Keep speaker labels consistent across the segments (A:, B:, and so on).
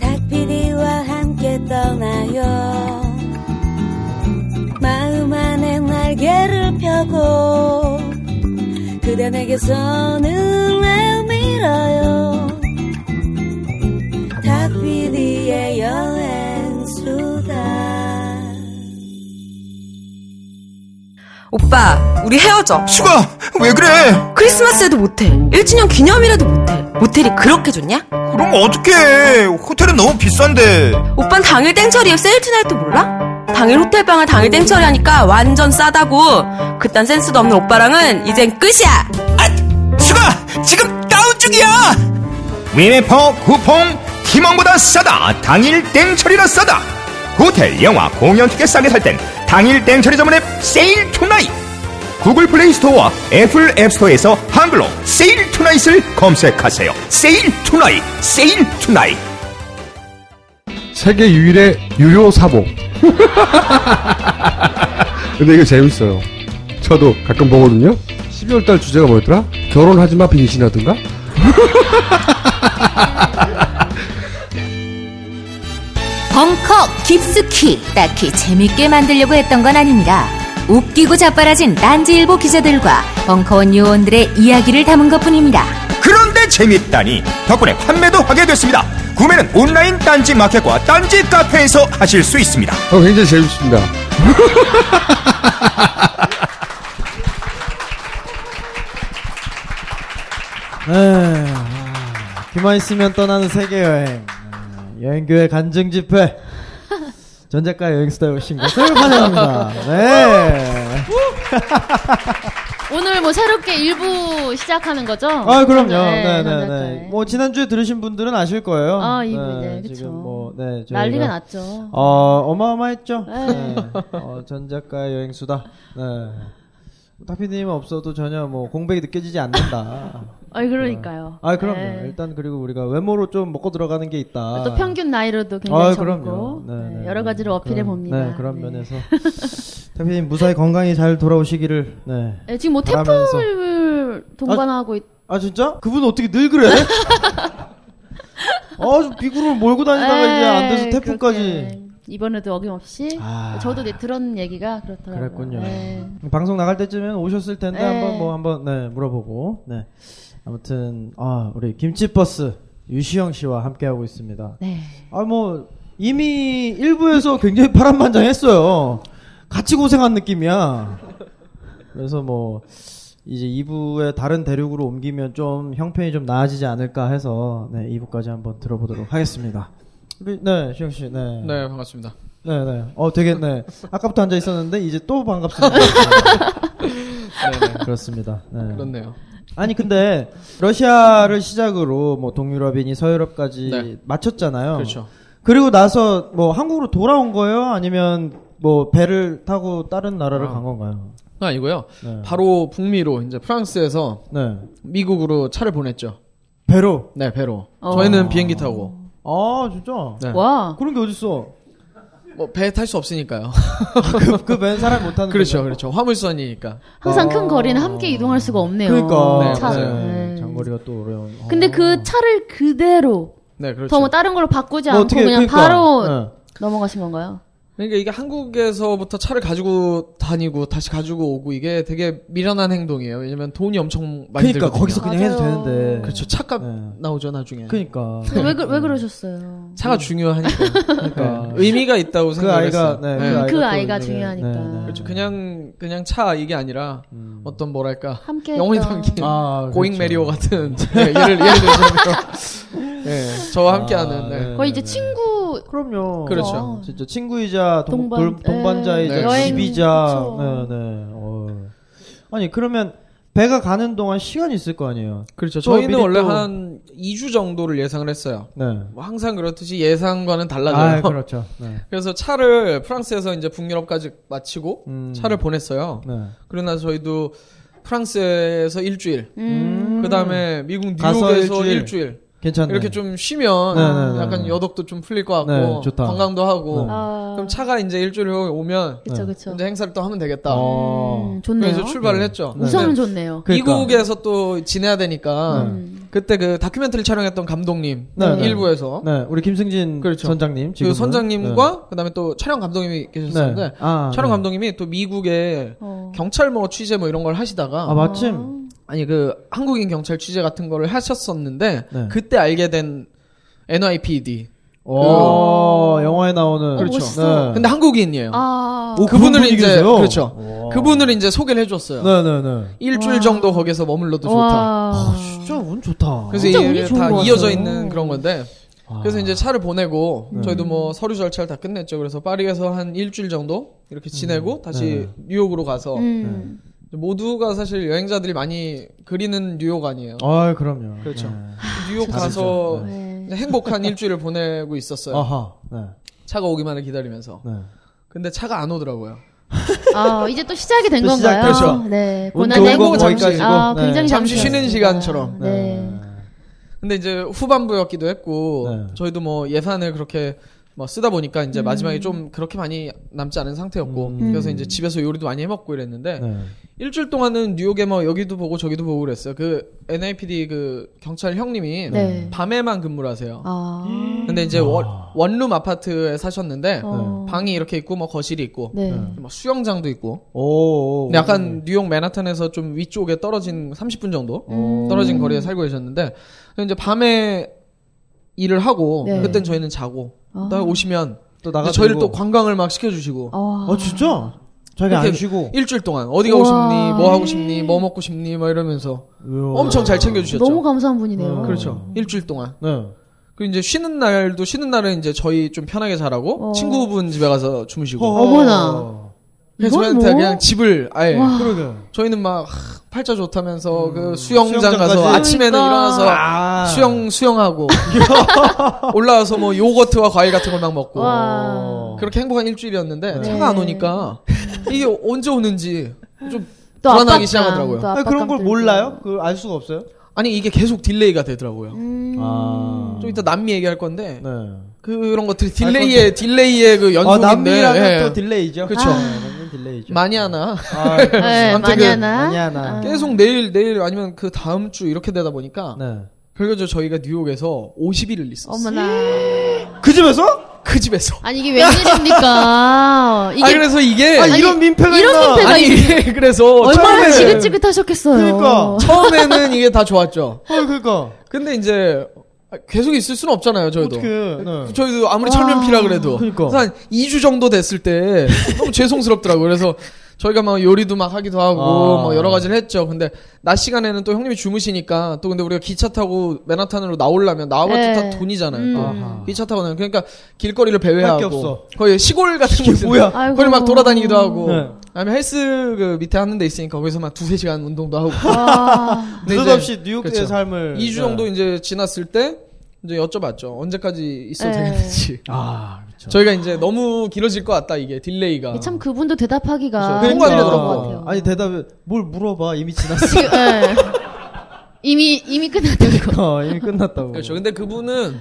A: 닭피디와 함께 떠나요 마음 안에 날개를 펴고 그대 내게서 눈을 밀어요 닭피디의 여행수다
B: 오빠, 우리 헤어져.
C: 수가 왜 그래?
B: 크리스마스에도 모텔, 1주년 기념이라도 모텔. 모텔이 그렇게 좋냐?
C: 그럼 어떡해? 호텔은 너무 비싼데.
B: 오빤 당일 땡처리에 세일 투나이트 몰라? 당일 호텔방을 당일 땡처리 하니까 완전 싸다고. 그딴 센스도 없는 오빠랑은 이젠 끝이야.
C: 아, 수가 지금 다운 중이야. 위메퍼 쿠폰 팀원보다 싸다. 당일 땡처리라 싸다. 호텔, 영화, 공연 티켓 싸게 살 땐 당일 땡처리 전문 앱 세일 투나잇. 구글 플레이 스토어와 애플 앱 스토어에서 한글로 세일 투나잇을 검색하세요. 세일 투나잇, 세일 투나잇.
D: 세계 유일의 유료 사복. 근데 이거 재밌어요. 저도 가끔 보거든요. 12월 달 주제가 뭐였더라? 결혼하지 마 빙신하든가? 어,
E: 벙커 깊숙이 딱히 재밌게 만들려고 했던 건 아닙니다. 웃기고 자빠라진 딴지일보 기자들과 벙커원 요원들의 이야기를 담은 것뿐입니다.
C: 그런데 재밌다니 덕분에 판매도 하게 됐습니다. 구매는 온라인 딴지 마켓과 딴지 카페에서 하실 수 있습니다.
D: 어, 굉장히 재밌습니다.
F: 에, 아, 귀만 있으면 떠나는 세계 여행, 아, 여행교회 간증 집회, 전작가 여행수다에 오신 것을 환영합니다. 네.
G: 오늘 뭐 새롭게 일부 시작하는 거죠?
F: 아, 그럼요. 네, 네,
G: 전작가의.
F: 네. 뭐 지난주에 들으신 분들은 아실 거예요.
G: 아, 이분, 네, 그쵸.
F: 지금 뭐, 네, 저희가
G: 난리가 났죠.
F: 어, 어마어마했죠.
G: 네.
F: 네. 어, 전작가의 여행수다. 네. 타피님 없어도 전혀 뭐 공백이 느껴지지 않는다.
G: 아, 그러니까요.
F: 아, 그럼요.
G: 네.
F: 일단 그리고 우리가 외모로 좀 먹고 들어가는 게 있다.
G: 또 평균 나이로도 굉장히
F: 아,
G: 젊고
F: 네,
G: 네,
F: 네,
G: 여러
F: 네.
G: 가지로 어필해
F: 그럼,
G: 봅니다.
F: 네, 그런 면에서 타피님 무사히 건강히 잘 돌아오시기를. 네.
G: 네, 지금 뭐
F: 바라면서.
G: 태풍을 동반하고 있.
F: 아 진짜? 그분 어떻게 늘 그래? 아좀 비구름을 몰고 다니다가 이제 안 돼서
G: 에이,
F: 태풍까지.
G: 네, 그렇게. 이번에도 어김없이
F: 아.
G: 저도 네, 들은 얘기가 그렇더라고요.
F: 그랬군요.
G: 네.
F: 방송 나갈 때쯤엔 오셨을 텐데
G: 네.
F: 한번 뭐 한번 네 물어보고 네 아무튼 아 우리 김치버스 유시영 씨와 함께 하고 있습니다.
G: 네.
F: 아 뭐 이미 1부에서 굉장히 파란만장했어요. 같이 고생한 느낌이야. 그래서 뭐 이제 2부에 다른 대륙으로 옮기면 좀 형편이 좀 나아지지 않을까 해서 네 2부까지 한번 들어보도록 하겠습니다. 우리 네 시영 씨 네.
H: 네 반갑습니다.
F: 네네. 어, 되게, 네. 아까부터 앉아 있었는데, 이제 또 반갑습니다.
H: 네네.
F: 그렇습니다. 네.
H: 그렇네요.
F: 아니, 근데, 러시아를 시작으로, 뭐, 동유럽이니 서유럽까지
H: 네.
F: 마쳤잖아요.
H: 그렇죠.
F: 그리고 나서, 뭐, 한국으로 돌아온 거예요? 아니면, 뭐, 배를 타고 다른 나라를
H: 아.
F: 간 건가요?
H: 그건 아니고요.
F: 네.
H: 바로 북미로 이제 프랑스에서
F: 네.
H: 미국으로 차를 보냈죠.
F: 배로.
H: 네 배로.
G: 어.
H: 저희는 비행기 타고.
F: 아, 진짜?
H: 네.
G: 와.
F: 그런 게 어딨어?
H: 뭐 배 탈 수 없으니까요.
F: 그, 그맨 사람 못하는.
H: 그렇죠,
F: 거잖아.
H: 그렇죠. 화물선이니까.
G: 항상
F: 아.
G: 큰 거리는 함께 이동할 수가 없네요.
F: 그러니까.
H: 네,
G: 차.
H: 맞아요.
G: 네.
F: 장거리가 또 어려운.
G: 근데
F: 어.
G: 그 차를 그대로
H: 네, 그렇죠.
G: 더 뭐 다른 걸로 바꾸지
F: 뭐
G: 않고
F: 어떻게,
G: 그냥
F: 그러니까.
G: 바로
F: 네.
G: 넘어가신 건가요?
H: 그러니까 이게 한국에서부터 차를 가지고 다니고 다시 가지고 오고 이게 되게 미련한 행동이에요. 왜냐면 돈이 엄청 많이
F: 그러니까,
H: 들거든요.
F: 거기서 그냥 해도
G: 맞아요.
F: 되는데.
H: 그렇죠. 차값
F: 네.
H: 나오죠 나중에.
F: 그러니까.
G: 왜, 그, 왜 그러셨어요?
H: 차가 중요하니까
F: 그러니까.
H: 의미가 있다고
F: 그 아이가
H: 생각했어요.
F: 네,
G: 그 아이가,
F: 또 이제, 네,
G: 중요하니까.
H: 그렇죠. 그냥 그냥 차 이게 아니라
F: 음.
H: 어떤 뭐랄까
G: 함께
H: 영혼이
G: 했던-
H: 담긴
F: 아,
H: 고잉
F: 그렇죠.
H: 메리오 같은 네, 예를 예를 들어서 네, 저와 함께하는 네.
F: 네.
G: 거의 이제 친구
F: 그럼요.
H: 그렇죠.
F: 진짜 친구이자 동,
G: 동반-
F: 반 동반자이자
H: 네.
G: 여행-
F: 집이자
G: 그쵸.
F: 네, 네. 어. 아니 그러면 배가 가는 동안 시간이 있을 거 아니에요.
H: 그렇죠.
F: 또
H: 저희는
F: 미리
H: 원래
F: 또-
H: 한 2주 정도를 예상을 했어요.
F: 네.
H: 뭐 항상 그렇듯이 예상과는 달라져요.
F: 아 그렇죠. 네.
H: 그래서 차를 프랑스에서 이제 북유럽까지 마치고
F: 음.
H: 차를 보냈어요.
F: 네.
H: 그러나 저희도 프랑스에서 일주일,
G: 음.
F: 음.
H: 그 다음에 미국
F: 가서
H: 뉴욕에서
F: 일주일.
H: 일주일,
F: 괜찮네.
H: 이렇게 좀 쉬면
F: 네, 네, 네,
H: 약간
F: 네.
H: 여독도 좀 풀릴 것 같고
F: 네, 좋다.
H: 관광도 하고
F: 네.
G: 아,
H: 그럼 차가 이제 일주일 후에 오면
G: 그쵸 그쵸.
H: 이제 행사를 또 하면 되겠다.
F: 어.
G: 음, 그렇죠. 좋네요.
H: 그래서 출발을 했죠.
F: 네.
G: 우선은 좋네요.
F: 그러니까.
H: 미국에서 또 지내야 되니까
F: 네.
G: 음.
H: 그때 그 다큐멘터리 촬영했던 감독님
F: 네, 네.
H: 일부에서
F: 네, 우리 김승진
H: 그렇죠.
F: 선장님 지금
H: 그 선장님과 그다음에 또 촬영 감독님이 계셨었는데
F: 아, 네.
H: 촬영 감독님이 또 미국에
G: 어.
H: 경찰 뭐 취재 뭐 이런 걸 하시다가
F: 아 마침
H: 아니 그 한국인 경찰 취재 같은 거를 하셨었는데
F: 네.
H: 그때 알게 된 NYPD.
F: 어, 영화에 나오는
G: 그렇죠. 멋있어.
H: 그 근데 한국인이에요.
G: 아.
F: 네. 오,
H: 그분을
F: 그런 분이
H: 이제-
F: 계세요?
H: 그렇죠.
F: 와.
H: 그분을 이제 소개를 해줬어요.
F: 네네네.
H: 일주일
G: 와.
H: 정도 거기서 머물러도 네. 좋다.
G: 와.
F: 진짜 운 좋다.
H: 그래서
G: 진짜
H: 이게
G: 운이 좋은
H: 다
G: 것
H: 이어져
G: 같아요.
H: 있는 그런 건데.
F: 아.
H: 그래서 이제 차를 보내고 저희도 뭐 서류 절차를 다 끝냈죠. 그래서 파리에서 한 일주일 정도 이렇게 지내고 다시 뉴욕으로 가서
G: 음.
H: 모두가 사실 여행자들이 많이 그리는 뉴욕 아니에요.
F: 아 그럼요.
H: 그렇죠.
F: 네.
H: 뉴욕 가서
G: 네.
H: 행복한 일주일을 보내고 있었어요.
F: 아하. 네.
H: 차가 오기만을 기다리면서.
F: 네.
H: 근데 차가 안 오더라고요.
G: 아, 이제 또 시작이 된
F: 또
G: 건가요?
F: 시작됐죠.
G: 네.
F: 운
G: 고난의
F: 좋은 건
G: 행복
F: 거기까지고.
G: 아,
F: 네.
G: 굉장히
H: 잠시 쉬는
G: 잠시였습니다.
H: 시간처럼.
G: 네.
H: 근데 이제 후반부였기도 했고
F: 네.
H: 저희도 뭐 예산을 그렇게 뭐 쓰다 보니까
G: 음.
H: 이제 마지막에 좀 그렇게 많이 남지 않은 상태였고
F: 음.
H: 그래서 이제 집에서 요리도 많이 해먹고 이랬는데
F: 네.
H: 일주일 동안은 뉴욕에 뭐 여기도 보고 저기도 보고 그랬어요. 그 NAPD 그 경찰 형님이
G: 네.
H: 밤에만 근무를 하세요.
G: 아.
H: 근데 이제 원, 원룸 아파트에 사셨는데
G: 어.
H: 방이 이렇게 있고 뭐 거실이 있고
G: 네.
H: 막 수영장도 있고
F: 오. 오,
H: 근데 약간 뉴욕 맨하탄에서 좀 위쪽에 떨어진 30분 정도
G: 음.
H: 떨어진 거리에 살고 계셨는데 근데 이제 밤에 일을 하고
G: 네.
H: 그땐 저희는 자고 나 오시면
F: 또
H: 이제
F: 나가.
H: 저희를 또 관광을 막 시켜주시고
G: 아.
F: 아 진짜? 자기 안
H: 이렇게
F: 쉬고.
H: 일주일 동안 어디 가고
G: 우와. 네.
H: 싶니 뭐 하고 싶니 뭐 먹고 싶니 막 이러면서
F: 우와.
H: 엄청 잘 챙겨주셨죠.
G: 너무 감사한
F: 음,
G: 분이네요.
H: 그렇죠. 일주일 동안.
F: 네.
H: 그리고 이제 쉬는 날도 쉬는 날은 이제 저희 좀 편하게 자라고
G: 어.
H: 친구분 집에 가서
F: 어.
H: 주무시고.
G: 어머나.
H: 그래서
G: 이건
H: 저희는
G: 뭐?
H: 그냥 집을 아예
F: 그러게.
H: 저희는 막 하, 팔자 좋다면서 그 수영장 가서
F: 음, 수영장까지?
H: 아침에는
G: 그러니까.
H: 일어나서
F: 아.
H: 수영 수영하고 올라와서 뭐 요거트와 과일 같은 걸 막 먹고
G: 아. 와.
F: 어.
H: 그렇게 행복한 일주일이었는데
G: 네.
H: 차가 안 오니까 이게 언제 오는지 좀
G: 또
H: 불안하기
G: 압박감,
H: 시작하더라고요.
G: 또
F: 아니,
G: 압박감
F: 네, 그런 걸
G: 들고.
F: 몰라요? 그 알 수가 없어요?
H: 아니 이게 계속 딜레이가 되더라고요.
G: 음.
F: 아.
H: 좀 이따 남미 얘기할 건데
F: 네.
H: 그런 것들이 딜레이의 딜레이의 그
F: 아,
H: 연속인데
F: 남미라면
H: 예.
F: 또 딜레이죠. 네,
H: 그쵸.
F: 남미는 딜레이죠.
H: 많이 하나
F: 아,
G: 네,
H: 아무튼
G: 많이
H: 그-
G: 하나.
F: 많이 하나.
G: 아.
H: 계속 내일 내일 아니면 그 다음 주 이렇게 되다 보니까
F: 네.
H: 결국 저희가 뉴욕에서 50일을 있었어요.
G: 어머나.
F: 그 집에서?
H: 그 집에서.
G: 아니 이게 웬일입니까? 이게
H: 아 그래서 이게
F: 아,
H: 아니,
F: 이런 민폐가
G: 이런
F: 있나?
G: 민폐가-
H: 이게 아, 그래서
G: 얼마나
H: 처음에는-
G: 지긋지긋하셨겠어요.
F: 그러니까.
H: 처음에는 이게 다 좋았죠.
F: 아, 그니까.
H: 근데 이제 계속 있을 수는 없잖아요,
G: 뭐
H: 저희도.
G: 그
F: 어떻게. 네.
H: 저희도 아무리 철면피라 그래도
F: 그러니까.
H: 그래서 한 2주 정도 됐을 때 너무 죄송스럽더라고요. 그래서 저희가 막 요리도 막 하기도 하고
F: 아.
H: 막 여러 가지를 했죠. 근데 낮 시간에는 또 형님이 주무시니까 또 근데 우리가 기차 타고 맨하탄으로 나오려면 나와봤자
G: 네.
H: 다 돈이잖아요.
G: 음.
F: 아하.
H: 기차 타고 나면 그러니까 길거리를
F: 밖에
H: 배회하고
F: 없어.
H: 거의 시골 같은 곳에
F: 뭐야?
G: 아이고.
H: 거기 막 돌아다니기도 하고
F: 네.
H: 그다음에 헬스 그 밑에 하는 데 있으니까 거기서 막 두세 시간 운동도 하고
G: 아,
H: 근데 이제
F: 느닷없이 뉴욕의
H: 그렇죠.
F: 삶을.
H: 2주
F: 네.
H: 정도 이제 지났을 때 이제 여쭤봤죠. 언제까지 있어도
G: 네.
H: 되는지.
F: 아, 그쵸.
H: 저희가 이제 너무 길어질 것 같다 이게 딜레이가.
G: 참 그분도 대답하기가
H: 그렇죠.
G: 힘들었던
H: 그러니까.
G: 것 같아요.
F: 아니, 대답을, 뭘 물어봐. 이미 지났어.
G: 지금 예. 이미 이미 끝났다고.
F: 어, 이미 끝났다고.
H: 그렇죠. 근데 그분은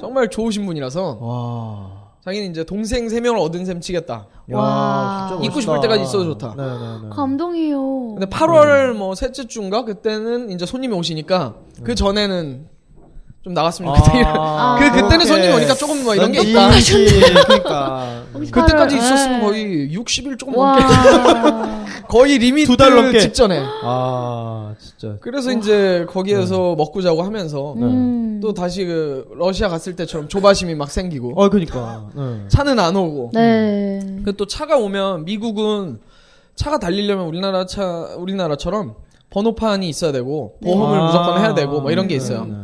H: 정말 좋으신 분이라서
F: 와.
H: 자기는 이제 동생 세 명을 얻은 셈 치겠다.
F: 야,
G: 와.
F: 진짜
H: 잊고
F: 멋있다.
H: 싶을 때까지 있어도 좋다.
F: 네네네.
G: 감동이에요.
H: 근데
F: 음.
H: 8월 뭐 셋째 주인가 그때는 이제 손님이 오시니까 그 전에는 좀 나갔으면 좋겠다 이런.
G: 아.
H: 그 그때는
F: 그렇게
H: 손님이 오니까 조금 뭐 이런 게 있다.
F: 그러니까.
H: 그때까지
G: 8월,
H: 있었으면
G: 예.
H: 거의 뭐 60일 조금
G: 와.
H: 넘게 거의 리미트
F: 두달 넘게.
H: 직전에.
F: 아, 진짜.
H: 그래서 이제 거기에서 먹고 자고 하면서
F: 네.
G: 음.
H: 또 다시 그 러시아 갔을 때처럼 조바심이 막 생기고
F: 어, 그니까. 네.
H: 차는 안 오고
G: 네.
H: 그 또 차가 오면 미국은 차가 달리려면 우리나라 차 우리나라처럼 번호판이 있어야 되고 보험을
F: 아.
H: 무조건 해야 되고 뭐 이런 게 있어요.
F: 네, 네.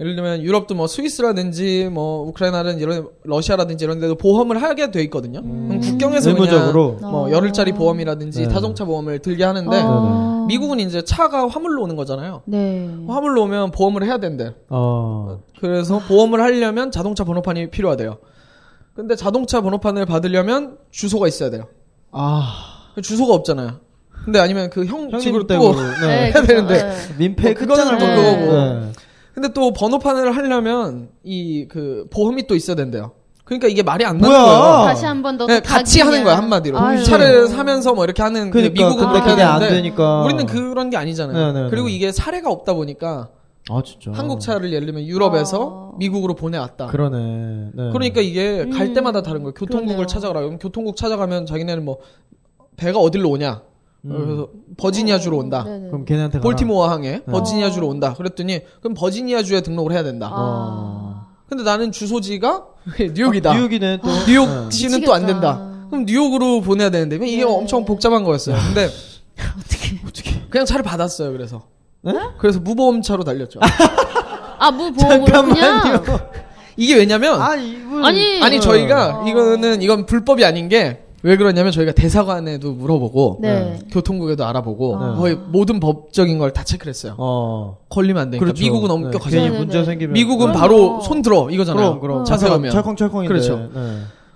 H: 예를 들면 유럽도 뭐 스위스라든지 뭐 우크라이나라든지 이런 러시아라든지 이런 데도 보험을 하게 돼 있거든요. 그럼 국경에서
F: 의무적으로.
H: 그냥 뭐
G: 아.
H: 열흘짜리 보험이라든지
F: 음. 네.
H: 자동차 보험을 들게 하는데
G: 아.
H: 미국은 이제 차가 화물로 오는 거잖아요.
G: 네.
F: 음.
H: 화물로 오면 보험을 해야 된대.
F: 어.
H: 그래서 보험을 하려면 자동차 번호판이 필요하대요. 근데 자동차 번호판을 받으려면 주소가 있어야 돼요.
F: 아.
H: 주소가 없잖아요. 근데 아니면 그 형,
F: 형님
H: 집으로 또.
F: 때문에.
G: 네,
F: 네.
G: 그렇죠.
H: 되는데.
G: 네.
F: 민폐
H: 뭐 그거는
F: 끝장을
H: 뭐
F: 보고.
H: 그거고.
F: 네.
H: 근데 또 번호판을 하려면 이 그 보험이 또 있어야 된대요. 그러니까 이게 말이 안 나는
F: 뭐야?
H: 거예요.
G: 다시 한 번더
H: 네, 같이 하는 거야 한마디로
G: 아, 아유.
H: 차를 사면서 뭐 이렇게 하는 그
F: 그러니까
H: 미국은
F: 근데
H: 그렇게
F: 그게 안
H: 하는데
F: 되니까.
H: 우리는 그런 게 아니잖아요.
F: 네, 네, 네.
H: 그리고 이게 사례가 없다 보니까
F: 아 진짜.
H: 한국 차를 예를 들면 유럽에서
G: 아.
A: 어.
H: 미국으로 보내왔다. 그
F: 그러네. 네.
H: 러니까 이게 갈
A: 음,
H: 때마다 다른 거예요. 교통국을
A: 그러네요.
H: 찾아가라. 그럼 교통국 찾아가면 자기네는 뭐 배가 어디로 오냐.
F: 음.
H: 그래서 버지니아주로 온다.
G: 네네.
F: 그럼 걔네한테 가라.
H: 볼티모어 항에 버지니아주로 온다. 그랬더니 그럼 버지니아주에 등록을 해야 된다. 근데 나는 주소지가 뉴욕이다. 아, 뉴욕,
F: 어. 뉴욕이네 또.
H: 시는 또 안 된다.
G: 미치겠다.
H: 그럼 뉴욕으로 보내야 되는데 이게 엄청 복잡한
F: 네.
H: 거였어요. 근데 어떻게 그냥 차를 받았어요. 그래서
F: 네?
H: 그래서 무보험차로 달렸죠.
G: 아, 뭐 보험으로 그냥.
H: 이게 왜냐면
F: 아 이분.
G: 아니.
H: 아니 저희가
G: 어.
H: 이거는 이건 불법이 아닌 게 왜 그러냐면 저희가 대사관에도 물어보고
G: 네.
H: 교통국에도 알아보고 거의 모든 법적인 걸 다 체크를 했어요.
F: 어.
H: 걸리면 안 되니까
F: 그렇죠.
H: 미국은
F: 네,
H: 엄격하죠.
F: 괜히
G: 네,
F: 문제
G: 네.
F: 생기면. 뭐
H: 미국은
G: 그럼요.
H: 바로 손 들어 이거잖아요.
F: 그럼 그럼.
H: 자세하면
F: 철컹철컹인데.
H: 그렇죠.
F: 네.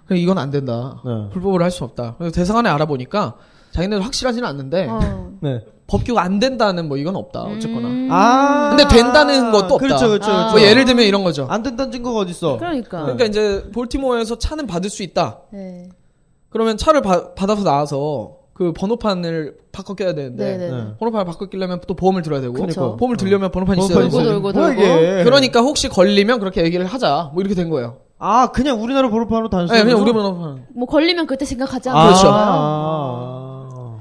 H: 그냥 이건 안 된다.
F: 네.
H: 불법으로 할 수 없다. 그래서 대사관에 알아보니까 자기네도 확실하지는 않는데
G: 어.
F: 네.
H: 법규가 안 된다는 뭐 이건 없다. 어쨌거나.
G: 음.
F: 아.
H: 근데 된다는 것도 없다.
F: 그렇죠 그렇죠.
G: 아.
F: 그렇죠.
H: 뭐 예를 들면 이런 거죠.
F: 안 된다는 증거가 어딨어?
G: 그러니까.
H: 그러니까 이제 볼티모어에서 차는 받을 수 있다.
G: 네.
H: 그러면 차를 받- 받아서 나와서 그 번호판을 바꿔 껴야 되는데
G: 네네네.
F: 네.
H: 번호판을 바꿔 끼려면 또 보험을 들어야 되고
F: 그렇죠.
G: 그쵸.
H: 보험을 들려면 번호판이
F: 뭐
H: 있어야
F: 벌써
H: 되고
G: 번호판이 돌고 돌고.
F: 뭐야, 이게?
H: 그러니까 혹시 걸리면 그렇게 얘기를 하자 뭐 이렇게 된 거예요.
F: 아 그냥 우리나라 번호판으로 단순히.
H: 네, 그냥 우리 번호판.
G: 뭐 걸리면 그때 생각하지 않아요.
F: 아.
H: 그렇죠.
F: 아.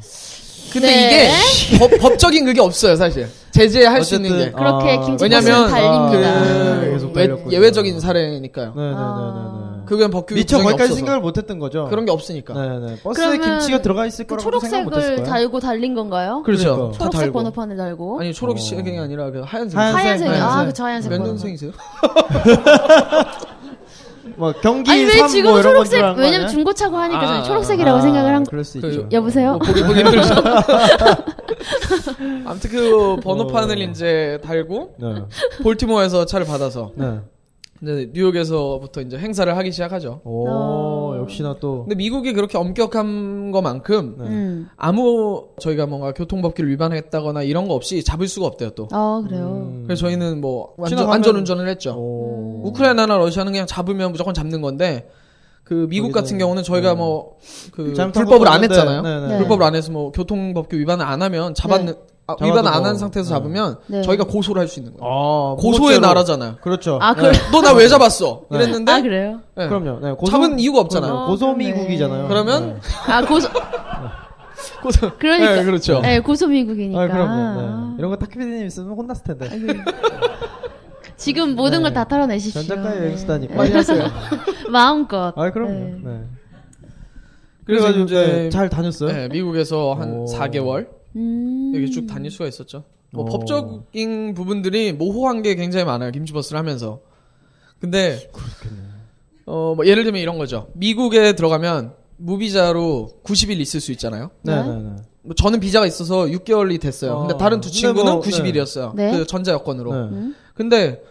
H: 근데
G: 네.
H: 이게 법, 법적인 그게 없어요 사실 제재할 수 있는 네, 게
F: 어쨌든,
G: 그렇게
F: 아.
G: 김치 버스는
H: 왜냐면
G: 달립니다.
F: 아, 계속
H: 외-
F: 달렸군요. 네,
H: 예외적인 사례니까.
F: 네네네네.
H: 아. 그건 법규
F: 미처
H: 규정이
F: 거기까지
H: 없어서. 그러니까.
F: 생각을 못했던 거죠.
H: 그런 게 없으니까.
F: 네네. 버스에
G: 그러면
F: 김치가 들어가 있을
G: 그
F: 거라고 생각
G: 초록색을
F: 못했을 거예요.
G: 달고 달린 건가요?
H: 그렇죠.
F: 그러니까. 어.
H: 다
G: 초록색
H: 달고.
G: 번호판을 달고.
H: 아니 초록색이 아니라 그 하얀색.
F: 하얀색.
G: 하얀색이요. 아,
F: 하얀색.
G: 그쵸, 하얀색.
H: 몇
G: 번호판.
H: 년생이세요?
F: 뭐 경기
G: 아니, 왜
F: 삼
G: 지금
F: 뭐 이런 건
G: 초록색,
F: 들어간 거
G: 왜냐면
F: 아니야?
G: 중고차고 하니까
H: 아,
G: 저는 초록색이라고 생각을 한 거.
F: 그럴 수
H: 그-
F: 있죠.
G: 여보세요?
H: 뭐 보기 보기 힘들죠. 아무튼 그 번호판을
F: 어.
H: 이제 달고
F: 네.
H: 볼티모어에서 차를 받아서
F: 네.
H: 이제 뉴욕에서부터 이제 행사를 하기 시작하죠.
G: 어.
F: 오 역시나 또.
H: 근데 미국이 그렇게 엄격한 것만큼
F: 네.
G: 음.
H: 아무 저희가 뭔가 교통법규를 위반했다거나 이런 거 없이 잡을 수가 없대요 또.
G: 아, 그래요.
H: 그래서 저희는 뭐 안전,
F: 음. 지나가면-
H: 안전 운전을 했죠.
F: 오.
H: 우크라이나나 러시아는 그냥 잡으면 무조건 잡는 건데 그 미국 같은
F: 거기는-
H: 경우는 저희가
F: 네.
H: 뭐 그
F: 잘못한
H: 불법을
F: 것도
H: 안
F: 없는데,
H: 했잖아요.
F: 네,
G: 네.
H: 불법을 안 해서 뭐 교통법규 위반을 안 하면 잡았는 아,
F: 잡아도
H: 위반 안
F: 뭐,
H: 한 상태에서
F: 네.
H: 잡으면
G: 네.
H: 저희가 고소를 할 수 있는 거예요.
F: 아,
H: 고소의
F: 무고죄로.
H: 나라잖아요.
F: 그렇죠.
G: 아, 그래.
H: 너 나 왜 잡았어?
F: 네.
H: 이랬는데
G: 아, 그래요?
H: 네.
F: 그럼요. 네, 고소,
H: 잡은 이유가 없잖아요.
F: 그럼요. 고소미국이잖아요. 네.
H: 그러면
G: 아, 고소,
H: 고소.
G: 그러니까.
H: 네, 그렇죠.
G: 네,
F: 네.
G: 고소미국이니까.
F: 아, 그럼요. 네. 이런 거 타키비디님 있으면 혼났을 텐데.
G: 아, 지금 모든 걸 다 털어내십시오.
F: 전작가
G: 네.
F: 여행수다니까.
H: 많이 하세요.
G: 마음껏.
F: 아, 그럼요.
G: 네.
F: 네.
H: 그래서
F: 그래가지고
H: 이제-
F: 네, 잘 다녔어요.
H: 네, 미국에서 한
F: 오.
H: 4개월
G: 음.
H: 이렇게 쭉 다닐 수가 있었죠. 뭐
F: 오.
H: 법적인 부분들이 모호한 게 굉장히 많아요. 김치버스를 하면서. 근데 어, 뭐 예를 들면 이런 거죠. 미국에 들어가면 무비자로 90일 있을 수 있잖아요.
F: 네, 네, 네.
H: 뭐 저는 비자가 있어서 6개월이 됐어요.
F: 어.
H: 근데 다른 두
F: 근데
H: 친구는
F: 뭐,
H: 90일이었어요.
G: 네.
H: 그 전자 여권으로.
F: 네.
G: 음?
H: 근데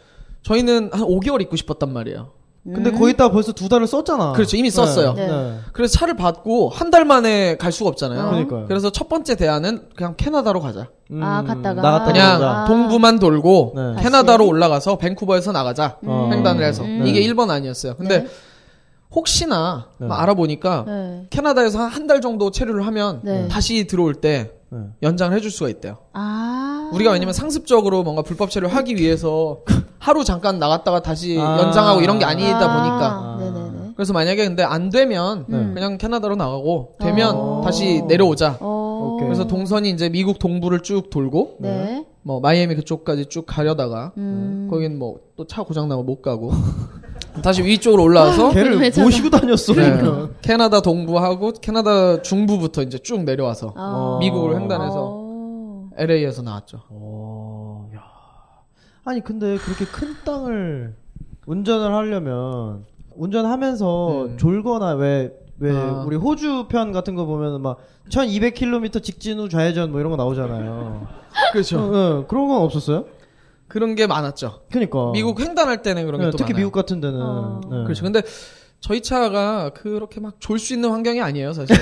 H: 저희는 한 5개월 있고 싶었단 말이에요.
F: 근데 거기다 벌써 두 달을 썼잖아.
H: 그렇죠. 이미 썼어요.
F: 네.
G: 네.
F: 네.
H: 그래서 차를 받고 한 달 만에 갈 수가 없잖아요.
F: 그러니까요.
H: 그래서 첫 번째 대안은 그냥 캐나다로 가자.
F: 음,
G: 아, 갔다가.
F: 나갔다
H: 그냥
F: 오자.
G: 아.
H: 동부만 돌고
F: 네.
H: 캐나다로 올라가서 밴쿠버에서 나가자.
F: 어.
H: 횡단을 해서.
F: 음.
H: 이게 1번 아니었어요. 근데
G: 네.
H: 혹시나
F: 네.
H: 막 알아보니까
G: 네.
H: 캐나다에서 한 달 정도 체류를 하면
G: 네.
H: 다시 들어올 때
F: 네.
H: 연장을 해줄 수가 있대요.
G: 아.
H: 우리가 왜냐면 상습적으로 뭔가 불법 체류를 하기 위해서 하루 잠깐 나갔다가 다시
F: 아.
H: 연장하고 이런 게 아니다 보니까
G: 아, 네네네.
H: 그래서 만약에 근데 안 되면
F: 네. 아.
H: 그냥 캐나다로 나가고 되면
G: 어.
H: 다시 내려오자.
G: 어.
F: 오케이.
H: 그래서 동선이 이제 미국 동부를 쭉 돌고
G: 네.
H: 뭐 마이애미 그쪽까지 쭉 가려다가
G: 음.
H: 거긴 뭐 또 차 고장 나고 못 가고 다시 위쪽으로 올라와서
F: 걔를
G: 괜찮아.
F: 모시고 다녔어.
H: 네,
G: 그러니까.
F: 그러니까.
H: 캐나다 동부하고 캐나다 중부부터 이제 쭉 내려와서
G: 아.
H: 미국을 횡단해서
F: 아.
G: 어.
H: LA에서 나왔죠.
F: 오, 야. 아니 근데 그렇게 큰 땅을 운전을 하려면 운전하면서
H: 음.
F: 졸거나 왜 왜
H: 아.
F: 우리 호주 편 같은 거 보면은 막 1200km 직진 후 좌회전 뭐 이런 거 나오잖아요. 어,
H: 그렇죠.
F: 어, 그런 건 없었어요?
H: 그런 게 많았죠.
F: 그러니까
H: 미국 횡단할 때는 그런 게
F: 네,
H: 또
F: 특히
H: 많아요.
F: 미국 같은 데는
G: 어.
F: 네.
H: 그렇죠. 근데 저희 차가 그렇게 막 졸 수 있는 환경이 아니에요, 사실.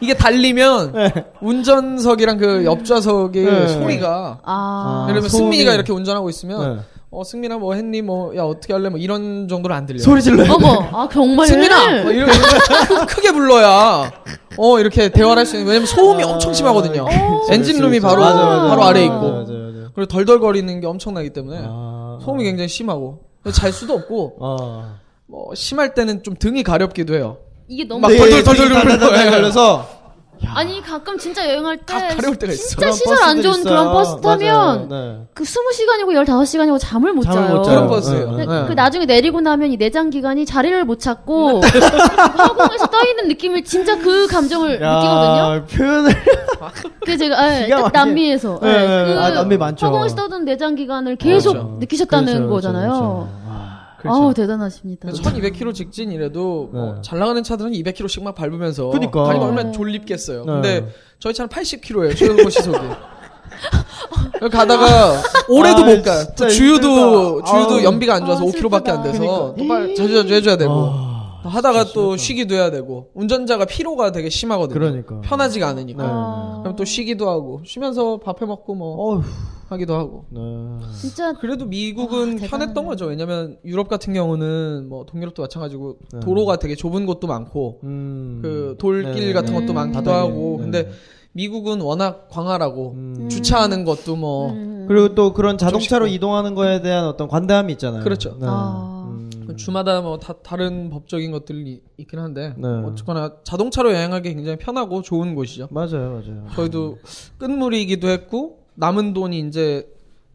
H: 이게 달리면 운전석이랑 그 옆좌석의
F: 네.
H: 소리가
G: 아.
F: 아,
H: 예를 들면
F: 소음이-
H: 승민이가 이렇게 운전하고 있으면
F: 네.
H: 어 승민아 뭐 했니 뭐 야 어떻게 할래 뭐 이런 정도로 안 들려요.
F: 소리 질러요.
G: 어머, 아, 정말.
H: 승민아 뭐 이런 크- 크게 불러야 어 이렇게 대화를 할 수 있는 왜냐면 소음이 엄청 심하거든요.
F: 그렇죠,
H: 엔진룸이
F: 그렇죠.
H: 바로
F: 맞아, 맞아,
H: 바로
F: 맞아,
H: 아래 에
F: 맞아,
H: 있고
F: 맞아, 맞아.
H: 그리고 덜덜거리는 게 엄청나기 때문에
F: 아.
H: 소음이 굉장히 심하고 그래서 잘 수도 없고
F: 아.
H: 뭐 심할 때는 좀 등이 가렵기도 해요.
G: 이게 너무
H: 막 덜덜덜덜
F: 덜덜덜덜
H: 거려요.
F: 걸려서
G: 아니 가끔 진짜 여행할 때
H: 가- 가려울 때가 있어.
G: 네, 진짜 시설 안 좋은 그런 버스 타면 그 20시간이고 15시간이고 잠을 못
F: 네. 잠을
G: 자요.
F: 못
H: 그런
F: 자요.
H: 버스예요.
F: 네,
G: 근데
H: 네.
G: 그 나중에 내리고 나면 이 내장 기관이 자리를 못 찾고
H: 네.
G: 허공에서 떠 있는 느낌을 진짜 그 감정을 느끼거든요.
F: 표현을
G: 그 제가 예,
F: 기가
G: 딱
F: 막히게.
G: 남미에서 예,
F: 네, 네.
G: 그
F: 아, 남미 많죠.
G: 허공에서 떠든 내장 기관을 계속
H: 그렇죠.
G: 느끼셨다는
F: 그렇죠,
G: 거잖아요.
F: 그렇죠, 그렇죠. 아,
G: 아우 대단하십니다.
H: 1200km 직진이라도 뭐
F: 네.
H: 잘 나가는 차들은 200km씩 막 밟으면서
F: 그니까.
H: 다니면 얼마나
G: 네.
H: 졸립겠어요.
F: 네.
H: 근데 저희 차는 80km예요. 최고 시속이. 가다가 올해도 못 가.
F: 아, 진짜
H: 또 주유도
F: 힘들다.
H: 주유도
F: 아우.
H: 연비가 안 좋아서
G: 아,
H: 5km밖에 안 돼서
F: 그니까.
H: 또 빨리 자주자주 해줘야 되고
F: 아,
H: 또 하다가 또 쉬기도 해야 되고 운전자가 피로가 되게 심하거든요.
F: 그러니까.
H: 편하지가 않으니까.
G: 아,
H: 그럼 또 쉬기도 하고 쉬면서 밥 해 먹고 뭐
F: 어휴.
H: 하기도 하고.
F: 네.
G: 진짜
H: 그래도 미국은
G: 아, 대단하네.
H: 편했던 거죠. 왜냐면 유럽 같은 경우는 뭐 동유럽도 마찬가지고
F: 네.
H: 도로가 되게 좁은 곳도 많고
F: 음.
H: 그 돌길
F: 네.
H: 같은
G: 네.
H: 것도 많기도
F: 바닥에.
H: 하고
F: 네.
H: 근데 미국은 워낙 광활하고
F: 음.
H: 주차하는 것도 뭐
G: 음.
F: 그리고 또 그런 자동차로
H: 쉽고.
F: 이동하는 거에 대한 어떤 관대함이 있잖아요.
H: 그렇죠.
F: 네.
G: 아.
F: 음.
H: 주마다 뭐 다, 다른 법적인 것들이 있긴 한데
F: 네.
H: 어쨌거나 자동차로 여행하기 굉장히 편하고 좋은 곳이죠.
F: 맞아요, 맞아요.
H: 저희도 끝물이기도 했고 남은 돈이 이제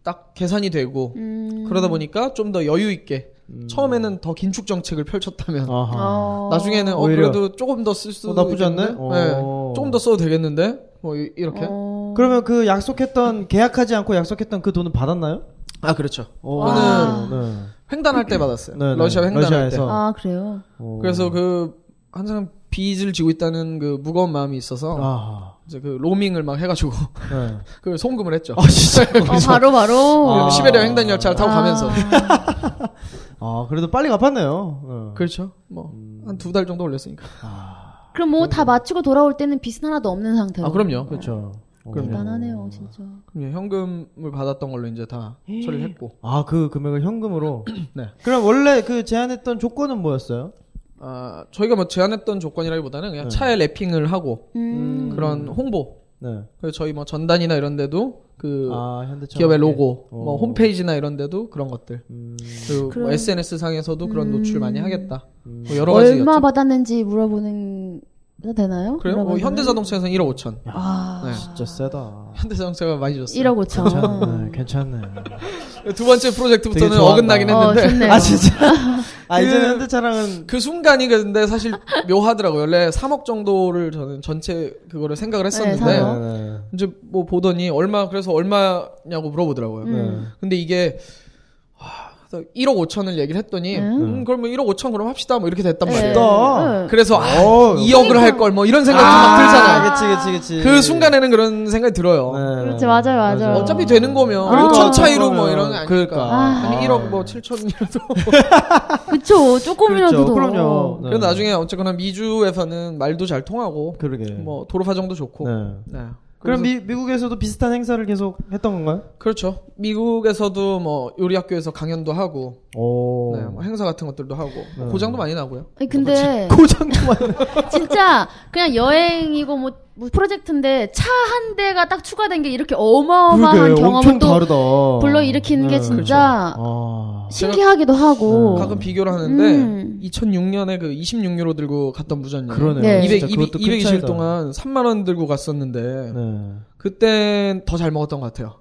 H: 딱 계산이 되고
G: 음.
H: 그러다 보니까 좀 더 여유 있게 처음에는 더 긴축 정책을 펼쳤다면
F: 아하.
G: 어.
H: 나중에는 어,
F: 오히려.
H: 그래도 조금 더 쓸 수도
F: 어, 나쁘지 않네?
H: 있겠는데? 네.
F: 어.
H: 조금 더 써도 되겠는데 뭐 이- 이렇게
G: 어.
F: 그러면 그 약속했던 계약하지 않고 약속했던 그 돈은 받았나요?
H: 아 그렇죠
F: 오.
H: 저는
F: 네.
H: 횡단할 때 받았어요
F: 네, 네.
H: 러시아 횡단할
F: 러시아에서. 음.
G: 아 그래요.
F: 오.
H: 때 그래서 그 한 사람 빚을 지고 있다는 그 무거운 마음이 있어서
F: 아하.
H: 이제 그 로밍을 막 해가지고
F: 네.
H: 그 송금을 했죠 아 진짜
G: 어, 바로 바로.
F: 아.
H: 시베리아 횡단 열차를 타고
G: 아.
H: 가면서
F: 아, 그래도 빨리 갚았네요. 네.
H: 그렇죠 뭐 한 두 달 정도 걸렸으니까
F: 아,
G: 그럼 뭐 다 마치고 돌아올 때는 빚은 하나도 없는 상태로.
H: 아 그럼요
F: 그렇죠.
G: 대단하네요, 진짜.
H: 그럼요 현금을 받았던 걸로 이제 다
G: 예.
H: 처리를 했고
F: 아, 그 금액을 현금으로.
H: 네.
F: 그럼 원래 그 제안했던 조건은 뭐였어요?
H: 아 저희가 뭐 제안했던 조건이라기보다는 그냥 차에 랩핑을 하고
G: 음.
H: 그런 홍보
F: 네.
H: 그래서 저희 뭐 전단이나 이런 데도 그
F: 아, 현대차.
H: 기업의 로고, 뭐
F: 어. 음.
H: 홈페이지나 이런 데도 그런 것들. 그리고 뭐
G: 그럼- 음.
H: SNS 상에서도 그런 노출 많이 하겠다.
F: 음.
H: 뭐 여러 가지.
G: 얼마
H: 여쭤-
G: 받았는지 물어보는 게 되나요?
H: 그래요? 뭐
G: 물어보면은?
H: 현대자동차에서 1억 5천. 네.
G: 아,
F: 진짜 세다.
H: 현대자동차가 많이 줬어요.
G: 1억
H: 그렇죠.
G: 5천.
F: 네, 괜찮네.
H: 두 번째 프로젝트부터는
F: 되게 좋아한다.
H: 어긋나긴
G: 어,
H: 했는데
G: 좋네요.
F: 아, 진짜. 아, 이제는
H: 그-
F: 현대차랑은
H: 그 순간이 근데 사실 묘하더라고요. 원래 3억 정도를 저는 전체 그거를 생각을 했었는데
G: 네, 3억.
F: 네.
H: 이제 뭐 보더니 얼마 그래서 얼마냐고 물어보더라고요.
F: 네.
G: 음.
H: 근데 이게 아, 와, 그래서 1억 5천을 얘기를 했더니
G: 음.
H: 음, 그러면 1억 5천 그럼 합시다 뭐 이렇게 됐단 말이에요.
F: 맞다.
G: 네.
H: 그래서 아,
F: 오.
H: 2억을 할 걸 뭐 이런 생각이 막 들잖아요.
F: 아, 그치, 그치, 그치.
H: 그 순간에는 그런 생각이 들어요.
F: 네.
G: 그렇지, 그렇죠. 맞아요, 맞아요.
H: 어차피 되는 거면
G: 아.
H: 5천 차이로
F: 그러면-
H: 뭐 이런 게 아니니까.
F: 그러니까. 네.
H: 아. 니
F: 아.
H: 1억 뭐 7천이라도.
G: 그쵸, 조금이라도
F: 그렇죠.
G: 더.
F: 그럼요. 네.
H: 그래서 나중에 어쨌거나 미주에서는 말도 잘 통하고
F: 그러게.
H: 뭐 도로사정도 좋고. 네.
F: 네.
H: 그래서-
F: 그럼 미, 미국에서도 비슷한 행사를 계속 했던 건가요?
H: 그렇죠. 미국에서도 뭐 요리학교에서 강연도 하고,
F: 오.
H: 네, 뭐 행사 같은 것들도 하고
F: 네.
H: 뭐 고장도 많이 나고요. 뭐
G: 아니, 근데
F: 고장만.
G: 진짜 그냥 여행이고 뭐, 뭐 프로젝트인데 차 한 대가 딱 추가된 게 이렇게 어마어마한
F: 그러게, 엄청
G: 경험을 또
F: 다르다.
G: 불러일으키는 게
F: 네.
H: 그렇죠.
G: 진짜
F: 아.
G: 신기하기도 하고.
F: 네.
H: 가끔 비교를 하는데
G: 어. 음.
H: 2006년에 그 26유로 들고 갔던 무전여행.
F: 그러네요.
G: 네.
F: 진짜
H: 200,
F: 그것도
H: 200, 220일
F: 큰 차이다.
H: 동안 3만 원 들고 갔었는데
F: 네.
H: 그땐 더 잘 먹었던 것 같아요.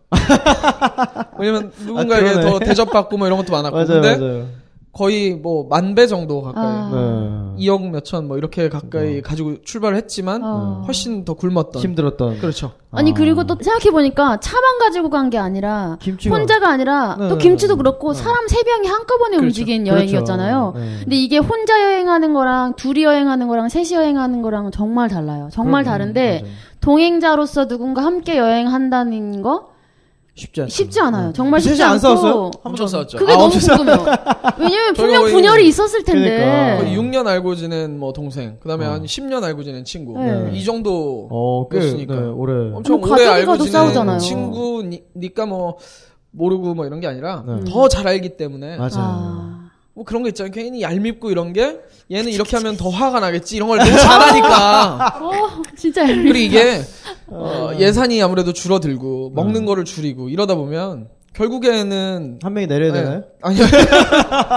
H: 왜냐면 누군가에게
F: 아, 그러네.
H: 더 대접받고 뭐 이런 것도 많았고
F: 맞아요,
H: 근데
F: 맞아요.
H: 거의 뭐 만 배 정도 가까이
G: 아.
F: 네.
H: 2억 몇천 뭐 이렇게 가까이 가지고 출발을 했지만
G: 어.
H: 훨씬 더 굶었던
F: 어. 힘들었던.
H: 그렇죠.
G: 아니
F: 아.
G: 그리고 또 생각해 보니까 차만 가지고 간 게 아니라
F: 김치가.
G: 혼자가 아니라
F: 네.
G: 또 김치도 그렇고 사람 세 명이 한꺼번에 움직인 여행이었잖아요.
F: 그렇죠. 네.
G: 근데 이게 혼자 여행하는 거랑 둘이 여행하는 거랑 셋이 여행하는 거랑 정말 달라요. 정말 다른데 동행자로서 누군가 함께 여행한다는 거
F: 쉽지 않
G: 쉽지 않아요. 정말
F: 셋이
G: 쉽지
F: 안
G: 않고
F: 싸웠어요?
H: 엄청 싸웠죠.
G: 그게 너무 궁금해요. 왜냐면 분명
H: 아, 거의
G: 분열이 있었을 텐데.
F: 그러니까. 거의
H: 6년 알고 지낸 뭐 동생, 그다음에 한 10년 알고 지낸 친구.
G: 네.
H: 이 정도
F: 어, 꽤
H: 그랬으니까. 어,
F: 네, 오래.
H: 엄청
G: 아니,
H: 오래
G: 가족이라도
H: 알고 지낸
G: 싸우잖아요.
H: 친구니까 뭐 모르고 뭐 이런 게 아니라 더 잘 알기 때문에
F: 네. 맞아요.
G: 아.
H: 뭐 그런 거 있잖아요. 괜히 얄밉고 이런 게 얘는 이렇게 하면 더 화가 나겠지 이런 걸 너무 잘하니까.
G: 어, 진짜
H: 그리고 이게 어, 예산이 아무래도 줄어들고
F: 음.
H: 먹는 거를 줄이고 이러다 보면 결국에는
F: 한 명이 내려야
H: 네.
F: 되나요?
H: 아니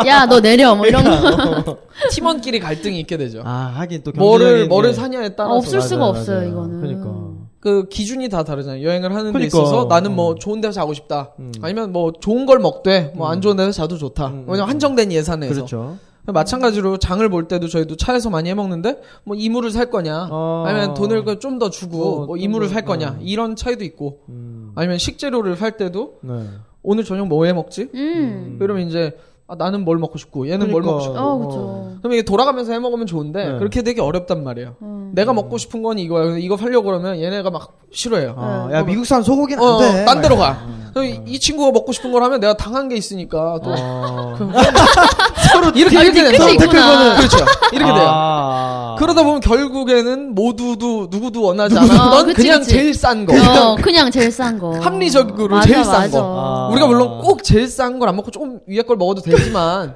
G: 야, 너 내려. 뭐 이런 거.
H: 팀원끼리 갈등이 있게 되죠.
F: 아 네. 하긴 또
H: 뭐를
F: 경제적인
H: 뭐를
F: 게-
H: 사냐에 따라서
G: 없을
H: 맞아요.
G: 수가 없어요,
F: 맞아요.
G: 이거는.
F: 그러니까
H: 그 기준이 다 다르잖아요. 여행을 하는 데
F: 그러니까.
H: 있어서 나는 뭐 좋은 데서 자고 싶다.
F: 음.
H: 아니면 뭐 좋은 걸 먹되 뭐 안 좋은 데서 자도 좋다. 왜냐면 한정된 예산에서.
F: 그렇죠.
H: 마찬가지로 장을 볼 때도 저희도 차에서 많이 해 먹는데 뭐 이물을 살 거냐
F: 아.
H: 아니면 돈을 그 좀 더 주고
F: 어, 좀
H: 뭐 이물을
F: 더,
H: 살 거냐
F: 네.
H: 이런 차이도 있고
F: 음.
H: 아니면 식재료를 살 때도
F: 네.
H: 오늘 저녁 뭐 해 먹지?
G: 음.
H: 그러면 이제 아, 나는 뭘 먹고 싶고 얘는 뭘
F: 그러니까.
H: 먹고 싶고
G: 어, 그쵸.
H: 그럼 이게 돌아가면서 해 먹으면 좋은데
F: 네.
H: 그렇게 되기 어렵단 말이에요.
G: 음.
H: 내가 먹고 싶은 건 이거야. 근데 이거 살려고 그러면 얘네가 막 싫어해요.
F: 아,
G: 네.
F: 야 미국산 소고기는
H: 어,
F: 안 돼. 음.
H: 딴 데로 가. 그럼 이- 이 친구가 먹고 싶은 걸 하면 내가 당한 게 있으니까 또
F: 어.
H: 서로 이렇게 이렇게
G: 뒤끝이
H: 돼서
G: 있구나.
H: 댓글거는 그렇죠. 이렇게 돼요.
F: 아.
H: 그러다 보면 결국에는 모두도 누구도 원하지 않았던
G: 어, 그치,
H: 그냥
G: 그치.
H: 제일 싼 거.
G: 어, 그냥 제일 싼 거.
H: 합리적으로
G: 맞아,
H: 제일 싼
G: 맞아.
H: 거.
F: 아.
H: 우리가 물론 꼭 제일 싼 걸 안 먹고 조금 위에 걸 먹어도 되지만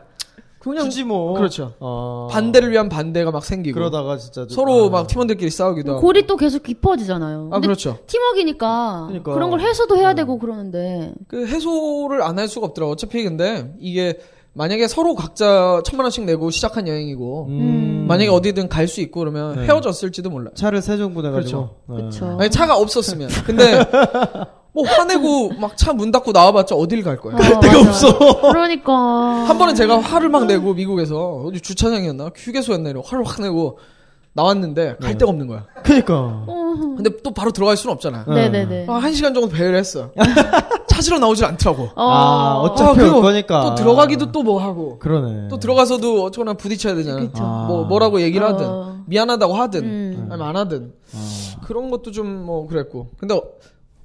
H: 그냥
F: 굳이 뭐
H: 그렇죠.
F: 어.
H: 반대를 위한 반대가 막 생기고
F: 아. 그러다가 진짜 좀-
H: 서로
F: 아.
H: 막 팀원들끼리 싸우기도 하고.
G: 골이 또 계속 깊어지잖아요.
H: 아
G: 근데
H: 그렇죠.
G: 팀워크니까
F: 그러니까.
G: 그런 걸 해소도 해야 되고 그러는데
H: 그 해소를 안 할 수가 없더라고. 어차피 근데 이게 만약에 서로 각자 천만 원씩 내고 시작한 여행이고
F: 음.
H: 만약에 어디든 갈 수 있고 그러면
F: 네.
H: 헤어졌을지도 몰라요.
F: 차를 세종분해 가지고. 네.
G: 그렇죠.
H: 아니 차가 없었으면. 근데 뭐 화내고 막 차 문 닫고 나와봤자 어딜 갈 거야.
G: 내가 없어. 그러니까
H: 한 번은 제가 화를 막 내고 미국에서 어디 주차장이었나 휴게소였나 이러고 화를 확 내고 나왔는데 갈
F: 네.
H: 데가 없는 거야.
F: 그러니까.
H: 근데 또 바로 들어갈 수는 없잖아.
G: 네네네.
H: 아, 한 시간 정도 배회를 했어. 찾으러 나오질 않더라고.
G: 어.
F: 아,
H: 아,
F: 어차피
H: 그리고
F: 올 거니까.
H: 또 들어가기도 또 뭐 하고.
F: 그러네.
H: 또 들어가서도 어쩌거나 부딪혀야 되잖아.
G: 그쵸.
F: 아.
H: 뭐 뭐라고 얘기를 하든
G: 어.
H: 미안하다고 하든
G: 음.
H: 아니면 안 하든 그런 것도 좀 뭐 그랬고. 근데 어-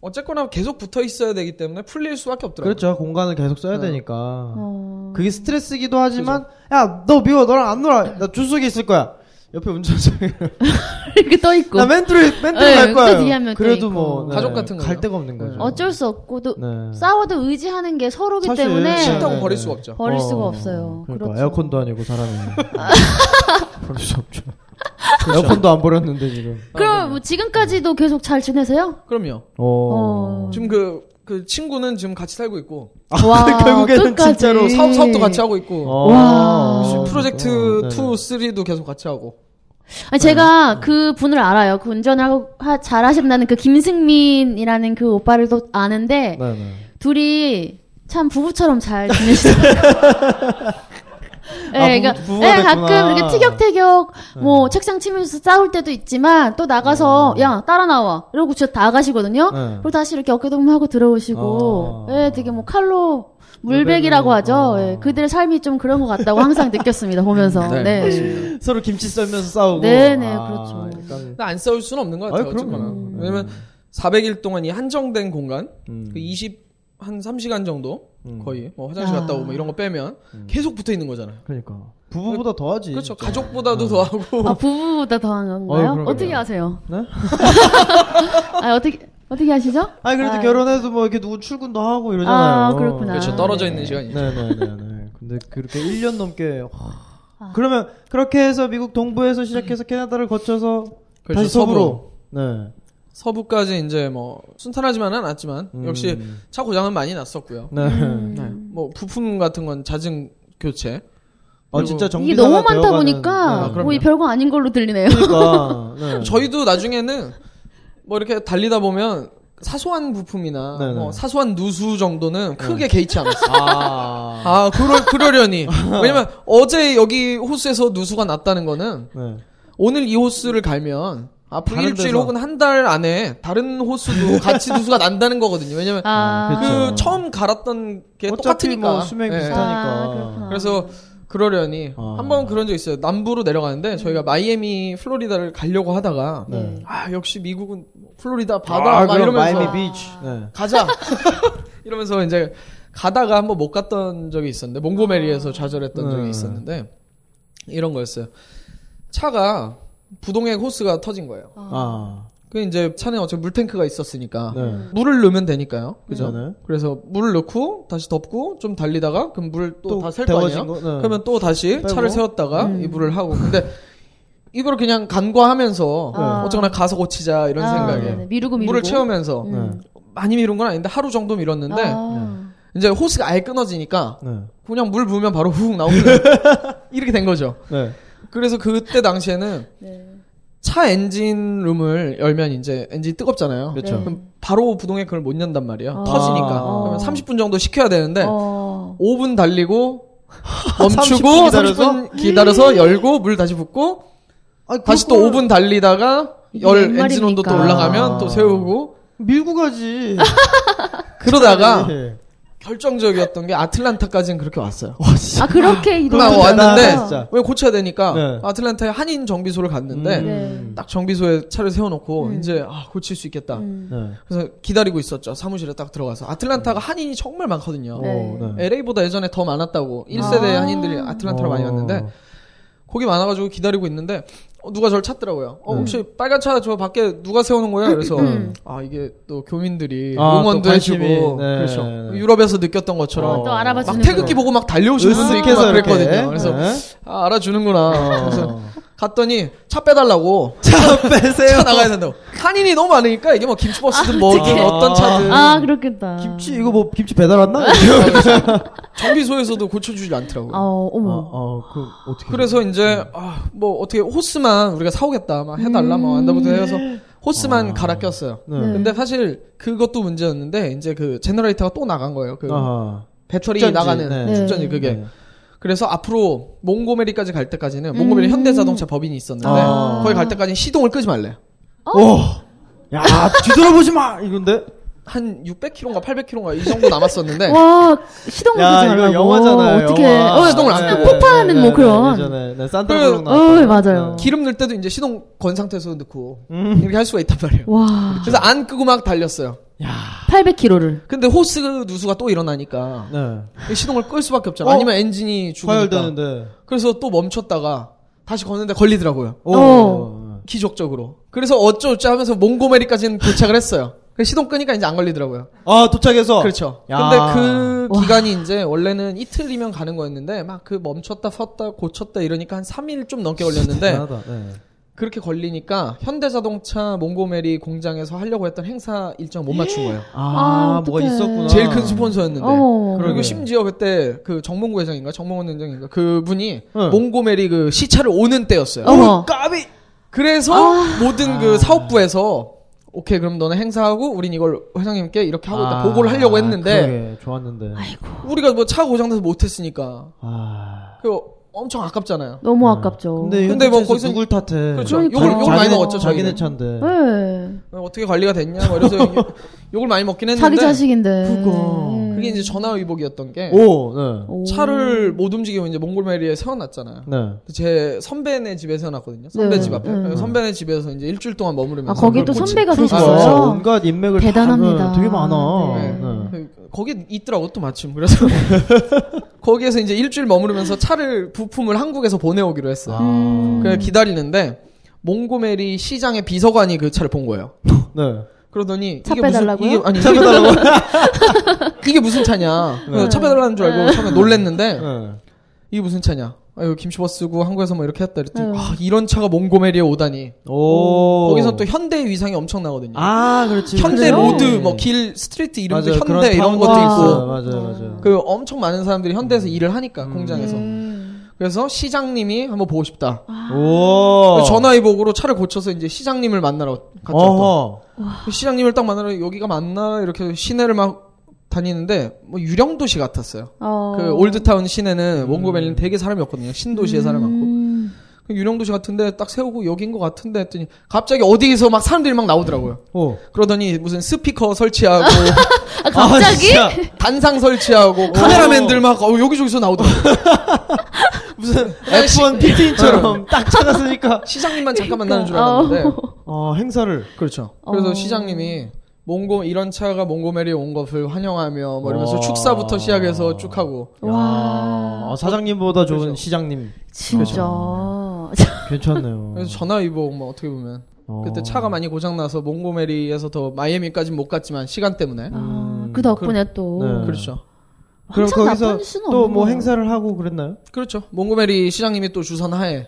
H: 어쨌거나 계속 붙어 있어야 되기 때문에 풀릴 수밖에 없더라고요.
F: 그렇죠. 공간을 계속 써야 되니까.
G: 어.
F: 그게 스트레스기도 하지만 야, 너 미워. 너랑 안 놀아. 나 주석에 있을 거야. 옆에 운전석에.
G: 이렇게 떠 있고
F: 나 맨트로 맨트로
G: 네,
F: 갈
G: 그 뒤에
F: 거야.
G: 하면
F: 그래도
G: 또
F: 뭐
G: 있고.
F: 네,
H: 가족 같은 거죠.
F: 갈 데가 없는 거죠.
G: 어쩔 수 없고 또
F: 네.
G: 싸워도 의지하는 게 서로기
F: 사실
G: 때문에
H: 싫다고
F: 네,
H: 버릴
F: 네.
H: 수가 없죠.
G: 버릴
F: 어,
G: 수가 없어요.
F: 그러니까
G: 그렇죠.
F: 에어컨도 아니고 사람이 버릴 수 없죠. 에어컨도 안 버렸는데 지금.
G: 그럼 뭐 지금까지도 계속 잘 지내세요?
H: 그럼요.
F: 어.
G: 어.
H: 지금 그, 그 친구는 지금 같이 살고 있고
G: 와
F: 아, 결국에는
G: 끝까지.
F: 진짜로
H: 사업 사업도 같이 하고 있고
F: 어.
G: 와.
F: 어,
H: 프로젝트
F: 네, 네.
H: 2, 3도 계속 같이 하고
G: 아니, 제가 그 분을 알아요. 그 운전하고 하- 잘하신다는 그 김승민이라는 그 오빠를 또 아는데
F: 네, 네.
G: 둘이 참 부부처럼 잘 지내시더라고요. 네,
F: 아,
G: 그러니까
F: 부부- 부부가
G: 네,
F: 됐구나. 네.
G: 가끔 이렇게 티격태격 뭐 책상 치면서 싸울 때도 있지만 또 나가서 야 따라 나와 이러고 진짜 나가시거든요.
F: 네.
G: 그리고 다시 이렇게 어깨동무하고 들어오시고,
F: 어.
G: 예, 되게 뭐 칼로 물백이라고 하죠.
F: 아.
G: 예, 그들의 삶이 좀 그런 것 같다고 항상 느꼈습니다 보면서.
H: 네,
G: 네.
F: 서로 김치 썰면서 싸우고. 아,
G: 네, 네, 그렇죠.
F: 약간,
H: 근데 그러니까 안 싸울 수는 없는 것 같아요.
F: 아유, 그럼요.
H: 어쨌거나.
F: 음.
H: 왜냐면 400일 동안 이 한정된 공간
F: 음.
H: 그 20, 한 3시간 정도
F: 음.
H: 거의 뭐 화장실 갔다 오고 뭐 이런 거 빼면 계속 붙어 있는 거잖아요.
F: 그러니까 부부보다 더하지.
H: 그렇죠.
F: 진짜.
H: 가족보다도 더하고
G: 아 부부보다 더한
F: 어이,
G: 건가요?
F: 그럼요.
G: 어, 떻게 아세요?
F: 네?
G: 아 어떻게 어떻게 하시죠?
F: 아니 그래도
G: 아.
F: 결혼해도 뭐 이렇게 누구 출근도 하고 이러잖아요.
G: 아, 그렇구나.
H: 그렇죠. 떨어져 있는 시간이.
F: 네네네네. 근데 그렇게 1년 넘게.
G: 아.
F: 와. 그러면 그렇게 해서 미국 동부에서 시작해서 캐나다를 거쳐서
H: 그렇죠.
F: 다시 서부로. 네.
H: 서부까지 이제 뭐 순탄하지만은 않았지만
F: 음.
H: 역시 차 고장은 많이 났었고요.
F: 네.
G: 음.
H: 네. 뭐 부품 같은 건 잦은 교체.
F: 아 진짜 정비
G: 이게 너무 많다 보니까
H: 네, 그럼요.
G: 뭐 별거 아닌 걸로 들리네요.
F: 그러니까 네.
H: 음. 저희도 나중에는 뭐 이렇게 달리다 보면 사소한 부품이나
F: 네, 네.
H: 뭐 사소한 누수 정도는 크게 개의치 않았어요.
F: 아.
H: 아, 그러, 그러려니. 왜냐면 어제 여기 호수에서 누수가 났다는 거는
F: 네.
H: 오늘 이 호수를 갈면 앞으로
F: 다른
H: 일주일
F: 데서.
H: 혹은 한 달 안에 다른 호수도 같이 누수가 난다는 거거든요. 왜냐면
G: 아,
H: 그
F: 그렇죠.
H: 처음 갈았던 게
F: 어차피
H: 똑같으니까.
F: 뭐 수명이
H: 예.
F: 비슷하니까.
G: 아,
F: 어.
G: 그렇구나.
H: 그래서 그러려니
F: 아.
H: 한 번 그런 적 있어요. 남부로 내려가는데 저희가 마이애미, 플로리다를 가려고 하다가
F: 네.
H: 아 역시 미국은 뭐 플로리다 바다
F: 아,
H: 막
F: 그럼
H: 이러면서
F: 마이미 비치. 네.
H: 가자 이러면서 이제 가다가 한번 못 갔던 적이 있었는데 몽고메리에서 좌절했던 적이
F: 네.
H: 있었는데 이런 거였어요. 차가 부동액 호스가 터진 거예요.
F: 아.
H: 그 이제 차는 어차피 물탱크가 있었으니까
F: 네.
H: 물을 넣으면 되니까요. 그죠?
F: 네, 네.
H: 그래서 물을 넣고 다시 덮고 좀 달리다가 그 물을 또
F: 또
H: 다 셀 거 아니에요?
F: 데워진 거? 네.
H: 그러면 또 다시
G: 음.
F: 빼고.
H: 차를 세웠다가 이 물을 하고 근데 이걸 그냥 간과하면서
G: 아.
H: 어쩌거나 가서 고치자 이런
G: 아,
H: 생각에
G: 네네. 미루고 미루고.
H: 물을 채우면서
G: 음.
H: 많이 미룬 건 아닌데 하루 정도 미뤘는데
G: 아,
H: 이제 호스가 아예 끊어지니까
F: 네.
H: 그냥 물 부으면 바로 훅 나오는 이렇게 된 거죠.
F: 네.
H: 그래서 그때 당시에는
G: 네.
H: 차 엔진 룸을 열면 이제 엔진 이 뜨겁잖아요.
F: 그렇죠.
G: 네.
H: 그럼 바로 부동액 그걸 못 연단 말이야.
G: 아.
H: 터지니까.
G: 아.
H: 그러면 30분 정도 식혀야 되는데
G: 어.
H: 5분 달리고 멈추고
F: 30분 기다려서?
H: 30분 기다려서 열고 물 다시 붓고 다시 또 5분 달리다가
G: 이게
H: 열
G: 뭔
H: 엔진 온도 또
G: 말입니까?
H: 올라가면 또 세우고
F: 밀고 가지. 아.
H: 그러다가
F: 예.
H: 결정적이었던 게 아틀란타까지는 그렇게 왔어요.
F: 와 진짜.
G: 아 그렇게 이동.
H: 그러고 왔는데
F: 대단하다, 진짜.
H: 왜 고쳐야 되니까
F: 네.
H: 아틀란타에 한인 정비소를 갔는데
F: 음.
G: 네.
H: 딱 정비소에 차를 세워놓고 이제 아 고칠 수 있겠다.
G: 음.
F: 네.
H: 그래서 기다리고 있었죠. 사무실에 딱 들어가서 아틀란타가 한인이 정말 많거든요.
G: 네.
F: 오, 음. 네.
H: LA보다 예전에 더 많았다고 1세대 한인들이 아틀란타를 많이
F: 어.
H: 왔는데 거기 많아가지고 기다리고 있는데 어, 누가 저를 찾더라고요.
F: 네.
H: 어, 혹시 빨간 차 저 밖에 누가 세우는 거예요? 그래서 아 이게 또 교민들이
F: 음. 아,
H: 응원도
F: 또
H: 해주고
F: 관심이. 네,
H: 그렇죠.
F: 네, 네.
H: 유럽에서 느꼈던 것처럼
G: 어, 또 알아봐주는.
H: 막 태극기 보고 막 달려오시는 분도 있고 막
F: 으쓱해서 이렇게.
H: 그랬거든요. 그래서
F: 네. 어.
H: 아, 알아주는구나. 그래서 갔더니 차 빼달라고
F: 차 빼세요.
H: 차 나가야 된다고. 한인이 너무 많으니까 이게 뭐 김치버스든 뭐든 어떤 차든
G: 아 그렇겠다.
F: 김치 이거 뭐 김치 배달 왔나?
H: 정비소에서도 고쳐주지 않더라고요.
G: 아 어,
F: 어,
G: 어머.
F: 어, 그 어떻게?
H: 그래서 이제 아, 뭐 어떻게 호스만 우리가 사오겠다 막 해달라 막 한다부터 해서 호스만 갈아 꼈어요.
F: 네.
H: 근데 사실 그것도 문제였는데 이제 그 제너레이터가 또 나간 거예요. 그
F: 아하.
H: 배터리
F: 축전지.
H: 나가는
F: 네.
H: 축전지 그게.
F: 네.
H: 그래서 앞으로 몽고메리까지 갈 때까지는 몽고메리 현대자동차 법인이 있었는데
F: 아.
H: 거기 갈 때까지 시동을 끄지 말래요.
F: 오. 야 뒤돌아보지 마 이건데.
H: 한 600km인가 800km인가 이 정도 남았었는데
G: 와 시동
F: 야,
G: 끄지 말라고.
F: 이거 영화잖아요.
G: 어떻게?
F: 영화. 네,
G: 어,
H: 시동을 안 끄고.
G: 폭파하는 뭐 그런.
F: 예전에 네, 산타클로스
H: 그-
G: 어, 예, 맞아요.
H: 기름 넣을 때도 이제 시동 건 상태에서 넣고
F: 음.
H: 이렇게 할 수가 있단 말이에요.
G: 와,
H: 그래서 안 끄고 막 달렸어요.
G: 800km를.
H: 근데 호스 누수가 또 일어나니까
F: 네.
H: 시동을 끌 수밖에 없잖아.
F: 어?
H: 아니면 엔진이 죽으니까.
F: 과열되는데.
H: 그래서 또 멈췄다가 다시 걷는데 걸리더라고요.
F: 오.
G: 어.
H: 기적적으로. 그래서 어쩌고저쩌 하면서 몽고메리까지는 도착을 했어요. 그래서 시동 끄니까 이제 안 걸리더라고요.
F: 아 도착해서.
H: 그렇죠.
F: 야.
H: 근데 그 기간이 이제 원래는 이틀이면 가는 거였는데 막 그 멈췄다 섰다 고쳤다 이러니까 한 3일 좀 넘게 걸렸는데
F: 대단하다. 네.
H: 그렇게 걸리니까 현대자동차 몽고메리 공장에서 하려고 했던 행사 일정 못 맞춘 거예요.
F: 아,
G: 아,
F: 뭐가
G: 어떡해.
F: 있었구나.
H: 제일 큰 스폰서였는데.
G: 어.
H: 그리고
F: 그러게.
H: 심지어 그때 그 정몽구 회장인가 정몽원 회장인가 그분이
F: 응.
H: 몽고메리 그 시차를 오는 때였어요.
G: 어머. 아.
F: 까비.
H: 그래서 모든
F: 아.
H: 그 사업부에서 오케이 그럼 너는 행사하고 우린 이걸 회장님께 이렇게 하고 있다 보고를 하려고 했는데
F: 아, 그러게, 좋았는데.
H: 우리가 뭐 차 고장돼서 못했으니까
F: 아.
H: 그 엄청 아깝잖아요.
G: 너무 아깝죠.
F: 음. 근데,
H: 근데 뭐
F: 현대차에서
H: 거기서-
F: 누굴 탓해?
H: 그렇죠.
G: 그러니까.
H: 욕을, 욕을 많이
F: 자기네-
H: 먹었죠.
F: 자기네
H: 자기는
F: 차인데.
G: 네.
H: 어떻게 관리가 됐냐 뭐 이래서 욕- 욕을 많이 먹긴 했는데
G: 자기 자식인데.
F: 그거.
G: 네.
H: 그게 이제 전화 위복이었던 게
F: 오, 네.
G: 오.
H: 차를 못 움직이고 이제 몽골메리에 세워놨잖아요.
F: 네.
H: 제 선배네 집에 세워놨거든요. 선배
G: 네,
H: 집 앞에.
G: 네.
H: 선배네 집에서 이제 일주일 동안
G: 아,
H: 머무르면서.
G: 거기 또
H: 아, 그걸 고치-
G: 선배가
F: 그러니까
G: 계셨어요.
F: 온갖 인맥을 다-
G: 대단합니다.
F: 네, 되게 많아.
G: 네.
F: 네.
H: 그- 거기 있더라고 또 마침 그래서 거기에서 이제 일주일 머무르면서 차를 부품을 한국에서 보내오기로 했어요.
G: 아.
H: 그래 기다리는데 몽고메리 시장의 비서관이 그 차를 본 거예요.
F: 네.
H: 그러더니
G: 차
H: 이게 무슨
G: 빼달라고요?
H: 이게 아니 이게, 이게 무슨 차냐?
G: 네.
H: 그래서 차 빼달라는 줄 알고 처음에 놀랬는데
F: 네.
H: 이게 무슨 차냐? 아, 이거 김치버스고 한국에서 뭐 이렇게 했다 그랬더니
G: 네. 어.
H: 아, 이런 차가 몽고메리에 오다니.
F: 오.
H: 거기서 또 현대의 위상이 엄청나거든요.
F: 아, 그렇지.
H: 현대
F: 그래요?
H: 로드,
F: 네.
H: 뭐 길, 스트리트 이름도
F: 맞아요. 그런
H: 현대 이런
F: 타운도
H: 것도
F: 있어요. 음.
H: 있고
F: 맞아요, 맞아요.
H: 그 엄청 많은 사람들이 현대에서 일을 하니까 공장에서
G: 음.
H: 그래서 시장님이 한번 보고 싶다.
G: 어.
F: 오.
H: 그래서 전화위복으로 차를 고쳐서 이제 시장님을 만나러 갔죠. 또.
F: 어허.
H: 시장님을 딱 만나러 여기가 맞나 이렇게 시내를 막 다니는데 뭐 유령 도시 같았어요.
G: 어.
H: 그 올드타운 시내는
F: 음.
H: 몽고멜리는 되게 사람이 없거든요. 신도시에 사람 많고
G: 음.
H: 그 유령 도시 같은데 딱 세우고 여긴 것 같은데 했더니 갑자기 어디에서 막 사람들이 막 나오더라고요.
F: 오.
H: 그러더니 무슨 스피커 설치하고
G: 아, 갑자기?
F: 아, 진짜.
H: 단상 설치하고 뭐 카메라맨들 막 어, 여기저기서 나오더라고.
F: 무슨
H: 아니, 어. 시-
F: F1 피팅처럼 딱 찾았으니까.
H: 시장님만 잠깐 만나는 줄 알았는데
F: 어, 행사를.
H: 그렇죠. 그래서
G: 어.
H: 시장님이 몽고 이런 차가 몽고메리에 온 것을 환영하며 뭐 이러면서
F: 와.
H: 축사부터 시작해서 쭉 하고
G: 와,
F: 아, 사장님보다 좋은
H: 그렇죠.
F: 시장님.
G: 진짜.
F: 괜찮네요.
H: 그래서 전화위복 뭐 어떻게 보면
F: 어.
H: 그때 차가 많이 고장 나서
G: 음.
H: 몽고메리에서 더 마이애미까지는 못 갔지만 시간 때문에
G: 아, 그 덕분에 또.
F: 네.
H: 그렇죠.
F: 그럼
G: 엄청
F: 거기서
G: 나쁜 수는
F: 또
G: 없는
F: 뭐
G: 거예요.
F: 행사를 하고 그랬나요?
H: 그렇죠. 몽고메리 시장님이 또 주선 하에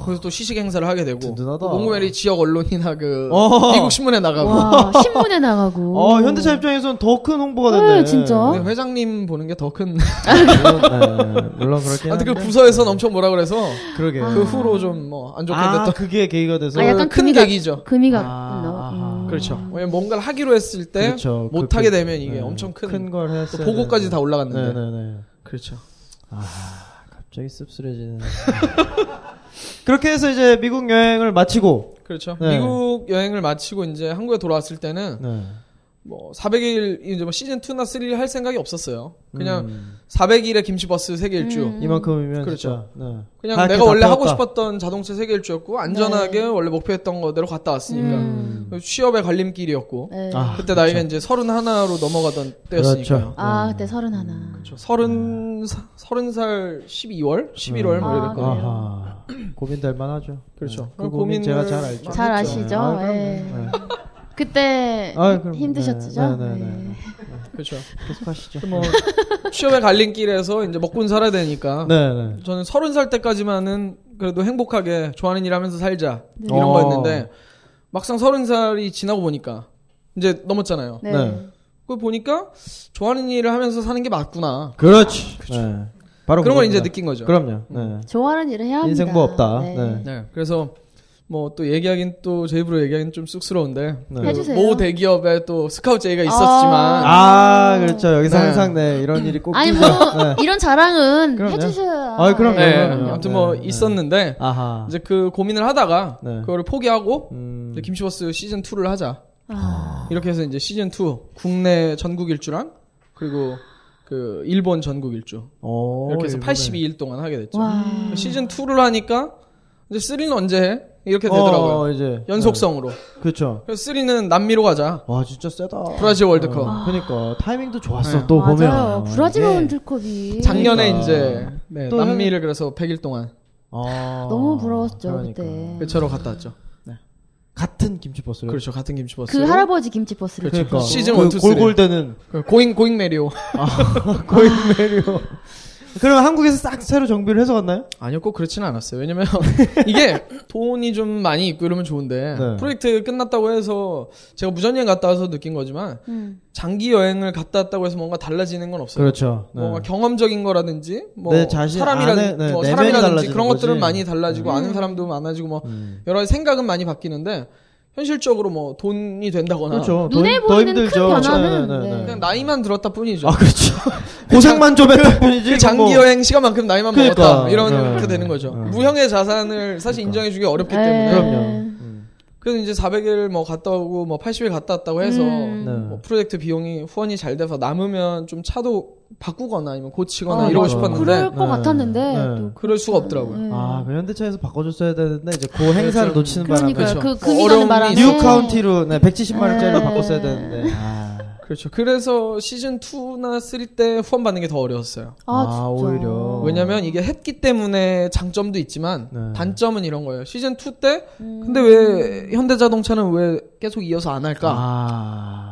H: 거기서 또 시식 행사를 하게 되고
F: 든든하다.
H: 또 몽고메리 지역 언론이나 그
F: 어허.
H: 미국 신문에 나가고
G: 와 어, 신문에 나가고.
F: 어, 현대차 입장에선 더 큰 홍보가
G: 네,
F: 됐네.
G: 진짜.
H: 근데 회장님 보는 게
F: 물론,
H: 더큰
F: 네, 물론 그렇긴
H: 아무튼
F: 한데. 네.
H: 그 부서에선 엄청 뭐라 그래서
F: 그러게.
H: 그 후로 좀 뭐 안 좋게
F: 아,
H: 됐던
F: 그게 계기가 돼서.
G: 아, 약간
H: 큰
G: 금이 가-
H: 계기죠.
G: 금이가
F: 아, 아하.
G: 음.
H: 그렇죠. 왜냐면 뭔가를 하기로 했을 때
F: 그렇죠.
H: 못하게
F: 그렇게-
H: 되면 이게
F: 네.
H: 엄청 큰,
F: 큰걸
H: 또
F: 했어요.
H: 보고까지 다 올라갔는데.
F: 네네네. 아,
H: 그렇죠.
F: 갑자기 씁쓸해지는. 그렇게 해서 이제 미국 여행을 마치고.
H: 그렇죠.
F: 네.
H: 미국 여행을 마치고 이제 한국에 돌아왔을 때는
F: 네.
H: 뭐 400일 이제 뭐 시즌 2나 3를 할 생각이 없었어요. 그냥
F: 음.
H: 400일에 김치버스 세계 일주.
F: 이만큼이면
H: 그렇죠.
F: 진짜, 네. 다
H: 그냥
F: 이렇게
H: 내가
F: 다
H: 원래
F: 태웠다.
H: 하고
F: 네.
H: 싶었던 자동차 세계 일주였고 안전하게 원래 목표했던 거대로 갔다 왔으니까
G: 음.
H: 취업의 갈림길이었고
G: 네.
F: 아. 그렇죠.
H: 그때 나이가 이제 서른 하나로 넘어가던 때였으니까요.
G: 아 그때 서른 하나.
H: 그렇죠. 서른 사- 서른 살 12월, 11월 뭐
G: 아,
H: 이랬거든요.
G: 그래요?
F: 음. 아하. 고민될 만하죠.
H: 그렇죠.
F: 네. 그
H: 그럼
F: 고민
H: 고민을
F: 제가
H: 그렇죠.
F: 잘 알죠.
H: 많이
G: 잘
H: 했죠.
G: 아시죠?
F: 아, 그럼요.
G: 예.
F: 네.
G: 그때
F: 아, 그럼요. 네, 네,
G: 힘드셨죠?
F: 네,
G: 예.
F: 네.
H: 그렇죠.
F: 계속하시죠.
H: 뭐 취업의 갈림길에서 이제 먹고는 살아야 되니까.
F: 네, 네.
H: 저는 서른 살 때까지만은 그래도 행복하게 좋아하는 일 하면서 살자
G: 네.
H: 이런
F: 어.
H: 거였는데 막상 서른 살이 지나고 보니까 이제 넘었잖아요.
G: 네.
F: 네.
H: 그걸 보니까 좋아하는 일을 하면서 사는 게 맞구나.
F: 그렇지. 네. 바로
H: 그런 걸 이제
F: 그겁니다.
H: 느낀 거죠.
F: 그럼요. 네.
G: 좋아하는 일을 해야 합니다.
F: 인생 뭐 없다. 네.
H: 네, 그래서 뭐 또 얘기하긴 또 제 입으로 얘기하긴 좀 쑥스러운데
F: 네.
H: 그
G: 해주세요.
H: 모 대기업에 또 스카우트 제의가 있었지만
F: 아, 그렇죠. 여기서
H: 네.
F: 항상 네, 이런 일이 꼭
G: 아니
F: 있죠.
G: 뭐
F: 네.
G: 이런 자랑은
F: 그럼요.
G: 해주셔야.
F: 아, 그럼요.
G: 예.
H: 네,
F: 그럼요.
H: 아무튼 뭐
F: 네, 네.
H: 있었는데
F: 아하.
H: 이제 그 고민을 하다가
F: 네.
H: 그거를 포기하고
F: 음.
H: 이제 김치버스 시즌 2를 하자
G: 아,
H: 이렇게 해서 이제 시즌 2 국내 전국 일주랑 그리고 그 일본 전국 일주
F: 오,
H: 이렇게 해서
F: 어, 일본에.
H: 82일 동안 하게 됐죠.
G: 와.
H: 시즌 2를 하니까 이제 3는 언제 해? 이렇게 되더라고요.
F: 어, 이제
H: 연속성으로.
F: 네. 그렇죠.
H: 그래서 3는 남미로 가자.
F: 와, 진짜 세다.
H: 브라질 월드컵.
F: 아, 그러니까 타이밍도 좋았어.
H: 네.
F: 또
G: 맞아요.
F: 보면. 예. 네.
G: 브라질
F: 이게.
G: 월드컵이
H: 작년에
F: 그러니까.
H: 이제 네,
F: 또
H: 남미를 그래서 100일 동안
F: 아,
G: 너무 부러웠죠
F: 그러니까.
G: 그때.
H: 배차로 갔다 왔죠.
F: 같은 김치버스를.
H: 그렇죠. 같은 김치버스.
G: 그 할아버지 김치버스를.
F: 그러니까.
H: 시즌
F: 그
H: 원, 투, 쓰리. 아.
F: 골골대는
H: 고잉 고잉 메리오.
F: 고인 메리오. 그럼 한국에서 싹 새로 정비를 해서 갔나요?
H: 아니요, 꼭 그렇지는 않았어요. 왜냐면 이게 돈이 좀 많이 있고 이러면 좋은데
F: 네.
H: 프로젝트 끝났다고 해서 제가 무전여행 갔다 와서 느낀 거지만
G: 음.
H: 장기 여행을 갔다 왔다고 해서 뭔가 달라지는 건 없어요.
F: 그렇죠. 네.
H: 뭔가 경험적인 거라든지 뭐
F: 내 자신
H: 사람이라든
F: 안에, 네,
H: 뭐
F: 내면이
H: 사람이라든지
F: 달라지는
H: 그런
F: 거지.
H: 것들은 많이 달라지고 아는 사람도 많아지고 뭐
F: 음.
H: 여러 가지 생각은 많이 바뀌는데 현실적으로 뭐 돈이 된다거나
F: 그렇죠.
G: 아. 눈에
F: 더,
G: 보이는
F: 더 힘들죠.
G: 큰 변화는,
F: 네, 네, 네,
G: 네.
F: 네.
H: 그냥 나이만 들었다 뿐이죠.
F: 아 그렇죠. 고생만 좀 했다 뿐이지.
H: 그
F: 뭐.
H: 장기 여행 시간만큼 나이만
F: 그러니까.
H: 먹었다 이런
F: 네.
H: 게 되는 거죠.
F: 네. 그러니까.
H: 무형의 자산을 사실 인정해주기 어렵기
G: 예.
H: 때문에
F: 그럼요. 음.
H: 그래서 이제 400일 뭐 갔다 오고 뭐 80일 갔다 왔다고 해서
G: 음.
F: 네.
H: 뭐 프로젝트 비용이 후원이 잘 돼서 남으면 좀 차도 바꾸거나 아니면 고치거나
G: 아,
H: 이러고
F: 맞아.
H: 싶었는데
G: 그럴 것
F: 네.
G: 같았는데
F: 네.
G: 또
H: 그럴 수가 없더라고요.
G: 네.
F: 아, 그 현대차에서 바꿔줬어야 되는데 이제 그 행사를
H: 그렇죠.
F: 놓치는
G: 그러니까
H: 그렇죠.
G: 요
F: 바람에
G: 그
H: 어,
G: 금이 가는
H: 어려움이
G: 바람에
F: 뉴 카운티로 네, 170만원짜리로
G: 네.
F: 바꿨어야 되는데. 아,
H: 그렇죠. 그래서 시즌 2나 3 때 후원 받는 게 더 어려웠어요.
G: 아,
F: 아,
G: 진짜.
F: 오히려.
H: 왜냐면 이게 했기 때문에 장점도 있지만
F: 네.
H: 단점은 이런 거예요. 시즌 2 때
G: 음.
H: 근데 왜 현대자동차는 왜 계속 이어서 안 할까?
F: 아.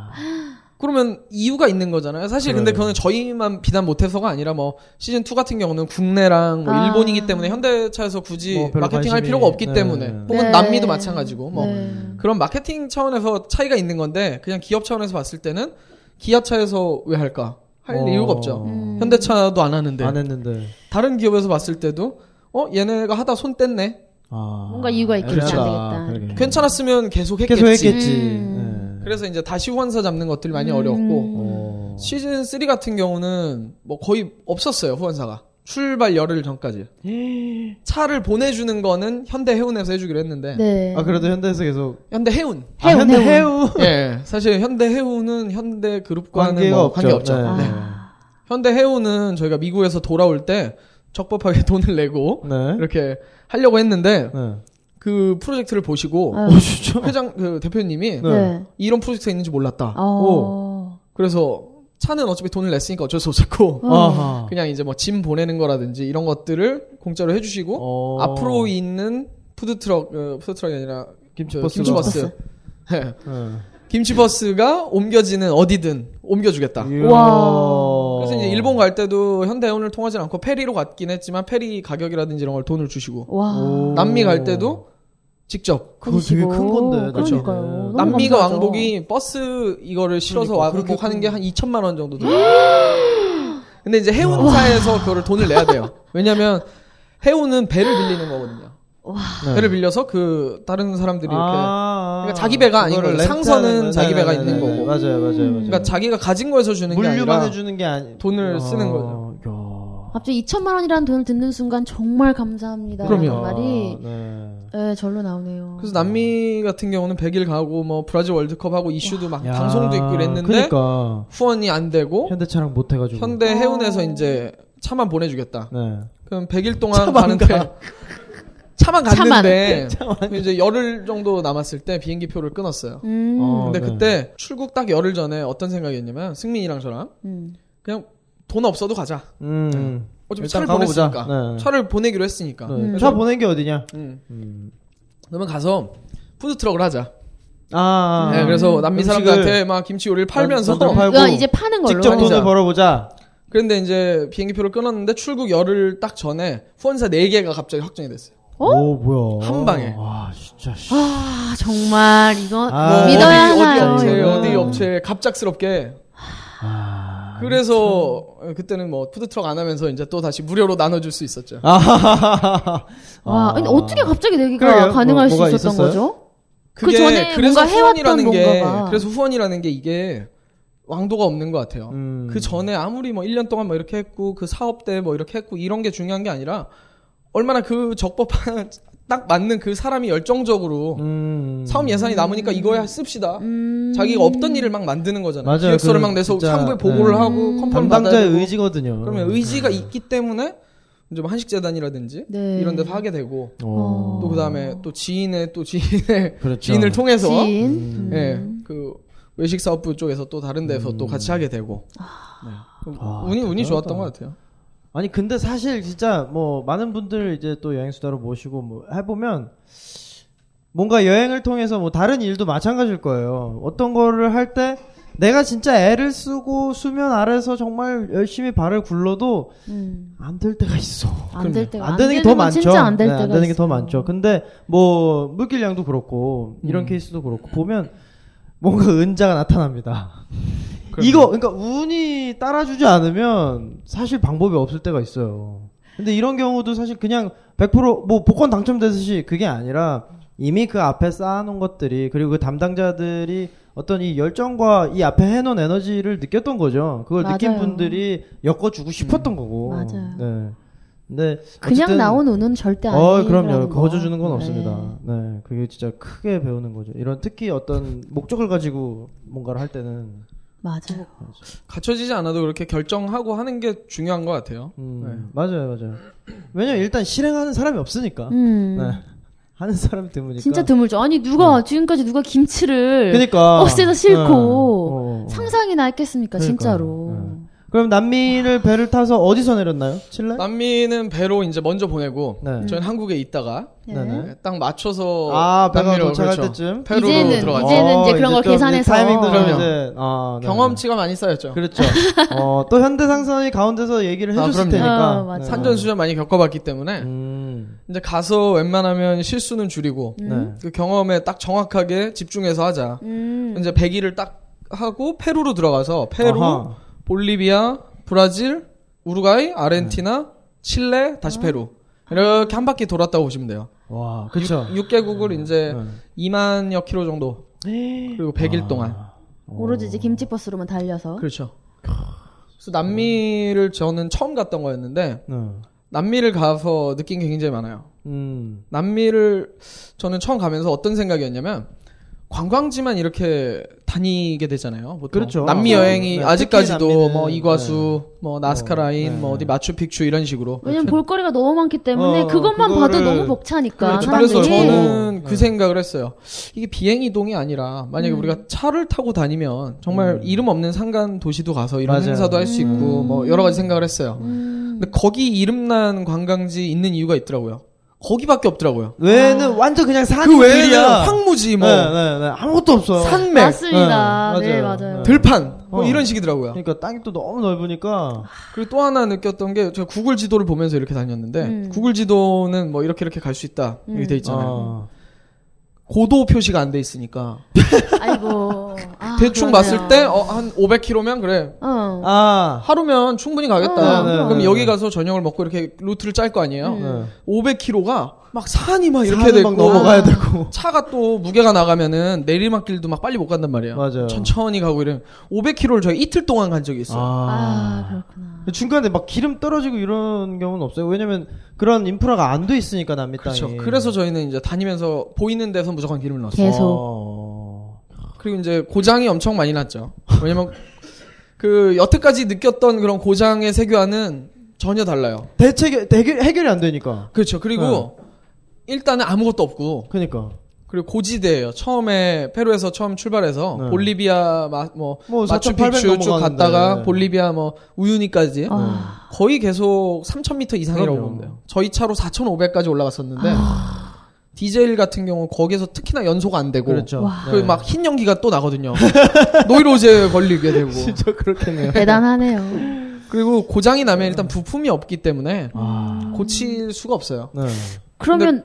H: 그러면 이유가 있는 거잖아요. 사실 근데
F: 그래요.
H: 그거는 저희만 비난 못해서가 아니라 뭐 시즌 2 같은 경우는 국내랑 뭐
G: 아.
H: 일본이기 때문에 현대차에서 굳이
F: 뭐 별로
H: 마케팅할
F: 관심이-
H: 필요가 없기
F: 네.
H: 때문에 혹은
G: 네.
H: 남미도 마찬가지고 뭐
G: 네.
H: 그런 마케팅 차원에서 차이가 있는 건데 그냥 기업 차원에서 봤을 때는 기아차에서 왜 할까? 할
F: 어.
H: 이유가 없죠.
G: 음.
H: 현대차도 안 하는데
F: 안 했는데.
H: 다른 기업에서 봤을 때도 어 얘네가 하다 손 뗐네
F: 아.
G: 뭔가 이유가 있겠지, 안 되겠다.
F: 그러게.
H: 그러니까 괜찮았으면 계속 했겠지
F: 계속 했겠지.
G: 음.
F: 네.
H: 그래서 이제 다시 후원사 잡는 것들이 많이
G: 음.
H: 어려웠고
F: 어.
H: 시즌 3 같은 경우는 뭐 거의 없었어요 후원사가 출발 열흘 전까지 차를 보내주는 거는 현대해운에서 해주기로 했는데
G: 네.
F: 아, 그래도 현대에서 계속.
H: 현대해운
F: 아,
G: 해운,
F: 현대
G: 해운.
F: 해운.
H: 예 사실 현대해운은 현대그룹과는
F: 관계가
H: 뭐
F: 없죠.
H: 관계 없죠
F: 네.
G: 아.
H: 네. 현대해운은 저희가 미국에서 돌아올 때 적법하게 돈을 내고
F: 네.
H: 이렇게 하려고 했는데
F: 네.
H: 그 프로젝트를 보시고
G: 아,
F: 어, 진짜?
H: 회장 그
F: 네.
H: 대표님이
G: 네.
H: 이런 프로젝트가 있는지 몰랐다.
G: 어.
H: 그래서 차는 어차피 돈을 냈으니까 어쩔 수 없었고
F: 아하.
H: 그냥 이제 뭐 짐 보내는 거라든지 이런 것들을 공짜로 해주시고
F: 어.
H: 앞으로 있는 푸드 트럭 어, 푸드 트럭이 아니라 김치
F: 버스가-
H: 버스
F: 네. 음.
H: 김치 버스가 옮겨지는 어디든 옮겨주겠다.
F: 네. 이야.
G: 와.
H: 그래서 이제 일본 갈 때도 현대해운을 통하진 않고 페리로 갔긴 했지만 페리 가격이라든지 이런 걸 돈을 주시고
G: 와.
F: 오.
H: 남미 갈 때도 직접
F: 그거 되게 큰 건데, 네. 나중에.
G: 그러니까요. 너무
H: 남미가
G: 감사하죠.
H: 왕복이 버스 이거를 실어서
F: 그러니까,
H: 왕복하는 게 한 2천만 원 정도 들어요. 근데 이제 해운사에서 그거를 돈을 내야 돼요. 왜냐면 해운은 배를 빌리는 거거든요. 네. 배를 빌려서 그 다른 사람들이
F: 아.
H: 이렇게 그러니까 자기 배가 아닌
F: 그거를
H: 거죠. 상선은
F: 렌트하는
H: 자기 배가
F: 네네네네.
H: 있는 거고.
F: 맞아요, 맞아요, 맞아요.
H: 그러니까 자기가 가진 거에서 주는 게
F: 물류만
H: 아니라
F: 해주는 게 아니.
H: 돈을 쓰는 거죠.
F: 거죠.
G: 갑자기 2천만 원이라는 돈을 듣는 순간 정말
F: 네,
G: 감사합니다.
H: 그럼요. 네.
G: 말이 예, 절로 나오네요.
H: 그래서 남미 같은 경우는 100일 가고 뭐 브라질 월드컵 하고 이슈도 막 방송도 있고 그랬는데
F: 그러니까
H: 후원이 안 되고
F: 현대차랑 못 해가지고.
H: 현대 해운에서 이제 차만 보내주겠다.
F: 네.
H: 그럼 100일 동안
F: 차만 네,
H: 가는데 차만
G: 차만.
H: 갔는데 이제 열흘 정도 남았을 때 비행기 표를 끊었어요.
G: 음.
F: 어.
H: 근데
F: 네.
H: 그때 출국 딱 열흘 전에 어떤 생각이었냐면 승민이랑 저랑
G: 음.
H: 그냥 돈 없어도 가자.
F: 음.
H: 어차피
F: 일단
H: 차를
F: 가보자.
H: 보냈으니까
F: 네.
H: 차를 보내기로 했으니까.
F: 네.
G: 음.
F: 차 보낸 게 어디냐?
H: 음.
F: 음.
H: 그러면 가서 푸드 트럭을 하자.
F: 아.
H: 네, 그래서 남미
F: 음식을
H: 사람들한테 막 김치 요리를 팔면서
F: 만- 만들어 팔고
G: 이건 이제 파는 걸로.
F: 직접
H: 아니죠.
F: 돈을 벌어보자.
H: 그런데 이제 비행기 표를 끊었는데 출국 열흘 딱 전에 후원사 4 개가 갑자기 확정이 됐어요.
G: 어?
F: 오 뭐야.
H: 한 방에.
F: 와 진짜. 씨.
G: 아, 정말 이건
F: 아,
H: 뭐
G: 믿어야
H: 어디,
G: 하나요?
H: 어디 업체,
G: 이거?
H: 어디 업체 갑작스럽게.
F: 아.
H: 그래서 그때는 뭐 푸드 트럭 안 하면서 이제 또 다시 무료로 나눠줄 수 있었죠.
G: 아,
F: 아하하하하.
G: 와, 근데 어떻게 갑자기 내기가
F: 그러게요.
G: 가능할
F: 뭐, 뭐가
G: 수 있었던
F: 있었어요?
G: 거죠? 그 전에 뭔가 해왔던
H: 게
G: 뭔가가.
H: 그래서 후원이라는 게 이게 왕도가 없는 것 같아요.
F: 음.
H: 그 전에 아무리 뭐 1년 동안 뭐 이렇게 했고 그 사업 때 뭐 이렇게 했고 이런 게 중요한 게 아니라 얼마나 그 적법한 딱 맞는 그 사람이 열정적으로
F: 음.
H: 사업 예산이 남으니까 이거야 씁시다.
G: 음.
H: 자기가 없던 일을 막 만드는 거잖아요.
F: 맞아요.
H: 기획서를
F: 그
H: 막 내서
F: 진짜,
H: 상부에 보고를
F: 네.
H: 하고 컨펌 받아야
F: 담당자의
H: 되고.
F: 의지거든요.
H: 그러면 의지가 있기 때문에 이제 뭐 한식 재단이라든지
G: 네.
H: 이런 데서 하게 되고
F: 어.
H: 또 그다음에 또 지인의 또 지인의
F: 그렇죠.
H: 지인을 통해서
G: 지인. 음.
H: 예, 그 외식 사업부 쪽에서 또 다른 데서 또 같이 하게 되고 네.
F: 음. 아,
H: 운이 운이
F: 대단하다.
H: 좋았던 것 같아요.
F: 아니 근데 사실 진짜 뭐 많은 분들 이제 또 여행 수다로 모시고 뭐 해보면 뭔가 여행을 통해서 뭐 다른 일도 마찬가지일 거예요. 어떤 거를 할 때 내가 진짜 애를 쓰고 수면 아래서 정말 열심히 발을 굴러도
G: 음.
F: 안 될 때가 있어.
G: 안 될 때가
F: 안 되는 게 더
G: 되면
F: 많죠.
G: 진짜 안될
F: 네,
G: 때가
F: 안 되는 게 더
G: 있어요.
F: 많죠. 근데 뭐 물길량도 그렇고 이런
G: 음.
F: 케이스도 그렇고 보면 뭔가 은자가 나타납니다. 이거 그러니까 운이 따라주지 않으면 사실 방법이 없을 때가 있어요. 근데 이런 경우도 사실 그냥 100%뭐 복권 당첨되듯이 그게 아니라 이미 그 앞에 쌓아놓은 것들이 그리고 그 담당자들이 어떤 이 열정과 이 앞에 해놓은 에너지를 느꼈던 거죠. 그걸 느낀
G: 맞아요.
F: 분들이 엮어주고 싶었던 거고.
G: 맞아요.
F: 네. 근데
G: 그냥
F: 어쨌든-
G: 나온 운은 절대 아니에요.
F: 어, 그럼요. 거저 주는 건 없습니다. 네, 그게 진짜 크게 배우는 거죠. 이런 특히 어떤 목적을 가지고 뭔가를 할 때는
G: 맞아요.
H: 갖춰지지 않아도 그렇게 결정하고 하는 게 중요한 것 같아요. 네.
F: 음, 맞아요, 맞아요. 왜냐면 일단 실행하는 사람이 없으니까.
G: 음.
F: 네. 하는 사람이 드무니까.
G: 진짜 드물죠. 아니 누가 지금까지 누가 김치를
F: 그러니까
G: 억세서
F: 네.
G: 싣고
F: 어, 어.
G: 상상이나 했겠습니까?
F: 그러니까요.
G: 진짜로.
F: 네. 그럼 남미를 배를 타서 어디서 내렸나요?
G: 네.
F: 칠레?
H: 남미는 배로 이제 먼저 보내고
F: 네.
H: 저희는 한국에 있다가
G: 네.
F: 네네.
H: 네, 딱 맞춰서
F: 아, 배가
H: 남미로
F: 도착할
H: 그렇죠.
F: 때쯤?
H: 페루로
G: 이제는,
H: 들어가죠.
G: 이제는 이제 그런 걸
F: 좀
G: 계산해서.
F: 타이밍도 좀
H: 그럼요.
F: 이제 아, 네.
H: 경험치가 많이 쌓였죠.
F: 그렇죠. 어, 또 현대상선이 가운데서 얘기를
H: 아,
F: 해줬을
H: 그럼요.
F: 테니까.
G: 아, 맞아요.
F: 네.
H: 산전수전 많이 겪어봤기 때문에
F: 음.
H: 이제 가서 웬만하면 실수는 줄이고
G: 음.
F: 네.
H: 그 경험에 딱 정확하게 집중해서 하자.
G: 음.
H: 이제 100일을 딱 하고 페루로 들어가서 페루,
F: 아하.
H: 볼리비아, 브라질, 우루과이, 아르헨티나,
F: 네.
H: 칠레,
G: 아.
H: 다시 페루. 이렇게 한 바퀴 돌았다고 보시면 돼요.
F: 와, 그쵸.
H: 6개국을 이제
F: 네. 아.
H: 2만여 킬로 정도
G: 네.
H: 그리고 100일 동안
G: 오로지 이제 김치버스로만 달려서.
H: 어. 그렇죠. 그래서 남미를 저는 처음 갔던 거였는데
F: 네.
H: 남미를 가서 느낀 게 굉장히 많아요.
F: 음.
H: 남미를 저는 처음 가면서 어떤 생각이었냐면 관광지만 이렇게 다니게 되잖아요. 보통.
F: 그렇죠.
H: 남미
F: 아,
H: 여행이
F: 네.
H: 아직까지도
F: 특히 남미는,
H: 뭐 이과수, 뭐
F: 어,
H: 나스카라인,
F: 네.
H: 뭐 어디 마추픽추 이런 식으로.
G: 왜냐면 볼거리가 너무 많기 때문에
F: 어,
G: 그것만
F: 그거를-
G: 봐도 너무 벅차니까
F: 그렇죠.
G: 아, 사람들이.
H: 그 그러니까 그래서 저는
F: 네.
H: 그 생각을 했어요. 이게 비행 이동이 아니라 만약에
G: 음.
H: 우리가 차를 타고 다니면 정말 이름 없는 산간 도시도 가서 이런
F: 음. 맞아요. 음.
H: 행사도 할 수 있고 뭐 여러 가지 생각을 했어요.
G: 음.
H: 근데 거기 이름난 관광지 있는 이유가 있더라고요. 거기밖에 없더라고요.
F: 외에는 완전 그냥 산이
H: 그 외에는
F: 길이야.
H: 황무지
F: 네,
H: 뭐
F: 네, 네. 아무것도 없어요.
H: 산맥
G: 맞습니다.
F: 네,
G: 네,
F: 맞아요.
G: 맞아요.
H: 들판 뭐
F: 어.
H: 이런 식이더라고요.
F: 그러니까 땅이 또 너무 넓으니까
H: 그리고 또 하나 느꼈던 게 제가 구글 지도를 보면서 이렇게 다녔는데
G: 음.
H: 구글 지도는 뭐 이렇게 이렇게 갈 수 있다 이렇게 돼 있잖아요.
F: 어.
H: 고도 표시가 안 돼 있으니까
G: 아이고. 아,
H: 대충 봤을 때 어, 한 500km면 그래
G: 어.
F: 아.
H: 하루면 충분히 가겠다.
G: 어, 네, 네,
H: 그럼
F: 네.
H: 여기 가서 저녁을 먹고 이렇게 루트를 짤 거 아니에요.
F: 네.
H: 500km가 막 산이 막 이렇게
F: 산을
H: 되고
F: 막 넘어가야 되고.
H: 차가 또 무게가 나가면은 내리막길도 막 빨리 못 간단 말이에요.
F: 맞아요.
H: 천천히 가고 이러면 500km를 저희 이틀 동안 간 적이 있어요.
G: 아,
F: 아.
G: 그렇구나.
F: 중간에 막 기름 떨어지고 이런 경우는 없어요. 왜냐면 그런 인프라가 안 돼 있으니까 남미
H: 그렇죠.
F: 땅이.
H: 그래서 저희는 이제 다니면서 보이는 데서 무조건 기름을 넣었어요.
G: 계속.
F: 어.
H: 그리고 이제 고장이 엄청 많이 났죠. 왜냐면 그 여태까지 느꼈던 그런 고장의 세교화는 전혀 달라요.
F: 대책 해결, 해결이 안 되니까.
H: 그렇죠. 그리고
F: 네.
H: 일단은 아무것도 없고
F: 그러니까.
H: 그리고 고지대예요. 처음에 페루에서 처음 출발해서
F: 네.
H: 볼리비아 마, 뭐,
F: 뭐
H: 마추픽추
F: 4,800
H: 쭉
F: 넘어가는데. 네.
H: 갔다가 볼리비아 뭐 우유니까지
G: 아,
H: 거의 계속 3,000m 이상이라고
F: 그럼요.
H: 보면 돼요. 저희 차로 4,500까지 올라갔었는데
G: 아.
H: 디젤 같은 경우 거기에서 특히나 연소가 안 되고
F: 그렇죠. 네.
H: 막 흰 연기가 또 나거든요. 노이로제 걸리게 되고.
F: 진짜 그렇겠네요.
G: 어. 대단하네요.
H: 그리고 고장이 나면 일단 부품이 없기 때문에
F: 아.
H: 고칠 수가 없어요.
F: 네.
G: 그러면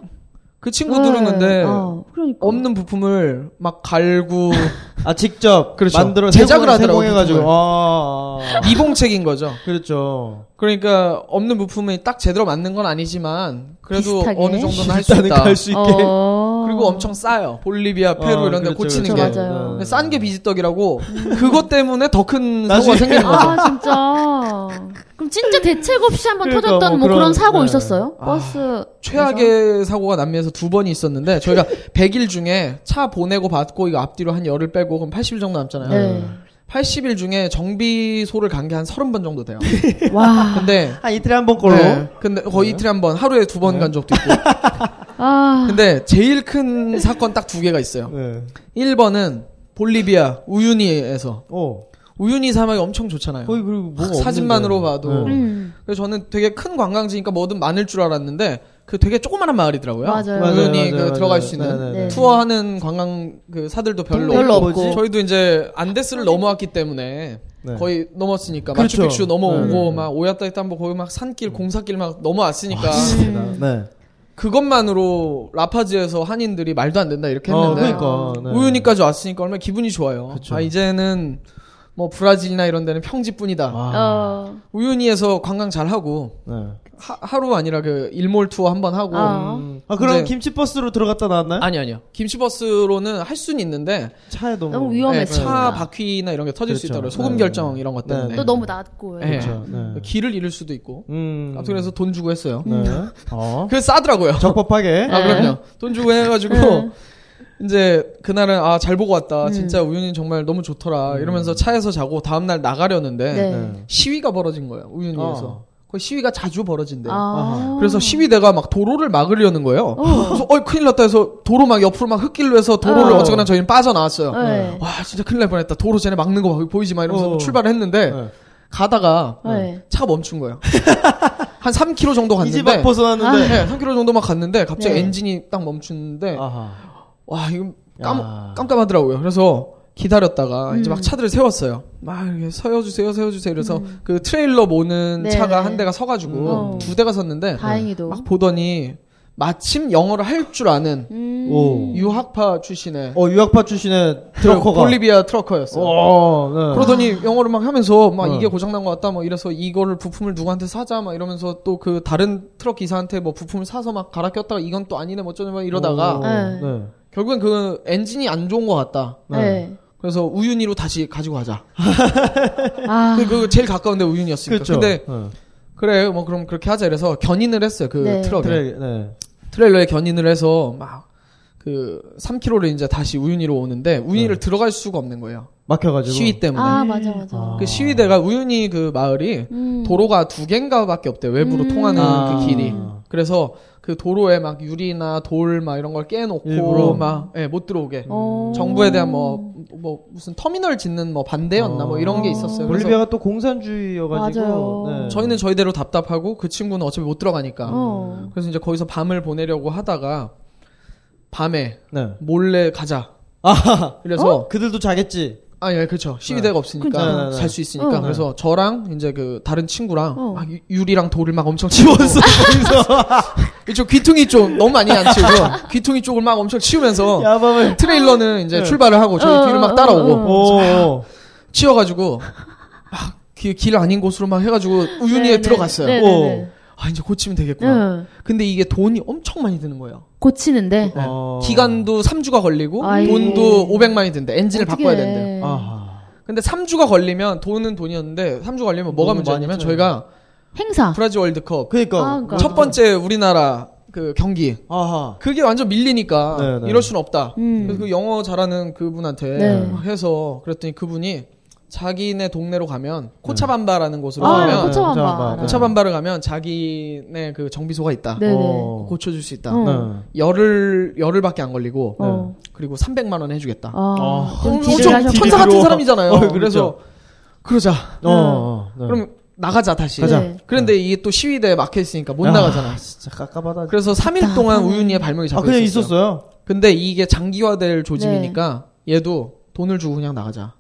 H: 그 친구들은
G: 네,
H: 근데
G: 어, 그러니까.
H: 없는 부품을 막 갈고
F: 아 직접
H: 그렇죠.
F: 만들어
H: 제작을
F: 제작을
H: 하더라고요,
F: 해가지고.
H: 부품을.
F: 아.
H: 미봉책인 거죠.
F: 그렇죠.
H: 그러니까 없는 부품이 딱 제대로 맞는 건 아니지만 그래도
G: 비슷하게.
H: 어느 정도는 할 수
F: 일단은
H: 있다.
F: 갈 수 있게.
G: 어.
H: 그리고 엄청 싸요. 볼리비아, 페루
F: 어,
H: 이런 데
F: 그렇죠,
H: 고치는
G: 그렇죠.
H: 게.
G: 맞아요. 음.
H: 근데 싼 게 비지떡이라고 그것 때문에 더
F: 나중에-
H: 큰 사고가 생기는 거죠.
G: 아 진짜. 그럼 진짜 대책 없이 한번
F: 그러니까
G: 터졌던
F: 뭐
G: 뭐 그런
F: 그런-
G: 사고
F: 네.
G: 있었어요?
H: 아.
G: 버스.
H: 최악의 사고가 남미에서 두 번이 있었는데 저희가 100일 중에 차 보내고 받고 이거 앞뒤로 한 열을 빼고 그럼 80일 정도 남잖아요.
G: 네.
H: 80일 중에 정비소를 간 게 한 30번 정도 돼요.
G: 와.
H: 근데
F: 한 아, 이틀에 한 번꼴로.
H: 네, 근데 거의 이틀에 한 번, 하루에 두
F: 네.
H: 번 간 적도 있고.
G: 아.
H: 근데 제일 큰 사건 딱 두 개가 있어요.
F: 네.
H: 1번은 볼리비아 우유니에서
F: 어.
H: 우유니 사막이 엄청 좋잖아요.
F: 거의 그리고 뭐가
H: 네. 사진만으로
F: 없는데.
H: 봐도.
F: 네.
G: 음.
H: 그래서 저는 되게 큰 관광지니까 뭐든 많을 줄 알았는데 그 되게 조그마한 마을이더라고요.
G: 맞아요.
F: 맞아요,
H: 우연히
F: 맞아요,
H: 그
F: 맞아요.
H: 들어갈 수 있는
F: 네, 네, 네.
H: 투어하는 관광 그 사들도 별로,
G: 별로
H: 없고.
F: 없고.
H: 저희도 이제 안데스를 넘어왔기 때문에
F: 네.
H: 거의 넘었으니까
F: 그렇죠.
H: 마추픽추 넘어오고
F: 네.
H: 막 오야타이탄보 거기 막 산길 공사길 막 넘어왔으니까
F: 음. 네.
H: 그것만으로 라파지에서 한인들이 말도 안 된다 이렇게
F: 어,
H: 했는데
F: 그러니까. 네.
H: 우유니까지 왔으니까 얼마나 기분이 좋아요.
F: 그쵸.
H: 아 이제는 뭐 브라질이나 이런 데는 평지뿐이다.
F: 아.
G: 어.
H: 우유니에서 관광 잘 하고
F: 네.
H: 하, 하루 아니라 그 일몰 투어 한 번 하고
G: 아.
F: 아, 그럼
H: 근데-
F: 김치 버스로 들어갔다 나왔나요?
H: 아니 아니요 김치버스로는 할 수는 있는데
F: 차에 너무.
G: 너무
H: 예,
G: 위험했어요.
H: 차 바퀴나 이런 게 터질 수
F: 그러니까. 그렇죠.
H: 있더라고요 소금
F: 네,
H: 결정
F: 네.
H: 이런 것
F: 네,
H: 때문에
G: 또 너무 낮고.
H: 예.
F: 그렇죠. 네.
H: 길을 잃을 수도 있고
F: 음.
H: 아무튼 그래서 돈 주고 했어요
F: 네. 어.
H: 그래서 싸더라고요
F: 적법하게.
H: 아
G: 네.
H: 그럼요 돈 주고 해가지고 이제 그날은 아 잘 보고 왔다 진짜 우윤이 정말 너무 좋더라 이러면서 차에서 자고 다음날 나가려는데
G: 네.
F: 네.
H: 시위가 벌어진 거예요 우윤이에서
F: 어.
H: 그 시위가 자주 벌어진대요
G: 아.
H: 그래서 시위대가 막 도로를 막으려는 거예요. 그래서 어이 큰일 났다 해서 도로 막 옆으로 막 흙길로 해서 도로를
G: 어.
H: 어. 쨌거나 저희는 빠져나왔어요.
G: 네.
H: 와 진짜 큰일 날 뻔했다. 도로 쟤네 막는 거 봐. 보이지 마 이러면서
F: 어.
H: 출발했는데
F: 네.
H: 가다가
G: 네.
H: 차가 멈춘 거예요. 한 3km 정도
F: 이제 막
H: 갔는데
F: 벗어났는데.
H: 네, 3km 정도 막 갔는데 갑자기
G: 아, 네.
H: 엔진이 딱 멈추는데
F: 아하.
H: 와 이거 깜,
F: 야.
H: 깜깜하더라고요. 그래서 기다렸다가 이제
G: 음.
H: 막 차들을 세웠어요. 막 이렇게 세워주세요, 세워주세요. 이래서 그 트레일러 모는
G: 네.
H: 차가 한 대가 서가지고
G: 어.
H: 두 대가 섰는데
G: 다행히도.
H: 막 보더니 마침 영어를 할 줄 아는
G: 음.
F: 오.
H: 유학파 출신의
F: 어, 유학파 출신의 트럭커가.
H: 볼리비아 트럭커였어요.
F: 어, 네.
H: 그러더니 영어를 막 하면서 막
F: 네.
H: 이게 고장난 것 같다 뭐 이래서 이거를 부품을 누구한테 사자 막 이러면서 또 그 다른 트럭 기사한테 뭐 부품을 사서 막 갈아 꼈다가 이건 또 아니네 뭐 어쩌네 막 이러다가
F: 오,
G: 네.
F: 네.
H: 결국엔 그 엔진이 안 좋은 것 같다.
G: 네.
H: 그래서 우윤이로 다시 가지고 가자.
G: 아.
H: 그, 그 제일 가까운데 우윤이었으니까.
F: 그렇죠.
H: 근데
F: 네.
H: 그래 뭐 그럼 그렇게 하자 이래서 견인을 했어요 그
G: 네.
H: 트럭에.
F: 트랙, 네.
H: 트레일러에 견인을 해서 막 그 3km를 이제 다시 우윤희로 오는데 우윤희를 들어갈 수가 없는 거예요.
F: 네. 막혀가지고.
H: 시위 때문에.
G: 아, 맞아, 맞아.
F: 아.
H: 그 시위대가 우윤희 그 마을이
G: 음.
H: 도로가 두 개인가밖에 없대요. 외부로
G: 음.
H: 통하는
F: 아.
H: 그 길이. 그래서 그 도로에 막 유리나 돌 막 이런 걸
F: 일부러?
H: 깨놓고 막 예, 못 들어오게.
G: 어.
H: 정부에 대한 뭐 뭐 무슨 터미널 짓는 뭐 반대였나 뭐 이런 게 있었어요. 그래서
F: 볼리비아가 또 공산주의여가지고. 네.
G: 맞아요.
H: 저희는 저희대로 답답하고 그 친구는 어차피 못 들어가니까.
F: 음.
G: 어.
H: 그래서 이제 거기서 밤을 보내려고 하다가 밤에
F: 네.
H: 몰래 가자.
F: 아하.
H: 이래서 어?
G: 어?
F: 그들도 자겠지.
H: 아, 예, 그렇죠. 시위대가
F: 그쵸.
H: 없으니까
F: 네, 네,
H: 살 수 있으니까.
F: 어.
H: 그래서 저랑 이제 그 다른 친구랑
G: 어.
H: 막 유- 유리랑 돌을 막 엄청 치웠어. 이쪽 귀퉁이 쪽 너무 많이 안 치우고 귀퉁이 쪽을 막 엄청 치우면서
F: 야밤을
H: 트레일러는 이제
F: 네.
H: 출발을 하고 저희
G: 어,
H: 뒤를
G: 어,
H: 막
G: 어,
H: 따라오고
F: 오.
H: 치워가지고 막 길 아닌 곳으로 막 해가지고 우윤희에
G: 네,
H: 들어갔어요.
G: 네, 네, 네.
H: 아 이제 고치면 되겠구나.
G: 응.
H: 근데 이게 돈이 엄청 많이 드는 거예요.
G: 고치는데.
F: 어.
H: 네. 기간도 3주가 걸리고
G: 아이고.
H: 돈도 500만이 든대. 엔진을 바꿔야
G: 어떡해.
H: 된대.
F: 아하.
H: 근데 3주가 걸리면 돈은 돈이었는데 3주 걸리면 뭐가
F: 너무
H: 문제냐면
F: 많이
H: 저희가
G: 행사.
H: 브라질 월드컵
F: 그니까.
G: 아, 그러니까.
H: 첫 번째 우리나라 그 경기
F: 아하.
H: 그게 완전 밀리니까
F: 네, 네.
H: 이럴 수는 없다.
G: 음.
H: 그래서 그 영어 잘하는 그분한테
G: 네.
H: 막 해서 그랬더니 그분이 자기네 동네로 가면 코차반바라는 곳으로
G: 아,
H: 가면
G: 네, 코차- 코차반바.
F: 네.
H: 코차반바를 가면 자기네 그 정비소가 있다.
G: 네네.
F: 어.
H: 고쳐줄 수 있다.
G: 어.
F: 네.
H: 열흘 열흘밖에 안 걸리고
G: 어.
H: 그리고 300만 원 해주겠다.
G: 아.
F: 아.
G: 좀
H: 엄청
G: 딜을 하셨구나.
H: 천사 같은
F: 뒤로.
H: 사람이잖아요.
F: 어,
H: 그래서
F: 그렇죠.
H: 그러자.
F: 어, 어. 네.
H: 그럼 나가자 다시.
F: 가자.
G: 네.
H: 그런데 이게 또 시위대에 막혀 있으니까 못
F: 아,
H: 나가잖아.
F: 진짜 깝깝하다.
H: 그래서 3일 동안 우윤희의 발목이
F: 아
H: 잡혀
F: 그냥
H: 있었어요.
F: 있었어요.
H: 근데 이게 장기화될 조짐이니까
G: 네.
H: 얘도 돈을 주고 그냥 나가자.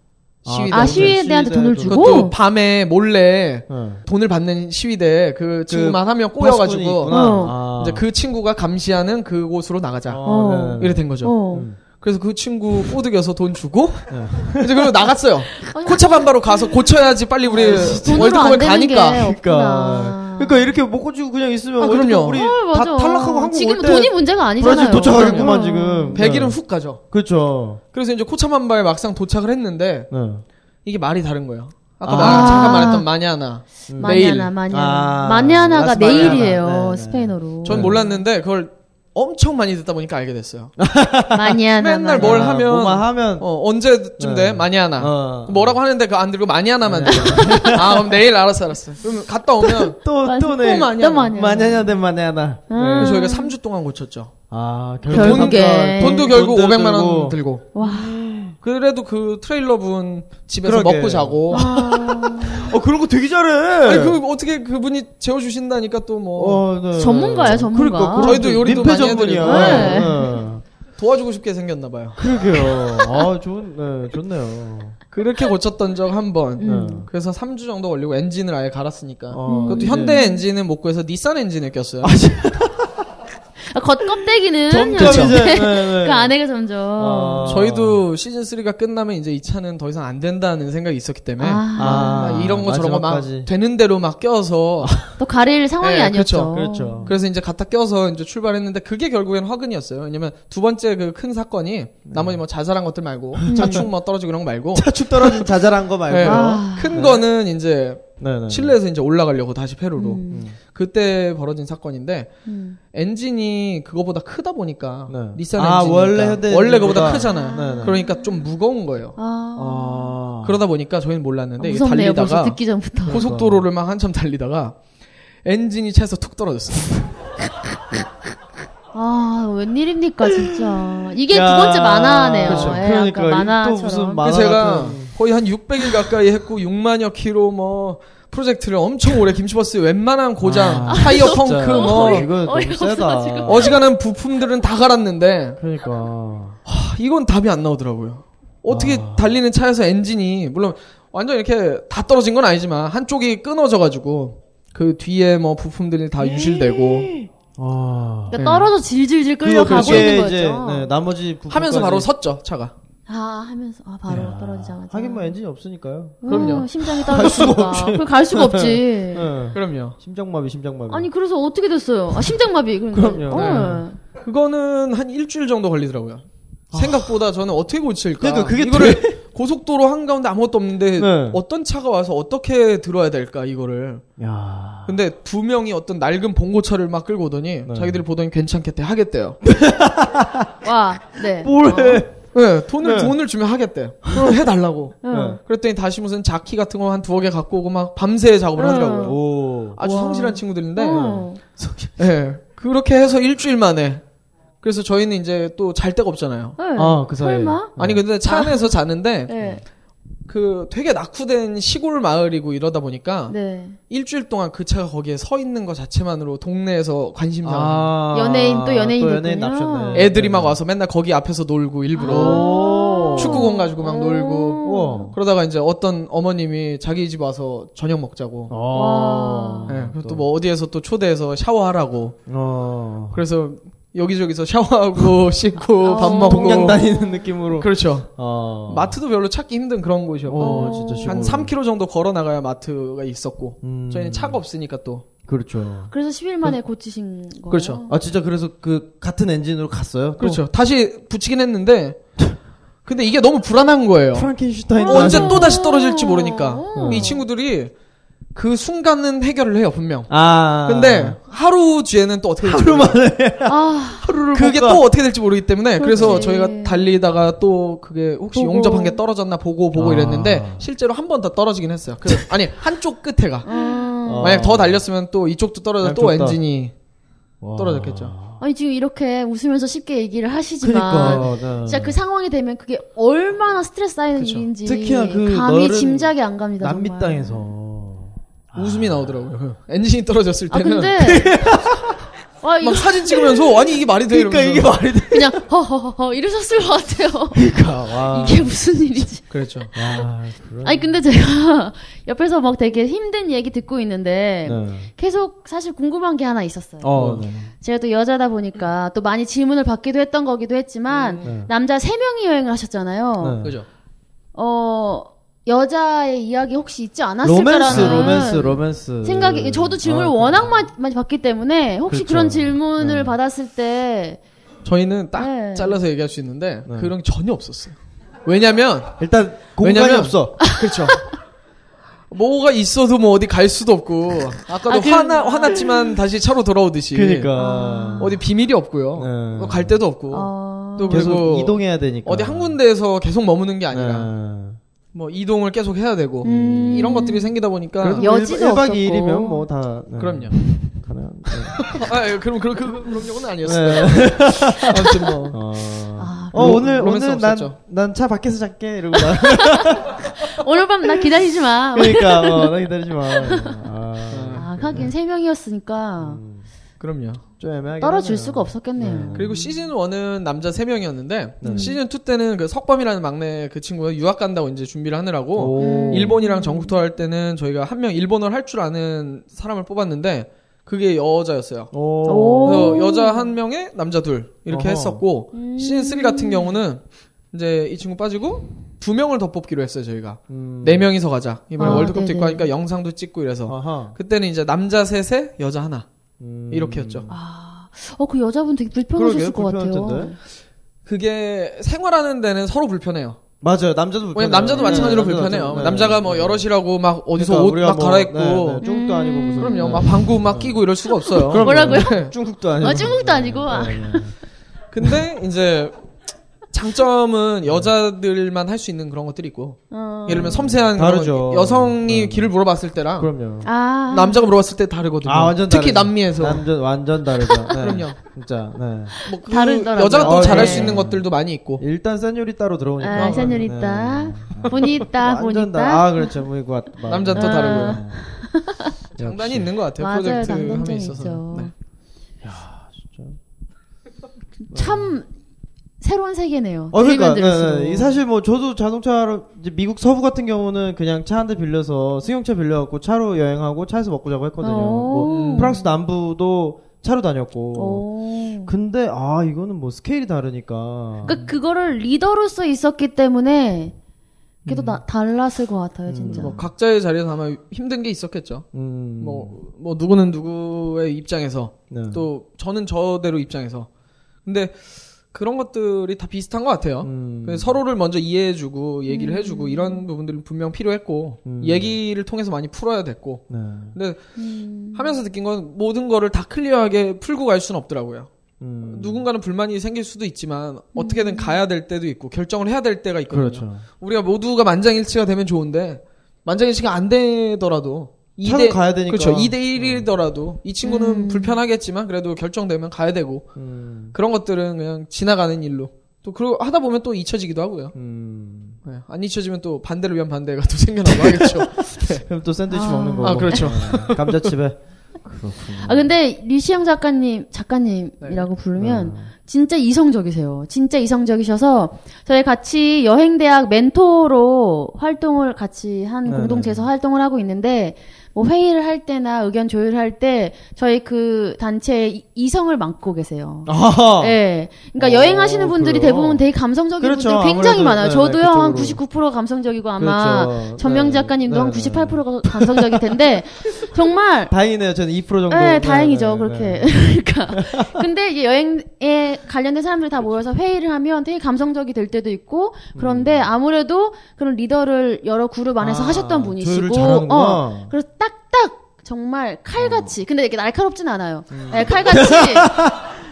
F: 아,
H: 시위대.
G: 아, 시위대한테 음. 돈을 주고?
H: 그것도 밤에 몰래
F: 네.
H: 돈을 받는 시위대 그 친구만 하면
F: 파스콘이
H: 꼬여가지고
F: 있구나.
G: 어.
F: 아.
H: 이제 그 친구가 감시하는 그곳으로 나가자.
F: 어,
G: 어.
F: 네, 네,
H: 이래
F: 네.
H: 된 거죠.
G: 어.
H: 그래서 그 친구 꼬드겨서 돈 주고
F: 네.
H: 이제 그리고 나갔어요. 코차반바로 가서 고쳐야지 빨리 우리
G: 돈으로 안
H: 월드컵에
G: 되는 게
H: 가니까.
G: 없구나.
F: 그러니까 그러니까 이렇게 못 고치고 그냥 있으면
H: 아,
F: 월드컵
H: 그럼요.
F: 우리
G: 아,
F: 다
G: 맞아.
F: 탈락하고 한국
G: 지금
F: 올때
G: 돈이 문제가 아니잖아요.
F: 브라질 도착하겠구만
G: 그럼.
F: 지금.
H: 100일은
F: 네.
H: 훅 가죠.
F: 그렇죠.
H: 그래서 이제 코차반바에 막상 도착을 했는데
F: 네.
H: 이게 말이 다른 거예요. 아까
F: 아. 음.
H: 말- 잠깐 말했던 마냐나.
G: 마냐나,
H: 메일.
G: 마냐나.
F: 아,
G: 마냐나가
F: 라스 마냐나.
G: 내일이에요.
F: 네, 네.
G: 스페인어로.
H: 전 몰랐는데 그걸 엄청 많이 듣다 보니까 알게 됐어요.
F: 아.
G: 마냐나. 마냐나.
H: 맨날 뭘 하면-
F: 뭐만 하면
H: 어,
F: 네.
H: 언제쯤 돼? 마냐나.
F: 어. 음.
H: 뭐라고 하는데 그거 안 들고 마냐나만 들고. 아, 그럼 내일 알았어, 알았어. 그럼 갔다 오면
F: 또
G: 맞아.
F: 또네.
H: 또 마냐나.
G: 또 마냐나.
F: 마냐나 대 마냐나.
G: 음.
H: 저희가 3주 동안 고쳤죠.
F: 아
G: 결국엔.
F: 삼가-
H: 돈도 결국
F: 돈도
H: 500만
F: 들고.
H: 원 들고.
G: 와.
H: 그래도 그 트레일러 분 집에서
F: 그러게.
H: 먹고 자고.
F: 어 그런 거 되게 잘해.
H: 아니, 그 어떻게 그분이 재워 주신다니까 또 뭐
F: 어, 네.
G: 전문가예요, 전문가.
F: 그러니까 그런
H: 저희도 요리도
F: 민폐
H: 많이
F: 전문이야.
H: 해드리고.
G: 네.
F: 네.
H: 도와주고 싶게 생겼나 봐요.
F: 그러게요. 아 좋은 네, 좋네요.
H: 그렇게 고쳤던 적 한 번.
F: 네.
H: 그래서 3주 정도 걸리고 엔진을 아예 갈았으니까.
F: 어,
H: 그것도
F: 이제-
H: 현대 엔진은 못 구해서 닛산 엔진을 꼈어요.
G: 아, 겉껍데기는
F: 점점 이제 네, 네.
G: 그 안에가 점점.
F: 아.
H: 어. 저희도 시즌 3가 끝나면 이제 이 차는 더 이상 안 된다는 생각이 있었기 때문에
G: 아,
H: 막 이런 거 저런 거
F: 마지막까지.
H: 막 되는 대로 막 껴서
G: 또 가릴 상황이
H: 네,
G: 아니었죠.
F: 그렇죠.
H: 그래서 이제 갖다 껴서 이제 출발했는데 그게 결국엔 화근이었어요. 왜냐면 두 번째 그 큰 사건이
F: 네.
H: 나머지 뭐 자살한 것들 말고 자축 뭐 떨어지고 이런 거 말고
F: 차축 떨어진 음. 자잘한 아. 거
H: 네,
F: 말고요.
H: 큰 거는 이제
F: 네, 네.
H: 칠레에서 이제 올라가려고 다시 페루로
G: 음.
H: 그때 벌어진 사건인데
G: 음.
H: 엔진이 그거보다 크다 보니까
F: 네.
H: 닛산
F: 아,
H: 엔진이
F: 원래 현대
H: 원래 그보다
F: 엔진보다.
H: 크잖아요.
F: 네, 네.
H: 그러니까 좀 무거운 거예요.
G: 아,
F: 아.
H: 그러다 보니까 저희는
G: 아,
H: 몰랐는데 이게
G: 무섭네요. 벌써
H: 달리다가
G: 듣기 전부터.
H: 고속도로를 막 한참 달리다가 엔진이 차에서 툭 떨어졌어요.
G: 아, 웬일입니까, 진짜. 이게
F: 야.
G: 두 번째 만화네요.
F: 그렇죠.
G: 예,
F: 그러니까
G: 아까
F: 이게
G: 만화처럼.
F: 또 무슨 만화
H: 그래서 제가
F: 같은-
H: 거의 한 600일 가까이 했고 6만여 키로 뭐 프로젝트를 엄청 오래 김치버스 웬만한 고장
F: 아,
H: 타이어 펑크
F: 진짜.
H: 뭐
F: 이거 너무
G: 어이가
F: 세다.
G: 없어가지고.
H: 어지간한 부품들은 다 갈았는데
F: 그러니까.
H: 아, 이건 답이 안 나오더라고요. 어떻게
F: 아.
H: 달리는 차에서 엔진이 물론 완전 이렇게 다 떨어진 건 아니지만 한쪽이 끊어져 가지고 그 뒤에 뭐 부품들이 다 유실되고
F: 아.
G: 그러니까
H: 네.
G: 떨어져 질질질 끌려가고
F: 그게
G: 있는
F: 이제
G: 거였죠.
F: 네, 나머지 부분까지-
H: 하면서 바로 섰죠 차가.
G: 아, 하면서, 아, 바로 떨어지자마자.
F: 하긴 뭐 엔진이 없으니까요.
G: 어,
H: 그럼요.
G: 심장이 떨어지니까. 그걸 갈 수가 없지.
F: 네.
H: 그럼요.
F: 심장마비, 심장마비.
G: 아니, 그래서 어떻게 됐어요? 아, 심장마비. 그러니까.
F: 그럼요.
G: 어.
H: 그거는 한 일주일 정도 걸리더라고요. 생각보다 저는 어떻게 고칠까?
F: 아. 그러니까 그게
H: 이거를 고속도로 한가운데 아무것도 없는데
F: 네.
H: 어떤 차가 와서 어떻게 들어야 될까 이거를.
F: 야.
H: 근데 두 명이 어떤 낡은 봉고차를 막 끌고 오더니
F: 네.
H: 자기들이 보더니 괜찮겠대 하겠대요.
G: 와, 네.
F: 뭘 해?
H: 네, 돈을
F: 네.
H: 돈을 주면 하겠대. 그럼 해 달라고.
G: 어.
H: 그랬더니 다시 무슨 자키 같은 거 한 두어 개 갖고 오고 막 밤새 작업을
G: 네.
H: 하더라고요.
F: 오.
H: 아주 성실한
F: 네.
H: 친구들인데
G: 어.
H: 예. 그렇게 해서 일주일 만에 그래서 저희는 이제 또 잘 데가 없잖아요.
G: 네.
F: 아, 그 사이에.
G: 설마?
H: 아니 근데 차 안에서 자는데
G: 네.
H: 그 되게 낙후된 시골 마을이고 이러다 보니까
G: 네.
H: 일주일 동안 그 차가 거기에 서 있는 것 자체만으로 동네에서 관심사 가
F: 아.
G: 연예인 또 연예인이
F: 또 연예인
G: 됐군요.
F: 납셨네.
H: 애들이 막 와서 맨날 거기 앞에서 놀고 일부러
G: 오.
H: 축구공 가지고 막 놀고
F: 우와.
H: 그러다가 이제 어떤 어머님이 자기 집 와서 저녁 먹자고
F: 아.
H: 예, 그리고 또 뭐 어디에서 또 초대해서 샤워하라고 뭐
F: 어.
H: 그래서 여기저기서 샤워하고 씻고 밥 먹고
F: 동양 다니는 느낌으로.
H: 그렇죠
F: 어.
H: 마트도 별로 찾기 힘든 그런 곳이었고
F: 어, 진짜 시골.
H: 한 3km 정도 걸어 나가야 마트가 있었고
F: 음.
H: 저희는 차가 없으니까 또
F: 그렇죠.
G: 그래서 10일 만에 고치신 거예요.
H: 그렇죠.
F: 아 진짜 그래서 그 같은 엔진으로 갔어요. 또?
H: 그렇죠 다시 붙이긴 했는데 근데 이게 너무 불안한 거예요
F: 프랑켄슈타인
H: 언제
F: 나는-
H: 어, 또 다시 떨어질지 모르니까
F: 아.
G: 어.
H: 이 친구들이 그 순간은 해결을 해요 분명
F: 아
H: 근데 하루 뒤에는 또 어떻게 될지 하루만
G: 아,
H: 하루를 그게
F: 못 가.
H: 또 어떻게 될지 모르기 때문에 그래서
G: 그렇지.
H: 저희가 달리다가 또 그게 혹시
G: 보고.
H: 용접한 게 떨어졌나 보고 보고
F: 아.
H: 이랬는데 실제로 한 번 더 떨어지긴 했어요 그래서 아니 한쪽 끝에가
G: 아.
F: 어.
H: 만약 더 달렸으면 또 이쪽도 떨어져 또
F: 양쪽 다.
H: 엔진이
F: 아, 와.
H: 떨어졌겠죠
G: 아니 지금 이렇게 웃으면서 쉽게 얘기를 하시지만
F: 그러니까 네.
G: 진짜 그 상황이 되면 그게 얼마나 스트레스 쌓이는
H: 그쵸.
G: 일인지
F: 특히나 그
G: 감히
F: 너른
G: 짐작이 안 갑니다.
F: 남미
G: 정말.
F: 땅에서
H: 웃음이 나오더라고요 엔진이 떨어졌을
G: 아
H: 때는
G: 근데 와 이거
H: 막 사진 찍으면서 아니 이게 말이 돼
F: 그러니까
H: 이러면서.
F: 이게 말이 돼.
G: 그냥 허허허허 이러셨을 것 같아요.
F: 와. 그렇죠.
G: 이게 무슨 일이지?
H: 그랬죠
F: 와, 그러니까. 그런-
G: 아니 근데 제가 옆에서 막 되게 힘든 얘기 듣고 있는데
F: 네.
G: 계속 사실 궁금한 게 하나 있었어요.
H: 뭐
F: 어, 네.
G: 제가 또 여자다 보니까 또 많이 질문을 받기도 했던 거기도 했지만
F: 네.
G: 남자 세 명이 여행을 하셨잖아요.
F: 네.
H: 그죠
G: 어 여자의 이야기 혹시 있지
F: 로맨스,
G: 않았을까라는
F: 로맨스, 로맨스.
G: 아, 생각이 저도 질문을
F: 아,
G: 워낙 많이, 많이 받기 때문에 혹시
F: 그렇죠.
G: 그런 질문을
F: 네.
G: 받았을 때
H: 저희는 딱
G: 네.
H: 잘라서 얘기할 수 있는데
F: 네.
H: 그런 게 전혀 없었어요 왜냐면
F: 일단 공간이
H: 왜냐면-
F: 없어.
H: 그렇죠. 뭐가 있어도 뭐 어디 갈 수도 없고 아까도
G: 아, 그-
H: 화나 화났지만 다시 차로 돌아오듯이
F: 그러니까
H: 어디 비밀이 없고요.
F: 네.
H: 또갈 데도 없고
G: 어...
H: 또
F: 계속
H: 그리고
F: 이동해야 되니까.
H: 어디 한 군데에서 계속 머무는 게 아니라
F: 네.
H: 뭐 이동을 계속 해야 되고
G: 음.
H: 이런 것들이 생기다 보니까
F: 그래도
G: 여지도
F: 1박
G: 없었고.
F: 2일이면 뭐 다. 네.
H: 그럼요.
F: 가능.
H: 아, 예, 그럼 그런 그런 그런 경우는 아니었어요.
F: 네.
H: 아무튼 뭐
F: 어.
G: 아,
F: 어,
H: 로-
F: 오늘
H: 로맨스
F: 오늘
H: 없었죠.
F: 난난 차 밖에서 잘게 이러고 나.
G: 오늘 밤 나 기다리지 마.
F: 그러니까 어, 나 기다리지 마. 아,
G: 아, 하긴 세 명이었으니까
F: 음.
H: 그럼요.
F: 좀 음. 애매하게.
G: 떨어질 수가 없었겠네요.
H: 그리고 시즌 1은 남자 3명이었는데
F: 네.
H: 시즌 2 때는 그 석범이라는 막내 그 친구가 유학 간다고 이제 준비를 하느라고
F: 네.
G: 음.
H: 일본이랑 전국 투어 할 때는 저희가 한 명 일본어를 할 줄 아는 사람을 뽑았는데 그게 여자였어요.
F: 오.
H: 그래서 여자 한 명에 남자 둘 이렇게
F: 어허.
H: 했었고 시즌 3 같은 경우는 이제 이 친구 빠지고 두 명을 더 뽑기로 했어요 저희가
F: 음.
H: 네 명이서 가자 이번에
G: 아,
H: 월드컵도
G: 네네.
H: 있고 하니까 영상도 찍고 이래서
F: 아하.
H: 그때는 이제 남자 셋에 여자 하나
F: 음.
H: 이렇게였죠.
G: 어 그 여자분 되게
F: 그러게요,
G: 불편하셨을 것 같아요.
F: 불편할 텐데.
H: 그게 생활하는 데는 서로 불편해요.
F: 맞아요. 네, 남자도 불편해.
H: 왜냐면 남자도 마찬가지로 불편해요. 남자가
F: 네.
H: 뭐 여럿이라고 막
F: 그러니까
H: 어디서 옷 막
F: 뭐,
H: 갈아입고 음.
F: 중국도 네. 아니고 무슨.
H: 그럼요.
F: 네.
H: 막 방구 막 끼고 이럴 수가 없어요.
F: 그럼요.
G: 뭐라고요?
H: 네.
F: 중국도 아니고. 네,
G: 아, 중국도 아니고.
H: 근데 이제 장점은 여자들만 할 수 있는 그런 것들이 있고
G: 어.
H: 예를 들면 섬세한
F: 다르죠.
H: 그런 여성이
F: 네.
H: 길을 물어봤을 때랑
F: 그럼요.
G: 아
H: 남자가 물어봤을 때 다르거든요.
F: 아, 완전
H: 특히
F: 다르죠.
H: 남미에서
F: 완전 완전 다르죠. 네.
H: 그럼요.
F: 진짜. 네.
H: 뭐 그,
G: 다르더라고요.
H: 여자가 또
F: 어,
H: 잘할
F: 네.
H: 수 있는 것들도 많이 있고
F: 일단 세뇨리 따로 들어오니까. 네.
G: 아, 세뇨리따 보니 있다 보니
F: 완전 다.
G: 있다.
F: 아, 그렇죠. 뭐 이거 맞- 맞-
H: 남자 또
G: 아.
H: 다르고요.
F: 역시.
H: 장단이 있는 것 같아요.
G: 맞아요,
H: 프로젝트 함에
G: 장단점이
H: 있어서.
G: 있죠.
H: 네.
G: 참 새로운 세계네요.
F: 어, 그러니까
G: 들으면
F: 네, 네. 이
G: 들을수록.
F: 사실 뭐 저도 자동차로 이제 미국 서부 같은 경우는 그냥 차 한 대 빌려서 승용차 빌려갖고 차로 여행하고 차에서 먹고 자고 했거든요.
G: 오.
F: 뭐 프랑스 남부도 차로
G: 어.
F: 다녔고.
G: 오.
F: 근데 아 이거는 뭐 스케일이 다르니까.
G: 그러니까 그거를 리더로서 있었기 때문에 그게
F: 음.
G: 또 나- 달랐을 것 같아요, 진짜.
H: 뭐 각자의 자리에서 아마 힘든 게 있었겠죠.
F: 음,
H: 뭐, 뭐 누구는 누구의 입장에서
F: 네.
H: 또 저는 저대로 입장에서 근데 그런 것들이 다 비슷한 것 같아요.
F: 음.
H: 어? 그래서 서로를 먼저 이해해주고 얘기를 해주고 이런 부분들은 분명 필요했고
F: 음.
H: 얘기를 통해서 많이 풀어야 됐고
F: 네.
H: 근데
G: 음.
H: 하면서 느낀 건 모든 거를 다 클리어하게 풀고 갈 수는 없더라고요.
F: 음.
H: 누군가는 불만이 생길 수도 있지만 어떻게든 가야 될 때도 있고 결정을 해야 될 때가 있거든요.
F: 그렇죠.
H: 우리가 모두가 만장일치가 되면 좋은데 만장일치가 안 되더라도 이
F: 차로
H: 대-
F: 가야 되니까.
H: 그렇죠. 2대 1이더라도 이 친구는 불편하겠지만 그래도 결정되면 가야 되고
F: 음.
H: 그런 것들은 그냥 지나가는 일로 또 그리고 하다 보면 또 잊혀지기도 하고요.
F: 음.
H: 네, 안 잊혀지면 또 반대를 위한 반대가 또 생겨나고 하겠죠.
F: 그럼 또 네. 샌드위치 먹는 거고.
H: 아, 그렇죠.
F: 네. 감자칩에. 그렇군요.
G: 아 근데 류시영 작가님
F: 네.
G: 작가님이라고 부르면 진짜 이성적이세요. 진짜 이성적이셔서 저희 같이 여행 대학 멘토로 활동을 같이 한
F: 네네.
G: 공동체에서 활동을 하고 있는데 뭐 회의를 할 때나 의견 조율할 때 저희 그 단체에 이- 이성을 맡고 계세요.
F: 아하.
G: 예. 그러니까
F: 어,
G: 여행하시는 분들이
F: 그래요?
G: 대부분 되게 감성적인
F: 그렇죠.
G: 분들이 굉장히
F: 아무래도,
G: 많아요.
F: 네네,
G: 저도요 한
F: 그쪽으로.
G: 99% 감성적이고 아마
F: 그렇죠.
G: 전명
F: 네.
G: 작가님도
F: 네네.
G: 한 98% 감성적일 텐데 정말
F: 다행이네요. 저는 2% 정도.
G: 네,
F: 네,
G: 다행이죠.
F: 네,
G: 그렇게.
F: 네.
G: 그러니까. 근데 이제 여행에 관련된 사람들이 다 모여서 회의를 하면 되게 감성적이 될 때도 있고, 그런데 아무래도 그런 리더를 여러 그룹 안에서
F: 음. 아,
G: 하셨던
F: 조율을
G: 분이시고, 어.
F: 잘하는구나. 어.
G: 그래서 딱딱 정말 칼같이, 근데 이렇게 날카롭진 않아요.
F: 음.
G: 네, 칼같이.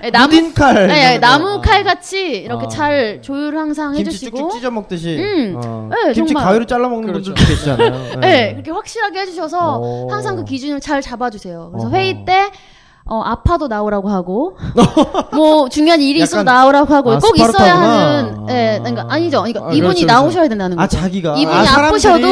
G: 네, 나무,
F: 무딘 칼.
G: 네,
F: 이런
G: 네,
F: 거.
G: 나무
F: 아.
G: 칼같이 이렇게
F: 아.
G: 잘 조율을 항상
F: 김치
G: 해주시고,
F: 쭉쭉 찢어 먹듯이.
G: 음.
F: 어.
G: 네,
F: 김치
G: 정말.
F: 가위로 잘라 먹는
H: 그렇죠.
F: 분들도 계시잖아요.
G: 네, 그렇게 확실하게 해주셔서
F: 오.
G: 항상 그 기준을 잘 잡아주세요. 그래서
F: 어허.
G: 회의 때 어, 아파도 나오라고 하고 뭐 중요한 일이 있어도
F: 약간,
G: 나오라고 하고
F: 아,
G: 꼭 있어야
F: 스파르타구나.
G: 하는 예, 그러니까 아니죠. 그러니까
F: 아,
G: 이분이
F: 그렇죠,
G: 나오셔야 된다는
F: 아,
G: 거죠.
F: 자기가.
G: 이분이
F: 아, 사람들이-
G: 아프셔도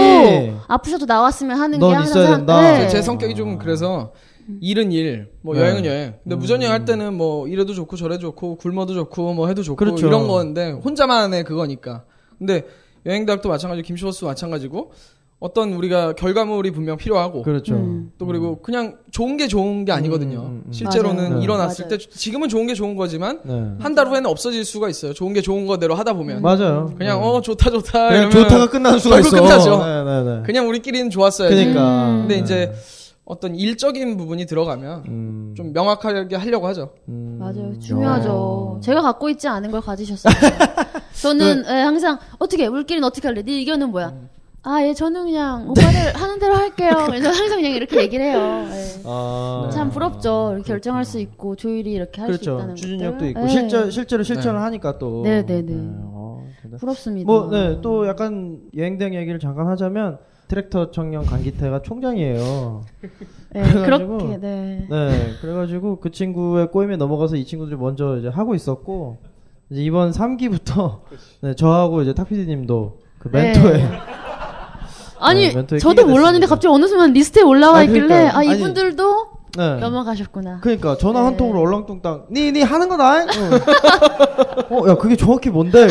G: 아프셔도 나왔으면 하는
F: 넌
G: 게 항상
F: 있어야 된다.
G: 네.
H: 제 성격이 좀 그래서 일은 일, 뭐
F: 아. 네.
H: 여행은 여행. 근데 무전여행 할 때는 뭐 이래도 좋고 저래도 좋고 굶어도 좋고 뭐 해도 좋고
F: 그렇죠.
H: 이런 건데 혼자만의 그거니까. 근데 여행 대학도 마찬가지고 김시버스 마찬가지고 어떤 우리가 결과물이 분명 필요하고
F: 그렇죠.
G: 음.
H: 또 그리고 그냥 좋은 게 좋은 게 아니거든요.
F: 음, 음, 음.
H: 실제로는
G: 맞아요.
H: 일어났을
G: 맞아요.
H: 때 지금은 좋은 게 좋은 거지만
F: 네.
H: 한 달 후에는 없어질 수가 있어요. 좋은 게 좋은 거대로 하다 보면
F: 맞아요.
H: 그냥
F: 네.
H: 어 좋다 좋다
F: 그냥
H: 이러면
F: 좋다가 끝나는 수가 있어.
H: 결국 끝나죠.
F: 네, 네, 네.
H: 그냥 우리끼리는 좋았어야지.
F: 그러니까.
H: 근데
F: 네.
H: 이제 어떤 일적인 부분이 들어가면
F: 음.
H: 좀 명확하게 하려고 하죠.
F: 음.
G: 맞아요. 중요하죠. 제가 갖고 있지 않은 걸 가지셨어요. 저는
F: 네.
G: 예, 항상 어떻게 우리끼리는 어떻게 할래? 네 의견은 뭐야?
F: 음.
G: 아, 예, 저는
F: 네.
G: 그냥 오빠들 하는 대로 할게요. 그래서 항상 그냥 이렇게 얘기를 해요. 예.
F: 아.
G: 참 부럽죠. 이렇게 결정할 수 있고 조율이 이렇게 할 수
F: 그렇죠.
G: 있다는
F: 추진력도
G: 것들.
F: 있고
G: 네.
F: 실제 실제로 실천을 하니까 또.
G: 네, 네, 네.
F: 어, 대단-
G: 부럽습니다.
F: 뭐, 네, 또 약간 여행대학 얘기를 잠깐 하자면 트랙터 청년 강기태가 총장이에요.
G: 네,
F: 그래가지고
G: 그렇게 네.
F: 네, 그래가지고 그 친구의 꼬임에 넘어가서 이 친구들이 먼저 이제 하고 있었고 이제 이번 3기부터 네, 저하고 이제 탁피디님도 그
G: 네.
F: 멘토에
G: 아니
F: 멘토에 끼게
G: 저도
F: 됐습니다.
G: 몰랐는데 갑자기 어느 순간 리스트에 올라와
F: 아,
G: 있길래
F: 그러니까요.
G: 아
F: 아니,
G: 이분들도
F: 네.
G: 넘어가셨구나.
F: 그러니까 전화
G: 네.
F: 한 통으로 얼렁뚱땅 니니 하는 거다. 어, 어, 야 그게 정확히 뭔데?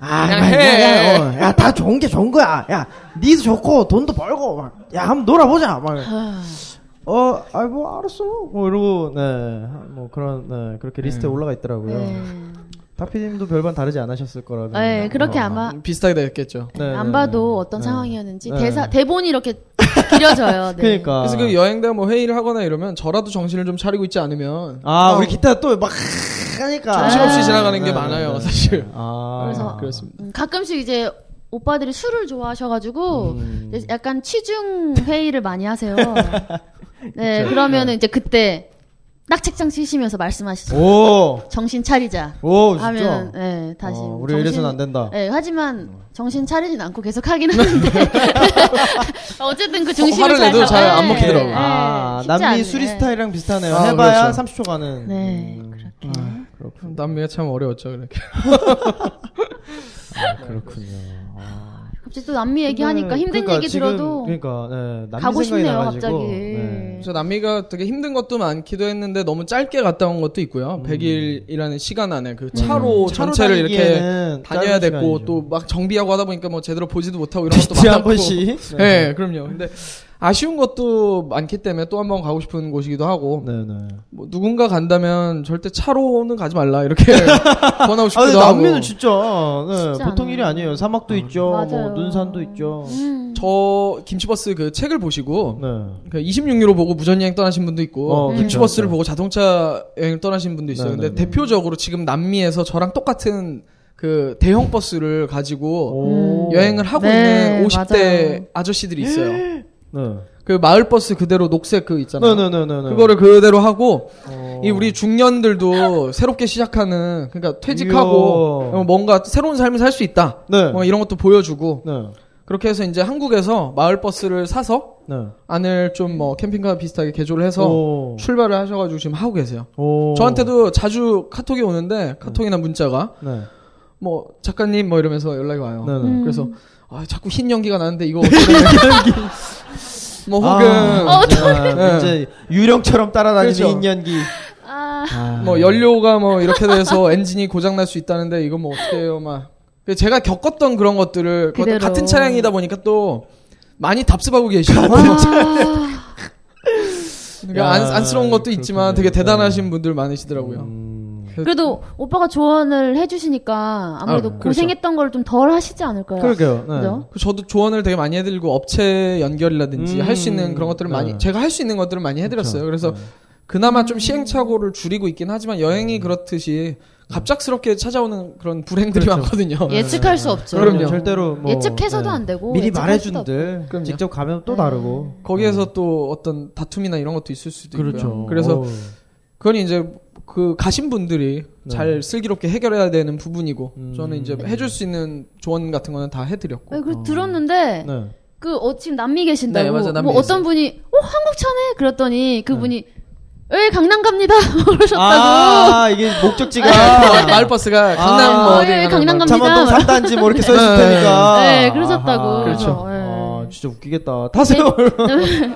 F: 아,
H: 그냥
F: 야, 야,
H: 해.
F: 야, 어, 야, 다 좋은 게 좋은 거야. 야, 니도 좋고 돈도 벌고 막, 야, 한번 놀아보자. 막, 어, 아이 뭐 알았어. 뭐 이러고, 네, 뭐 그런, 네, 그렇게 리스트에 올라가 있더라고요.
G: 네.
F: 타피님도 별반 다르지 않으셨을 거라서.
G: 네,
F: 어.
G: 그렇게 아마
H: 비슷하게 되겠죠.
F: 네,
G: 안
F: 네,
G: 봐도
F: 네.
G: 어떤
F: 네.
G: 상황이었는지
F: 네.
G: 대사 대본이 이렇게 길어져요. 네.
F: 그러니까.
H: 그래서 그 여행대 뭐 회의를 하거나 이러면 저라도 정신을 좀 차리고 있지 않으면
F: 아, 우리
H: 어,
F: 기타 또 막 하니까.
H: 정신없이
G: 아.
H: 지나가는 게
F: 네,
H: 많아요,
F: 네, 네.
H: 사실.
F: 아,
G: 그래서
H: 그렇습니다.
G: 음, 가끔씩 이제 오빠들이 술을 좋아하셔가지고
F: 음.
G: 이제 약간 취중 회의를 많이 하세요. 네, 그러면은 이제 그때 딱 책장 치시면서 말씀하시죠.
F: 오,
G: 정신 차리자.
F: 오, 진짜.
G: 하면 예, 다시
F: 어, 우리 이래서는 안 된다. 어.
G: 예, 하지만 정신 차리진 않고 계속 하긴 하는데 어쨌든 그 중심을
H: 화를
G: 잘
H: 내도
G: 잡아-
H: 잘안
G: 예,
H: 먹히더라고요.
G: 예,
F: 아,
G: 쉽지 않네.
F: 남미 수리 스타일이랑 비슷하네요.
H: 아,
F: 해봐야
H: 그렇죠.
F: 30초 가는.
G: 네,
F: 음,
G: 그렇게.
H: 남미가 참 어려웠죠, 그렇게.
F: 그렇군요.
G: 갑자기 또 남미 얘기하니까
F: 근데
G: 힘든
F: 그러니까
G: 얘기
F: 지금,
G: 들어도
F: 그러니까 네, 남미
G: 가고
F: 생각이
G: 싶네요,
F: 나가지고,
G: 갑자기.
F: 네.
H: 그래서 남미가 되게 힘든 것도 많기도 했는데 너무 짧게 갔다 온 것도 있고요. 100일이라는 시간 안에 그 차로
F: 음. 차로
H: 전체를 이렇게
F: 다니기에는 짧은
H: 다녀야 됐고
F: 시간이죠.
H: 또 막 정비하고 하다 보니까 뭐 제대로 보지도 못하고 이런 것도
F: 뒤에 한
H: 많았고.
F: 번씩.
H: 네, 그럼요. 근데 아쉬운 것도 많기 때문에 또 한 번 가고 싶은 곳이기도 하고
F: 네, 네.
H: 뭐 누군가 간다면 절대 차로는 가지 말라 이렇게 권하고
F: 아, 근데
H: 싶기도 음. 하고.
F: 남미는 진짜, 네,
G: 쉽지
F: 보통
G: 않아요.
F: 일이 아니에요. 사막도 있죠, 뭐
G: 맞아요.
F: 눈산도 있죠.
G: 음.
H: 저 김치버스 그 책을 보시고
F: 네.
H: 그 26유로 보고 무전여행 떠나신 분도 있고
F: 어,
H: 김치버스를
F: 그렇죠.
H: 보고 자동차 여행을 떠나신 분도 있어요.
F: 네,
H: 근데
F: 네, 네.
H: 대표적으로 지금 남미에서 저랑 똑같은 그 대형 버스를 가지고
F: 오.
H: 뭐 여행을 하고
G: 네,
H: 있는 50대
G: 맞아요.
H: 아저씨들이 있어요.
F: 네.
H: 그 마을 버스 그대로 녹색 그 있잖아요.
F: 네, 네, 네, 네. 네.
H: 그거를 그대로 하고
F: 어.
H: 이 우리 중년들도 새롭게 시작하는 그러니까 퇴직하고 어,
F: 이야.
H: 뭔가 새로운 삶을 살 수 있다.
F: 네.
H: 뭐 이런 것도 보여주고
F: 네.
H: 그렇게 해서 이제 한국에서 마을 버스를 사서
F: 네.
H: 안을 좀 뭐 캠핑카 비슷하게 개조를 해서
F: 오.
H: 출발을 하셔가지고 지금 하고 계세요.
F: 오.
H: 저한테도 자주 카톡이 오는데 카톡이나 문자가
F: 네.
H: 뭐 작가님 뭐 이러면서 연락이 와요.
F: 네, 네.
H: 그래서 아, 자꾸 흰 연기가 나는데 이거 어떻게 뭐 혹은
G: 어,
F: 아, 이제 유령처럼 따라다니는
H: 그렇죠.
F: 인연기.
G: 아,
H: 뭐 연료가 뭐 이렇게 돼서 엔진이 고장 날 수 있다는데 이건 뭐 어떻게 해요 막 그래서 제가 겪었던 그런 것들을 그것도
G: 그대로.
H: 같은 차량이다 보니까 또 많이 답습하고 계시고
G: 아. 와.
H: 그러니까 안, 안쓰러운 것도 있지만 되게 대단하신 분들 많으시더라고요
G: 그래도 오빠가 조언을 해주시니까 아무래도
H: 아, 그렇죠.
G: 고생했던 걸 좀 덜 하시지 않을까요?
F: 그러게요. 네.
G: 그죠?
H: 그 저도 조언을 되게 많이 해드리고 업체 연결이라든지
F: 음.
H: 할 수 있는 그런 것들을 많이
F: 네.
H: 제가 할 수 있는 것들을 많이 해드렸어요. 그래서 그나마 좀 시행착오를 줄이고 있긴 하지만 여행이 그렇듯이 갑작스럽게 찾아오는 그런 불행들이 많거든요.
G: 예측할 수 없죠.
H: 그럼요.
F: 절대로 네. 뭐,
G: 예측해서도
F: 네.
G: 안 되고,
F: 미리
G: 예측할 수도 음.
F: 말해준들
H: 그럼요.
F: 직접 가면 또 다르고
H: 거기에서
F: 네.
H: 또 어떤 다툼이나 이런 것도 있을 수도 있고요. 그래서
F: 오.
H: 그건 이제 그 가신 분들이
F: 네.
H: 잘 슬기롭게 해결해야 되는 부분이고
F: 음.
H: 저는 이제 해줄 수 있는 조언 같은 거는 다 해드렸고
G: 아니, 그 들었는데
F: 어. 네.
G: 그 어, 지금 남미 계신다고
H: 네, 맞아요. 남미
G: 뭐 어떤 분이 어 한국 차네 그랬더니 그분이 에 강남 갑니다 뭐 그러셨다고.
F: 네.
G: 네.
F: 아 이게 목적지가
H: 아, 마을버스가 강남
F: 아.
H: 뭐
G: 어,
H: 어디
G: 예,
H: 가는
G: 강남
H: 거.
G: 갑니다.
F: 잠깐만 동 3단지 뭐 이렇게 써
H: 네.
F: 있을 테니까
G: 네, 그러셨다고.
F: 아하.
G: 그렇죠.
F: 아,
G: 네.
F: 진짜 웃기겠다 타세요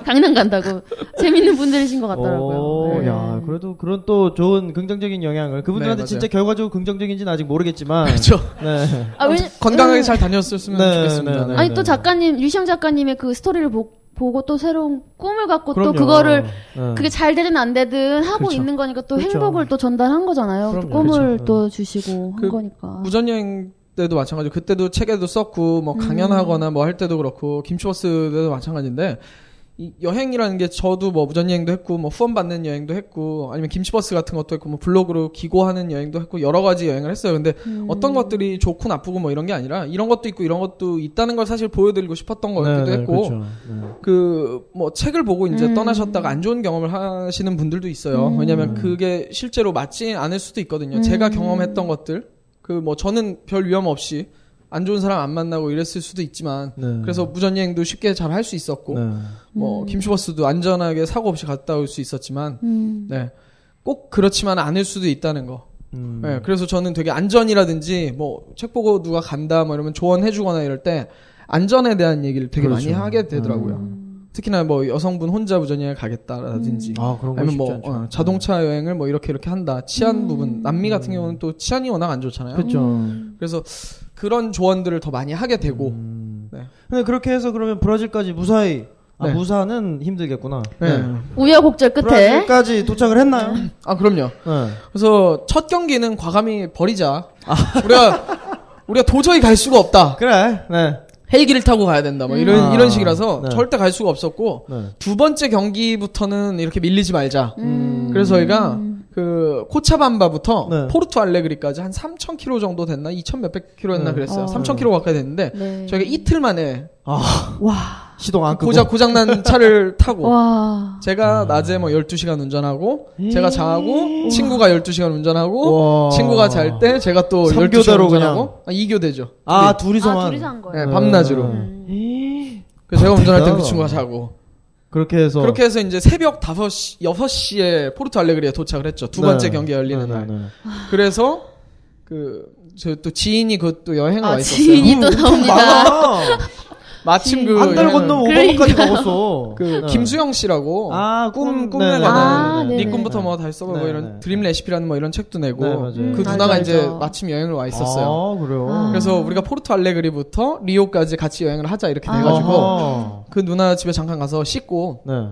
G: 강남 간다고 재밌는 분들이신 것 같더라고요.
F: 오,
G: 네.
F: 야, 그래도 그런 또 좋은 긍정적인 영향을
H: 네,
F: 그분들한테
H: 맞아요.
F: 진짜 결과적으로 긍정적인지는 아직 모르겠지만
H: 그렇죠.
F: 네.
G: 아, 왜냐-
H: 건강하게
G: 음.
H: 잘 다녔었으면
F: 네,
H: 좋겠습니다.
F: 네,
H: 네.
F: 네.
G: 아니 또 작가님 유시영 작가님의 그 스토리를 보, 고또 새로운 꿈을 갖고
F: 그럼요.
G: 어, 또 그거를
F: 네.
G: 그게 잘 되든 안 되든 하고
F: 그렇죠.
G: 있는 거니까 또
F: 그렇죠.
G: 행복을 또 전달한 거잖아요. 또
F: 그럼요.
G: 꿈을
F: 그렇죠.
G: 또 주시고
H: 그
G: 한 거니까.
H: 무전 여행 때도 마찬가지고 그때도 책에도 썼고 뭐 강연하거나 뭐 할 때도 그렇고 김치버스 때도 마찬가지인데 이 여행이라는 게 저도 뭐 무전 여행도 했고 뭐 후원 받는 여행도 했고 아니면 김치버스 같은 것도 했고 뭐 블로그로 기고하는 여행도 했고 여러 가지 여행을 했어요. 근데 어떤 것들이 좋고 나쁘고 뭐 이런 게 아니라 이런 것도 있고 이런 것도 있다는 걸 사실 보여드리고 싶었던 거기도
F: 네, 네,
H: 했고
F: 그렇죠. 네.
H: 그 뭐 책을 보고 이제
G: 음.
H: 떠나셨다가 안 좋은 경험을 하시는 분들도 있어요. 왜냐하면 그게 실제로 맞지 않을 수도 있거든요. 제가 경험했던 것들 그 뭐 저는 별 위험 없이 안 좋은 사람 안 만나고 이랬을 수도 있지만
F: 네.
H: 그래서 무전 여행도 쉽게 잘 할 수 있었고
F: 네.
H: 뭐 김슈버스도 안전하게 사고 없이 갔다 올 수 있었지만
G: 음.
H: 네 꼭 그렇지만 않을 수도 있다는 거.
F: 음.
H: 예, 그래서 저는 되게 안전이라든지 뭐 책 보고 누가 간다 뭐 이러면 조언해주거나 이럴 때 안전에 대한 얘기를 되게
F: 그렇죠.
H: 많이 하게 되더라고요. 특히나 뭐 여성분 혼자 무전여행 가겠다라든지
F: 아 그런 거
H: 아니면
F: 쉽지
H: 뭐
F: 않죠. 음.
H: 어, 자동차 여행을 뭐 이렇게 이렇게 한다 치안 부분 남미 같은 경우는 또 치안이 워낙 안 좋잖아요.
F: 그렇죠.
H: 래서 그런 조언들을 더 많이 하게 되고
F: 음. 근데 그렇게 해서 그러면 브라질까지 무사히 아
H: 네.
F: 무사는 힘들겠구나.
H: 네.
G: 우여곡절 끝에
F: 브라질까지 도착을 했나요?
H: 아 그럼요.
F: 네.
H: 그래서 첫 경기는 과감히 버리자. 우리가 우리가 도저히 갈 수가 없다.
F: 그래. 네.
H: 헬기를 타고 가야 된다. 뭐 이런
F: 아,
H: 이런 식이라서
F: 네.
H: 절대 갈 수가 없었고
F: 네.
H: 두 번째 경기부터는 이렇게 밀리지 말자. 그래서 저희가 그 코차밤바부터
F: 음. 네.
H: 포르투 알레그리까지 한 3,000km 정도 됐나 2,000 몇백 km였나
F: 네.
H: 그랬어요.
G: 어.
H: 3,000km 가까이 됐는데
G: 네.
H: 저희가 이틀 만에
F: 시동 안 끄고.
H: 고장 고장난 차를 타고
G: 와.
H: 제가 낮에 뭐 12시간 운전하고 제가 자고 친구가 12시간 운전하고
F: 음. 우와.
H: 친구가 잘 때 제가 또
F: 삼교대로
H: 12시간
F: 그냥. 음.
H: 운전하고 아, 2교대죠.
F: 아
G: 아,
F: 둘이서만.
G: 둘이서 음. 한 거예요.
H: 네, 밤낮으로. 그래서 제가 운전할 땐
F: 대단하다.
H: 그 친구가 자고
F: 그렇게 해서.
H: 그렇게 해서 이제 새벽 5시 6시에 포르투 알레그리에 도착을 했죠. 두
F: 네.
H: 번째 경기가 열리는
F: 네,
H: 날.
F: 네, 네.
H: 그래서 그 저 또 지인이 그또 여행을
G: 아,
H: 와 있었어요.
G: 지인이 또 나옵니다.
F: 많아.
H: 마침 그
F: 안달
H: 여행을-
F: 건너 오버까지 가봤어. 네.
H: 그 김수영 씨라고
F: 아, 꿈,
H: 꿈
F: 네,
H: 꿈에 관한
G: 아,
H: 네
G: 네네.
H: 꿈부터 뭐 다시 써보고
F: 네,
H: 이런
F: 네.
H: 드림 레시피라는 뭐 이런 책도 내고
F: 네, 맞아요.
H: 그
G: 음,
H: 누나가
G: 알죠,
H: 이제
G: 알죠.
H: 마침 여행을 와 있었어요.
F: 아, 그래요.
G: 아.
H: 그래서 우리가 포르투 알레그리부터 리오까지 같이 여행을 하자 이렇게
G: 아.
H: 돼가지고
F: 아하.
H: 그 누나 집에 잠깐 가서 씻고
F: 네.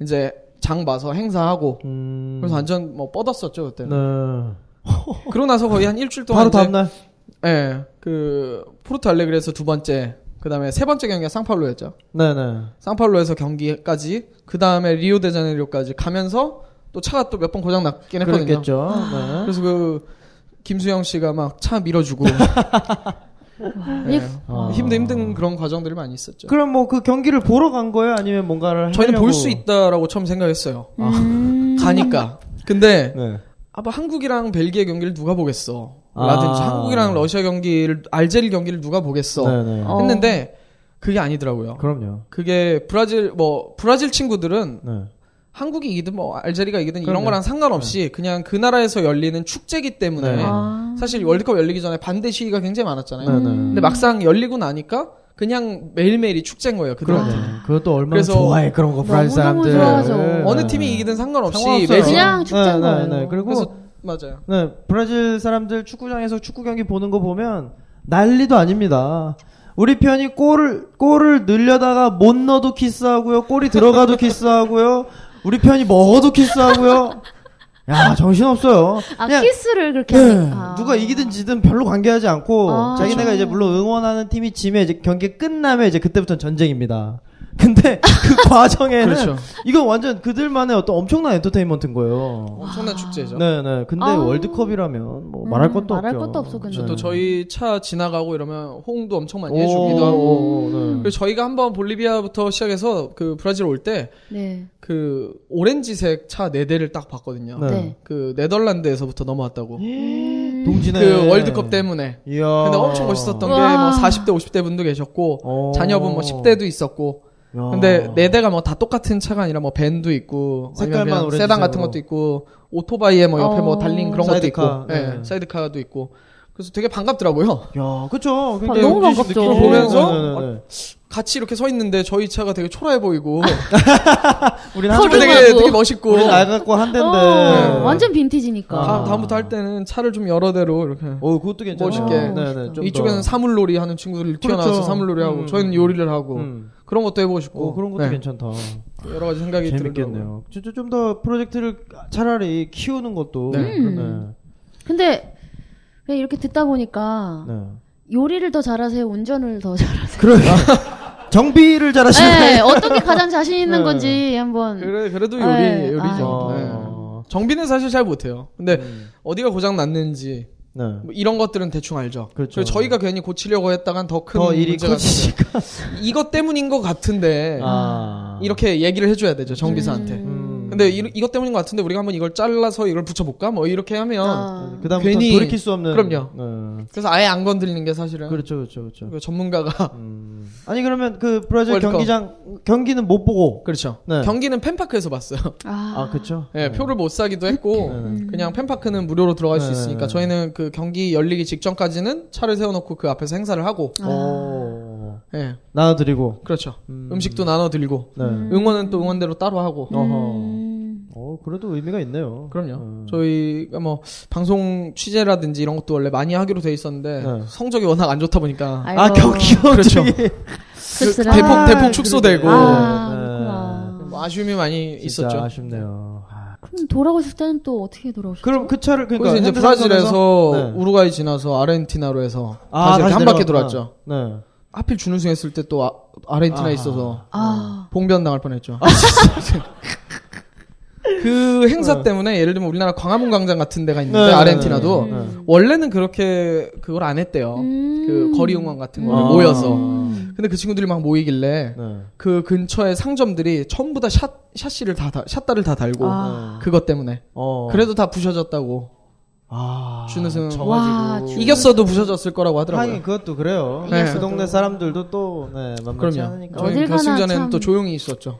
H: 이제 장 봐서 행사하고
F: 음.
H: 그래서 완전 뭐 뻗었었죠 그때. 는
F: 네.
H: 그러고 나서 거의 한 일주일
F: 바로
H: 동안 이제
F: 다음날.
H: 예, 그 포르투 알레그리에서 두 번째, 그 다음에 세 번째 경기가 상파울로였죠.
F: 네네.
H: 상파울로에서 경기까지, 그 다음에 리오데자네이로까지 가면서 또 차가 또 몇 번 고장 났긴 했거든요.
F: 그랬겠죠. 네.
H: 그래서 그 김수영 씨가 막 차 밀어주고
G: 음.
H: 예,
F: 아.
H: 힘든 힘든 그런 과정들이 많이 있었죠.
F: 그럼 뭐 그 경기를 보러 간 거예요? 아니면 뭔가를
H: 저희는
F: 하려고?
H: 볼 수 있다라고 처음 생각했어요. 아,
G: 음.
H: 가니까. 근데
F: 네.
H: 아, 뭐 한국이랑 벨기에 경기를 누가 보겠어?
F: 아.
H: 라든지 한국이랑 러시아 경기를 알제리 경기를 누가 보겠어?
F: 네네.
G: 어.
H: 했는데 그게 아니더라고요.
F: 그럼요.
H: 그게 브라질 뭐 브라질 친구들은
F: 네.
H: 한국이 이기든 뭐 알제리가 이기든 이런
F: 그럼요.
H: 거랑 상관없이 그냥 그 나라에서 열리는 축제기 때문에
F: 네.
G: 아.
H: 사실 월드컵 열리기 전에 반대 시위가 굉장히 많았잖아요.
F: 네네.
H: 근데 막상 열리고 나니까 그냥 매일매일이 축제인 거예요. 그들한
F: 그러네.
H: 테
F: 그것도 얼마나
H: 그래서
F: 좋아해 그런 거 프랑스
G: 너무너무
F: 사람들.
G: 좋아하죠.
F: 네.
H: 뭐 어느 팀이 이기든 상관없이
F: 상관없어요.
H: 매주
G: 그냥 축제인
F: 네, 네,
G: 거예요.
F: 네. 그리고
H: 그래서 맞아요.
F: 네, 브라질 사람들 축구장에서 축구 경기 보는 거 보면 난리도 아닙니다. 우리 편이 골을 골을 늘려다가 못 넣어도 키스하고요. 골이 들어가도 키스하고요. 우리 편이 먹어도 키스하고요. 야, 정신없어요.
G: 아
F: 그냥
G: 키스를 그렇게
F: 네,
G: 하는- 아.
F: 누가 이기든 지든 별로 관계하지 않고
G: 아.
F: 자기네가 이제 물론 응원하는 팀이 지면 이제 경기 끝나면 이제 그때부터는 전쟁입니다. 근데 그 과정에는
H: 그렇죠.
F: 이건 완전 그들만의 어떤 엄청난 엔터테인먼트인 거예요.
H: 엄청난 축제죠.
F: 아. 네네. 근데
G: 아.
F: 월드컵이라면 뭐 말할
G: 음,
F: 것도
G: 말할
F: 없죠.
G: 것도 없어, 근데.
F: 네.
H: 또 저희 차 지나가고 이러면 호응도 엄청 많이
F: 오,
H: 해주기도 하고.
F: 오, 네.
H: 그리고 저희가 한번 볼리비아부터 시작해서 그 브라질
G: 네.
H: 올 때 그 오렌지색 차 네 대를 딱 봤거든요.
F: 네. 예?
G: 네.
H: 그 네덜란드에서부터 넘어왔다고.
G: 음.
F: 동진의
H: 그 월드컵 때문에.
F: 이야.
H: 근데 엄청 멋있었던 게 뭐
G: 와.
H: 40대 50대 분도 계셨고
F: 오.
H: 자녀분 뭐 10대도 있었고.
F: 야.
H: 근데 네 대가 뭐 다 똑같은 차가 아니라 뭐 밴도 있고
F: 아.
H: 아니면
F: 색깔만
H: 그냥
F: 오렌지색으로.
H: 세단 같은 것도 있고 오토바이에 뭐 옆에
G: 어.
H: 뭐 달린 그런 것도
F: 사이드카.
H: 있고 예,
F: 네.
H: 사이드카도 있고 그래서 되게 반갑더라고요.
F: 야, 그쵸.
G: 아, 너무 반갑죠.
F: 느낌을
H: 보면서
F: 보면서
H: 같이 이렇게 서 있는데 저희 차가 되게 초라해 보이고
F: 우리
G: 털-
H: 되게
G: 훌륭하고.
H: 되게 멋있고
F: 우리 나갖고 한 대인데.
G: 아, 어, 완전 빈티지니까.
F: 네. 아.
H: 다음, 부터 할 때는 차를 좀 여러 대로 이렇게
F: 오, 그것도 괜찮아.
H: 멋있게. 음.
F: 네네. 어, 좀
H: 이쪽에는
F: 더.
H: 사물놀이 하는 친구들 튀어나와서
F: 그렇죠.
H: 사물놀이 하고
F: 음.
H: 저희는 요리를 하고
F: 음.
H: 그런 것도 해보고 싶고
F: 오, 그런 것도
H: 네,
F: 괜찮다.
H: 여러 가지 생각이 들더라고요.
F: 재밌겠네요. 진짜 좀 더 프로젝트를 차라리 키우는 것도.
H: 네.
F: 음.
G: 근데 그냥 이렇게 듣다 보니까
F: 네. 네.
G: 요리를 더 잘하세요, 운전을 더 잘하세요.
F: 그래. 정비를
G: 네,
F: 잘하시네.
G: 어떤 게 가장 자신 있는
F: 그렇죠. 네.
G: 건지 한번.
H: 그래 그래도 요리
G: 네,
H: 요리죠.
F: 아.
H: 네.
F: 어.
H: 정비는 사실 잘 못해요. 근데
F: 음.
H: 어디가 고장 났는지
F: 네.
H: 뭐 이런 것들은 대충 알죠.
F: 그렇죠.
H: 그리고 저희가 괜히 고치려고 했다간 더 큰
F: 더 일이
H: 문제가
F: 커지니까.
H: 생겨요. 이것 때문인 것 같은데
F: 아.
H: 네. 이렇게 얘기를 해줘야 되죠 정비사한테.
F: 음.
H: 근데 이, 이것 때문인 것 같은데 우리가 한번 이걸 잘라서 이걸 붙여볼까? 뭐 이렇게 하면
G: 아.
F: 그다음부터
H: 괜히-
F: 돌이킬 수 없는.
H: 그럼요. 네.
F: 네.
H: 그래서 아예 안 건드리는 게 사실은
F: 그렇죠, 그렇죠, 그렇죠.
H: 그 전문가가
F: 아니 그러면 그 브라질
H: 월드컵.
F: 경기장 경기는 못 보고.
H: 그렇죠.
F: 네.
H: 경기는 팬파크에서 봤어요.
F: 아, 그렇죠.
H: 예, 표를 못 사기도 했고 그냥 팬파크는 무료로 들어갈 수
F: 네,
H: 있으니까
F: 네.
H: 저희는 그 경기 열리기 직전까지는 차를 세워놓고 그 앞에서 행사를 하고
G: 아.
F: 오.
H: 예,
F: 어. 나눠드리고.
H: 그렇죠. 음. 식도 나눠 드리고
F: 네.
H: 응원은 또 응원대로 따로 하고
F: 어허. 어, 그래도 의미가 있네요.
H: 그럼요.
F: 음.
H: 저희가 뭐 방송 취재라든지 이런 것도 원래 많이 하기로 돼 있었는데
F: 네.
H: 성적이 워낙 안 좋다 보니까
G: 아이고,
F: 아, 경기
H: 그렇죠.
F: 경기.
G: 씁쓸하다.
H: 대폭 대폭 축소되고
G: 아,
F: 네.
G: 그렇구나.
H: 뭐 아쉬움이 많이
F: 진짜
H: 있었죠.
F: 아쉽네요. 아,
G: 그럼 돌아오실 때는 또 어떻게 돌아오실
F: 그럼 그 차를 그러니까
H: 거기서 이제
F: 핸드상선에서-
H: 브라질에서
F: 네.
H: 우루과이 지나서 아르헨티나로 해서
F: 아,
H: 다시 이렇게 한
F: 내려갔구나.
H: 바퀴 돌았죠.
F: 네.
H: 하필 준우승 했을 때 또 아, 르헨티나에
F: 아하.
H: 있어서
G: 아,
H: 봉변 당할 뻔했죠. 그 행사 때문에 예를 들면 우리나라 광화문 광장 같은 데가 있는데
F: 네, 네,
H: 아르헨티나도
F: 네, 네.
H: 원래는 그렇게 그걸 안 했대요.
G: 음.
H: 그 거리 응원 같은 거를
F: 아.
H: 모여서. 근데 그 친구들이 막 모이길래
F: 네.
H: 그 근처의 상점들이 전부 다 샷, 샷시를 다, 다- 샷다를 다 달고
F: 아.
H: 그것 때문에
F: 어.
H: 그래도 다 부셔졌다고
F: 아.
H: 준우승
G: 와,
H: 음.
G: 주-
H: 이겼어도 부셔졌을 거라고 하더라고요.
F: 하긴 그것도 그래요.
H: 네.
F: 그 동네 사람들도 또 네, 만만치
H: 그럼요.
F: 않으니까.
H: 저희
G: 어딜 가나
H: 결승전에는
G: 참-
H: 또 조용히 있었죠.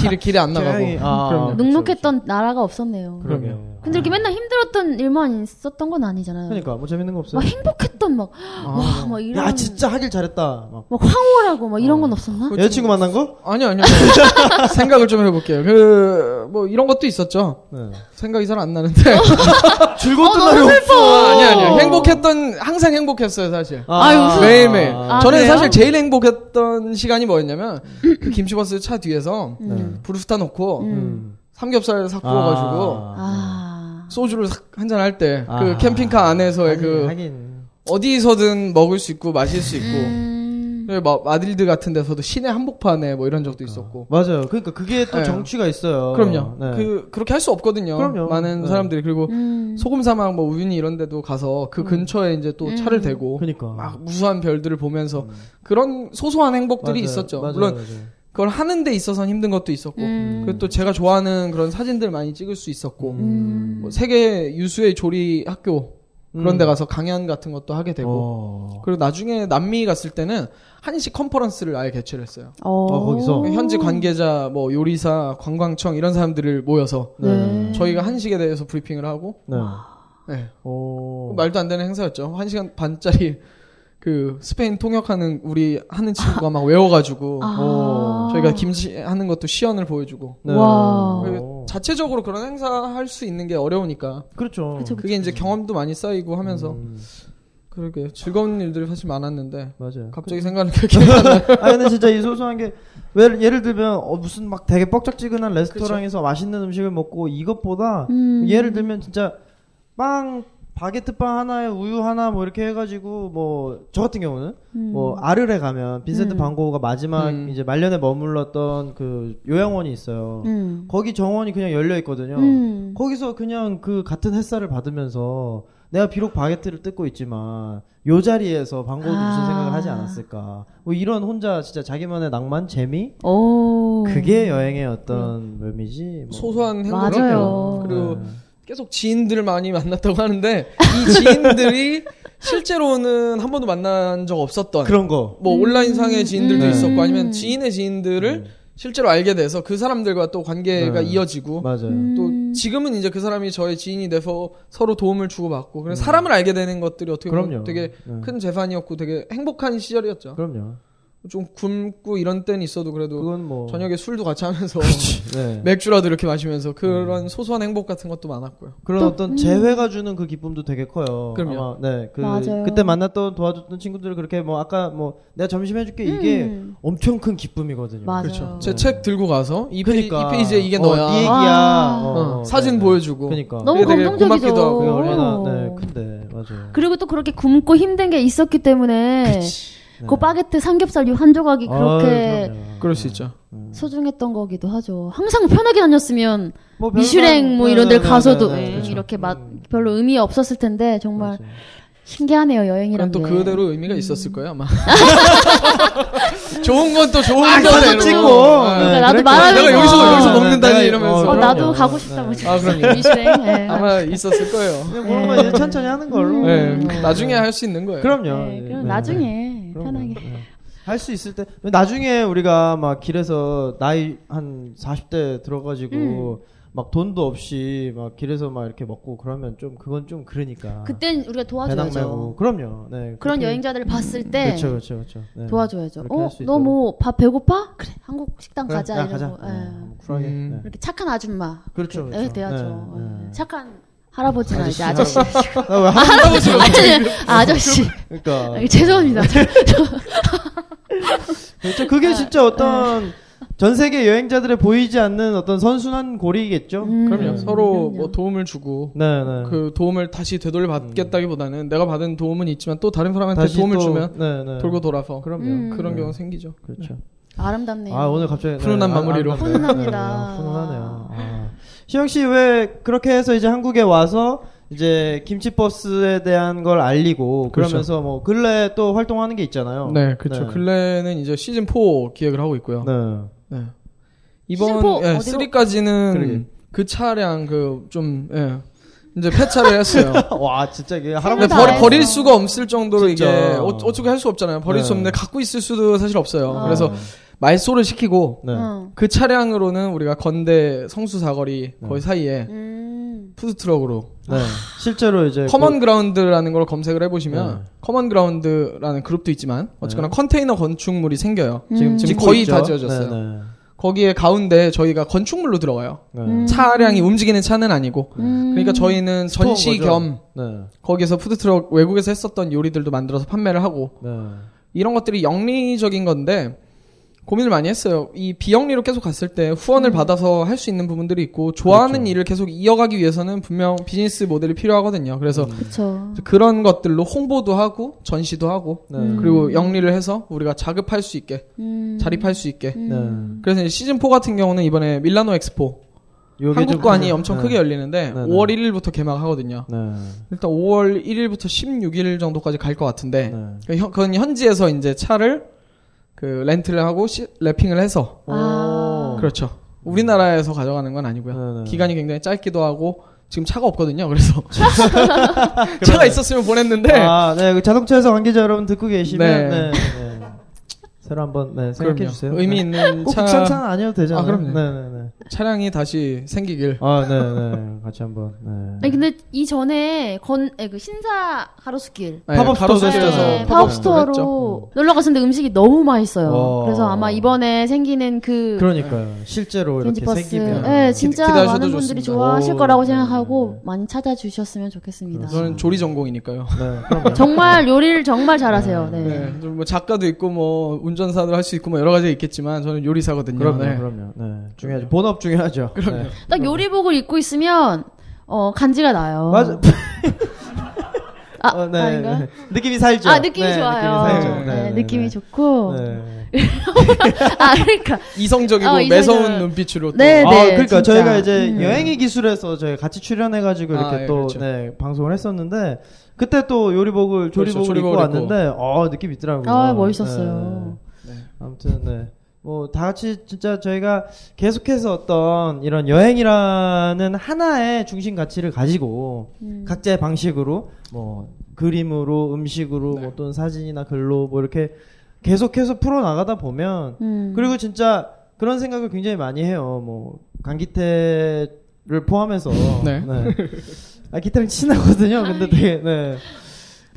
H: 길에 길에 안 나가고.
F: 조용히,
H: 그렇죠.
F: 아,
H: 그럼요.
F: 그쵸,
G: 녹록했던 나라가 없었네요.
F: 그럼요.
G: 근데 이렇게 맨날 힘들었던 일만 있었던 건 아니잖아요.
F: 그러니까 뭐 재밌는 거 없어요. 아.
G: 막 행복했던 막, 와, 막 이런.
F: 야 진짜 어. 하길 잘했다. 막.
G: 막 황홀하고 막 이런 건 없었나?
H: 뭐
F: 여자친구 만난 거?
H: 그렇죠. 아니요, 아니요. 생각을 좀 해볼게요. 그, 뭐, 이런 것도 있었죠.
F: 네.
H: 생각이 잘 안 나는데.
G: 어,
F: 즐거웠던 날이 없어.
H: 아니요, 아니요. 행복했던, 항상 행복했어요, 사실.
G: 아유,
H: 매일매일.
G: 아,
H: 저는
G: 그래요?
H: 사실 제일 행복했던 시간이 뭐였냐면, 그 김치버스 차 뒤에서,
F: 네.
G: 음.
H: 브루스타 놓고, 삼겹살 싹 구워가지고,
G: 아.
H: 소주를 한잔 할 때,
F: 아.
H: 그 캠핑카 안에서의 그,
F: 하긴.
H: 어디서든 먹을 수 있고, 마실 수 있고,
F: 네.
G: 음.
H: 그리고 네, 막 마드리드 같은 데서도 시내 한복판에 뭐 이런 적도 있었고.
F: 맞아요. 그러니까 그게 또
H: 네.
F: 정취가 있어요.
H: 그럼요.
F: 네.
H: 그 그렇게 할 수 없거든요.
F: 그럼요.
H: 많은
F: 네.
H: 사람들이 그리고
G: 음.
H: 소금 사막 뭐 우윤이 이런 데도 가서 그 근처에 이제 또 차를 대고
F: 그러니까. 음.
H: 막 무수한 별들을 보면서 그런 소소한 행복들이
F: 맞아요.
H: 있었죠.
F: 맞아요,
H: 물론
F: 맞아요.
H: 그걸 하는 데 있어서는 힘든 것도 있었고. 그리고 또 제가 좋아하는 그런 사진들 많이 찍을 수 있었고.
F: 음.
H: 뭐 세계 유수의 조리 학교 그런 데 가서 강연 같은 것도 하게 되고.
F: 어.
H: 그리고 나중에 남미 갔을 때는 한식 컨퍼런스를 아예 개최를 했어요.
G: 어.
F: 어, 거기서.
H: 현지 관계자, 뭐 요리사, 관광청 이런 사람들을 모여서
G: 네.
H: 저희가 한식에 대해서 브리핑을 하고
F: 네. 어.
H: 네.
F: 오.
H: 말도 안 되는 행사였죠. 한 시간 반짜리 그 스페인 통역하는 우리 하는 친구가 막 외워가지고 어,
G: 아.
H: 저희가 김치 하는 것도 시연을 보여주고
F: 어. 네.
G: 와.
H: 그 자체적으로 그런 행사 할 수 있는 게 어려우니까
F: 그렇죠.
G: 그쵸, 그쵸.
H: 그게 이제 경험도 많이 쌓이고 하면서
F: 음.
H: 그렇게 즐거운 일들이 사실 많았는데
F: 맞아요.
H: 갑자기 생각하는 게 기억이 안 나요.
F: 아 근데 진짜 이 소소한 게 왜- 예를 들면 어, 무슨 막 되게 뻑짝지근한 레스토랑에서 맛있는 음식을 먹고 이것보다
G: 음.
F: 뭐 예를 들면 진짜 빵 바게트 빵 하나에 우유 하나 뭐 이렇게 해가지고 뭐 저 같은 경우는
G: 음.
F: 뭐 아르레 가면 빈센트
G: 음.
F: 반 고흐가 마지막
H: 음.
F: 이제 말년에 머물렀던 그 요양원이 있어요.
G: 음.
F: 거기 정원이 그냥 열려 있거든요.
G: 음.
F: 거기서 그냥 그 같은 햇살을 받으면서 내가 비록 바게트를 뜯고 있지만 요 자리에서 방고도 무슨
G: 아.
F: 생각을 하지 않았을까 뭐 이런 혼자 진짜 자기만의 낭만 재미
G: 오. 음.
F: 그게 여행의 어떤 묘미지 뭐.
H: 소소한 행동
G: 맞아요. 네.
H: 그리고 계속 지인들 많이 만났다고 하는데 이 지인들이 실제로는 한 번도 만난 적 없었던
F: 그런 거
H: 뭐
G: 음.
H: 온라인상의 지인들도
F: 네.
H: 있었고 아니면 지인의 지인들을 실제로 알게 돼서 그 사람들과 또 관계가
F: 네.
H: 이어지고
F: 맞아요
G: 음.
H: 또 지금은 이제 그 사람이 저의 지인이 돼서 서로 도움을 주고받고 그래서 사람을 알게 되는 것들이 어떻게 보면
F: 네. 그럼요.
H: 되게
F: 네.
H: 큰 재산이었고 되게 행복한 시절이었죠.
F: 그럼요
H: 좀 굶고 이런 때는 있어도 그래도
F: 그건 뭐
H: 저녁에 술도 같이 하면서
F: 네.
H: 맥주라도 이렇게 마시면서 그런 소소한 행복 같은 것도 많았고요.
F: 그런 어떤 재회가 주는 그 기쁨도 되게 커요. 아마,
H: 그럼요.
F: 네, 그
G: 음. 맞아요.
F: 그때 만났던 도와줬던 친구들 그렇게 뭐 아까 뭐 내가 점심 해줄게 이게
G: 음.
F: 엄청 큰 기쁨이거든요.
G: 맞아요.
H: 제 책 들고 가서 이,
F: 그러니까
H: 페이, 지에 이게
F: 어,
H: 너야
F: 네 얘기야.
G: 와.
H: 어, 사진 보여주고
F: 그러니까
G: 너무
H: 그게 되게
G: 감동적이죠.
H: 고맙기도 하고
F: 그게 얼마나 네, 큰데 맞아요.
G: 그리고 또 그렇게 굶고 힘든 게 있었기
H: 네.
G: 때문에 그 바게트 삼겹살 이 한 조각이
F: 네. 아유,
G: 그렇게
F: 그럼요.
H: 그럴 수 있죠.
G: 소중했던 거기도 하죠. 항상 편하게 다녔으면
F: 뭐 별반-
G: 미슐랭 뭐 이런
F: 네,
G: 데
F: 네,
G: 가서도
F: 네, 네, 네,
G: 예,
F: 그렇죠.
G: 이렇게 맛 별로 의미 없었을 텐데 정말
F: 맞아요.
G: 신기하네요 여행이란 게.
H: 그건 또 그대로 의미가 있었을 거예요 아마. 좋은 건 또 좋은
F: 아,
H: 거대로.
F: 사진 찍고.
H: 아,
F: 네,
G: 나도
F: 그랬구나.
G: 말하는
H: 내가 여기서-
G: 거.
H: 여기서 먹는다니
F: 내가-
H: 이러면서.
G: 어,
H: 그럼요.
G: 나도
F: 네.
G: 가고 싶다 뭐
H: 아, 그럼요.
G: 미슐랭. 예.
H: 아마 있었을 거예요.
F: 그냥 그런 거 이제 천천히 하는 걸로. 어.
H: 네, 나중에 할 수 있는 거예요.
F: 그럼요.
G: 예,
F: 네,
G: 음. 그럼
F: 네.
G: 나중에
F: 그럼요. 아, 네.
G: 편하게.
F: 할 수 있을 때 나중에 우리가 막 길에서 나이 한 40대 들어가지고
G: 음.
F: 막 돈도 없이 막 길에서 막 이렇게 먹고 그러면 좀 그건 좀 그러니까
G: 그땐 우리가
F: 배낭 메고
G: 도와줘야죠.
F: 그럼요. 네.
G: 그런 여행자들을 봤을 때
F: 그렇죠, 그렇죠, 그렇죠. 네.
G: 도와줘야죠.
F: 그렇게
G: 어,
F: 할수 있도록.
G: 너 뭐 밥 배고파? 그래, 한국 식당
F: 그래,
G: 가자
F: 야,
G: 이러고.
F: 가자.
G: 예.
F: 네, 한번 쿨하게.
H: 아, 음.
F: 네.
G: 이렇게 착한 아줌마.
F: 그렇죠,
G: 이렇게,
F: 그렇죠.
G: 예, 돼야죠.
F: 네, 네.
G: 예. 착한 할아버지나 이제 아저씨.
F: 아, 왜 하-
G: 할아버지, 아저씨. 아저씨.
F: 그러니까
G: 아, 죄송합니다. 아,
F: 그렇죠. 그게 진짜 어떤 전 세계 여행자들의 보이지 않는 어떤 선순환 고리겠죠.
G: 음.
F: 음.
H: 그럼요. 서로
G: 그럼요.
H: 뭐 도움을 주고
F: 네, 네.
H: 그 도움을 다시 되돌려 받겠다기보다는 내가 받은 도움은 있지만 또 다른 사람한테 도움을
F: 또-
H: 주면
F: 네, 네.
H: 돌고 돌아서 그럼요.
G: 음.
H: 그런 경우 생기죠.
F: 그렇죠.
G: 아름답네요.
F: 아 오늘 갑자기
H: 훈훈한
F: 아,
H: 마무리로.
F: 아름답네요.
G: 훈훈합니다.
F: 네, 네, 훈훈하네요. 아. 시영 씨 왜 그렇게 해서 이제 한국에 와서 이제 김치 버스에 대한 걸 알리고
H: 그렇죠.
F: 그러면서 뭐 근래 또 활동하는 게 있잖아요.
H: 네, 그렇죠. 근래는 이제 시즌 4 기획을 하고 있고요.
F: 어. 네.
H: 네. 이번
G: 시즌4
H: 예,
G: 어디로-
H: 3까지는 그 차량 그 좀 예. 이제 폐차를 했어요.
F: 와 진짜 이게
H: 근데
F: 할아버지
G: 다
H: 버리,
G: 해서.
H: 버릴 수가 없을 정도로
F: 진짜.
H: 이게 어, 어떻게 할 수 없잖아요. 버릴
F: 네.
H: 수 없는데 갖고 있을 수도 사실 없어요.
G: 아.
H: 그래서 말소를 시키고
F: 네.
G: 어.
H: 그 차량으로는 우리가 건대 성수 사거리 거의 사이에
G: 음.
H: 푸드 트럭으로
F: 네. 실제로 이제
H: 커먼 그라운드라는 걸 검색을 해보시면
F: 네.
H: 커먼 그라운드라는 그룹도 있지만 어쨌거나 컨테이너 건축물이 생겨요.
F: 고- 네. 지금
H: 음. 지금
F: 짓고
H: 거의
F: 있죠?
H: 다 지어졌어요.
F: 네, 네.
H: 거기에 가운데 저희가 건축물로 들어가요.
F: 네.
H: 차량이 움직이는 차는 아니고. 그러니까 저희는 전시
F: 스토어인
H: 겸
F: 거죠? 네.
H: 거기에서 푸드트럭 외국에서 했었던 요리들도 만들어서 판매를 하고
F: 네.
H: 이런 것들이 영리적인 건데 고민을 많이 했어요. 이 비영리로 계속 갔을 때 후원을 받아서 할 수 있는 부분들이 있고 좋아하는
F: 그렇죠.
H: 일을 계속 이어가기 위해서는 분명 비즈니스 모델이 필요하거든요.
F: 음.
H: 그래서
G: 그렇죠.
H: 그런 것들로 홍보도 하고 전시도 하고
F: 네.
H: 그리고 영리를 해서 우리가 자급할 수 있게
G: 음.
H: 자립할 수 있게
F: 네.
H: 그래서 시즌 4 같은 경우는 이번에 밀라노 엑스포
F: 요게 좀
H: 한국관이
F: 크게-
H: 엄청
F: 네.
H: 크게 열리는데
F: 네, 네.
H: 5월 1일부터 개막하거든요.
F: 네.
H: 일단 5월 1일부터 16일 정도까지 갈 것 같은데
F: 네.
H: 그 현- 그건 현지에서 이제 차를 그 렌트를 하고 시- 랩핑을 해서
G: 아.
H: 그렇죠. 우리나라에서 가져가는 건 아니고요.
F: 어. 네, 네.
H: 기간이 굉장히 짧기도 하고 지금 차가 없거든요. 그래서 차가 있었으면 보냈는데
F: 아, 네. 그 자동차에서 관계자 여러분 듣고 계시면
H: 네.
F: 네. 네. 새로 한번 네, 생각해
H: 그럼요.
F: 주세요. 네.
H: 의미 있는
F: 꼭
H: 차
F: 국산차는 아니어도 되잖아요.
H: 아, 그럼요.
F: 네네네.
H: 차량이 다시 생기길.
F: 아, 네, 네. 같이 한번. 네.
G: 아니 근데 이 전에 건그 신사 가로수길
H: 네,
F: 팝업 스토어도
H: 가로수길에서
F: 했어요.
G: 네,
F: 팝업
H: 팝업스토어로
G: 팝업스토어로 놀러 갔었는데 음식이 너무 맛있어요.
F: 와. 그렇죠,
G: 그래서 아마 이번에 생기는 그
F: 그러니까요. 실제로
G: 렌지
F: 이렇게
G: 버스,
F: 생기면.
G: 네,
H: 기-
G: 진짜
H: 기대하셔도
G: 많은 분들이
H: 좋습니다.
G: 좋아하실
F: 오,
G: 거라고
F: 네, 그렇죠.
G: 생각하고
F: 네.
G: 많이 찾아주셨으면 좋겠습니다.
H: 저는 조리 전공이니까요.
F: 네, 그럼요.
G: 정말 요리를 정말 잘하세요. 네.
H: 네. 좀뭐 작가도 있고 뭐 운전사도 할 수 있고 뭐 여러 가지 있겠지만 저는 요리사거든요.
F: 그럼요,
H: 네.
F: 그럼요. 네, 중요하죠. 본업 중요하죠. 네. 그럼요.
G: 딱 요리복을 입고 있으면 어 간지가 나요.
F: 맞아.
G: 아,
F: 어, 네,
G: 아닌가요?
F: 네. 느낌이 살죠.
G: 아 느낌이
F: 네,
G: 좋아요.
F: 느낌이
G: 네,
F: 살죠.
G: 느낌이,
F: 네, 네, 네.
G: 좋고
F: 네.
G: 아 그러니까
H: 아, 이성적이고
G: 어,
H: 매서운
G: 이성적으로.
H: 눈빛으로 또
G: 네,
F: 아,
G: 네,
F: 그러니까
G: 진짜.
F: 저희가 이제
G: 음.
F: 여행의 기술에서 저희 같이 출연해가지고 이렇게
H: 아, 예,
F: 또
H: 그렇죠.
F: 네, 방송을 했었는데 그때 또 요리복을 조리복을
H: 조리복을
F: 입고
H: 입고.
F: 왔는데 어 느낌 있더라고요.
G: 아, 멋있었어요.
F: 네. 아무튼 네. 뭐 다 같이 진짜 저희가 계속해서 어떤 이런 여행이라는 하나의 중심 가치를 가지고 각자의 방식으로 뭐 그림으로 음식으로 뭐 또는 사진이나 글로 뭐 이렇게 계속해서 풀어 나가다 보면
G: 음.
F: 그리고 진짜 그런 생각을 굉장히 많이 해요. 뭐 강기태를 포함해서
H: 네.
F: 아 기태랑 친하거든요.
G: 예.
F: 근데 되게 네.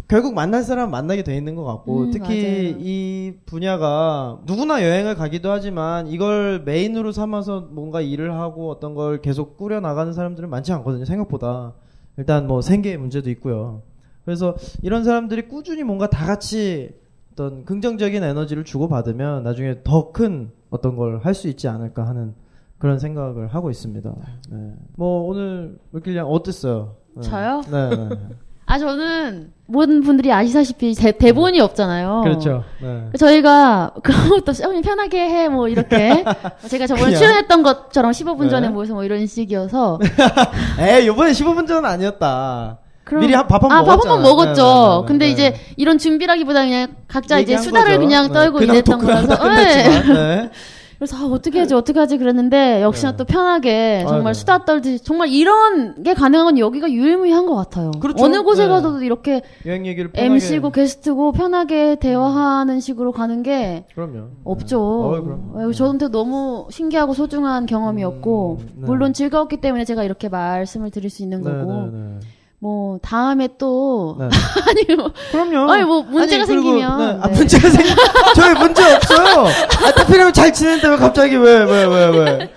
F: 결국 만날 사람 만나게 돼 있는 것 같고
G: 음,
F: 특히
G: 맞아요.
F: 이 분야가 누구나 여행을 가기도 하지만 이걸 메인으로 삼아서 뭔가 일을 하고 어떤 걸 계속 꾸려 나가는 사람들은 많지 않거든요. 생각보다 일단 뭐 생계의 문제도 있고요. 그래서 이런 사람들이 꾸준히 뭔가 다 같이 어떤 긍정적인 에너지를 주고 받으면 나중에 더 큰 어떤 걸 할 수 있지 않을까 하는 그런 생각을 하고 있습니다. 네. 뭐 오늘 물길량 어땠어요? 네.
G: 저요?
F: 네. 네.
G: 아 저는 모든 분들이 아시다시피 대, 본이 없잖아요.
F: 그렇죠. 네.
G: 저희가 그런 것도 없이 어, 그냥 편하게 해 뭐 이렇게 제가 저번에
F: 그냥.
G: 출연했던 것처럼 15분 전에
F: 네.
G: 모여서 뭐 이런 식이어서
F: 에이, 요번에 15분 전은 아니었다.
G: 그럼-
F: 미리 한- 밥한번
G: 아, 밥
F: 먹었잖아요.
G: 한번 먹었죠.
F: 네, 네, 네, 네.
G: 근데
F: 네.
G: 이제 이런 준비라기보다 그냥 각자 이제
F: 얘기한
G: 수다를
F: 거죠.
G: 그냥
F: 네.
G: 떨고
F: 그냥
G: 이랬던
F: 토크를
G: 거라서.
F: 하다 끝냈지만, 네.
G: 그래서 아, 어떻게 하지 어떻게 하지 그랬는데 역시나 또 편하게
F: 아,
G: 정말
F: 네.
G: 수다 떨듯이 정말 이런 게 가능한 건 여기가 유일무이한 것 같아요.
F: 그렇죠.
G: 어느 곳에
F: 네.
G: 가서도 이렇게
F: 여행 얘기를 편하게.
G: MC고 게스트고 편하게 대화하는 식으로 가는 게
F: 그럼요.
G: 없죠.
F: 어, 그럼요.
G: 예, 저한테 너무 신기하고 소중한 경험이었고
F: 네.
G: 물론 즐거웠기 때문에 제가 이렇게 말씀을 드릴 수 있는
F: 네,
G: 거고
F: 네, 네.
G: 뭐 다음에 또
F: 네.
G: 아니 뭐
F: 그럼요.
G: 아니, 뭐 문제가
F: 아니, 그리고,
G: 생기면,
F: 네. 아,
G: 네.
F: 문제가 생기. 저희 문제 없어요. 아, 타피라면 잘 지내는데 왜 갑자기 왜 왜 왜 왜, 왜.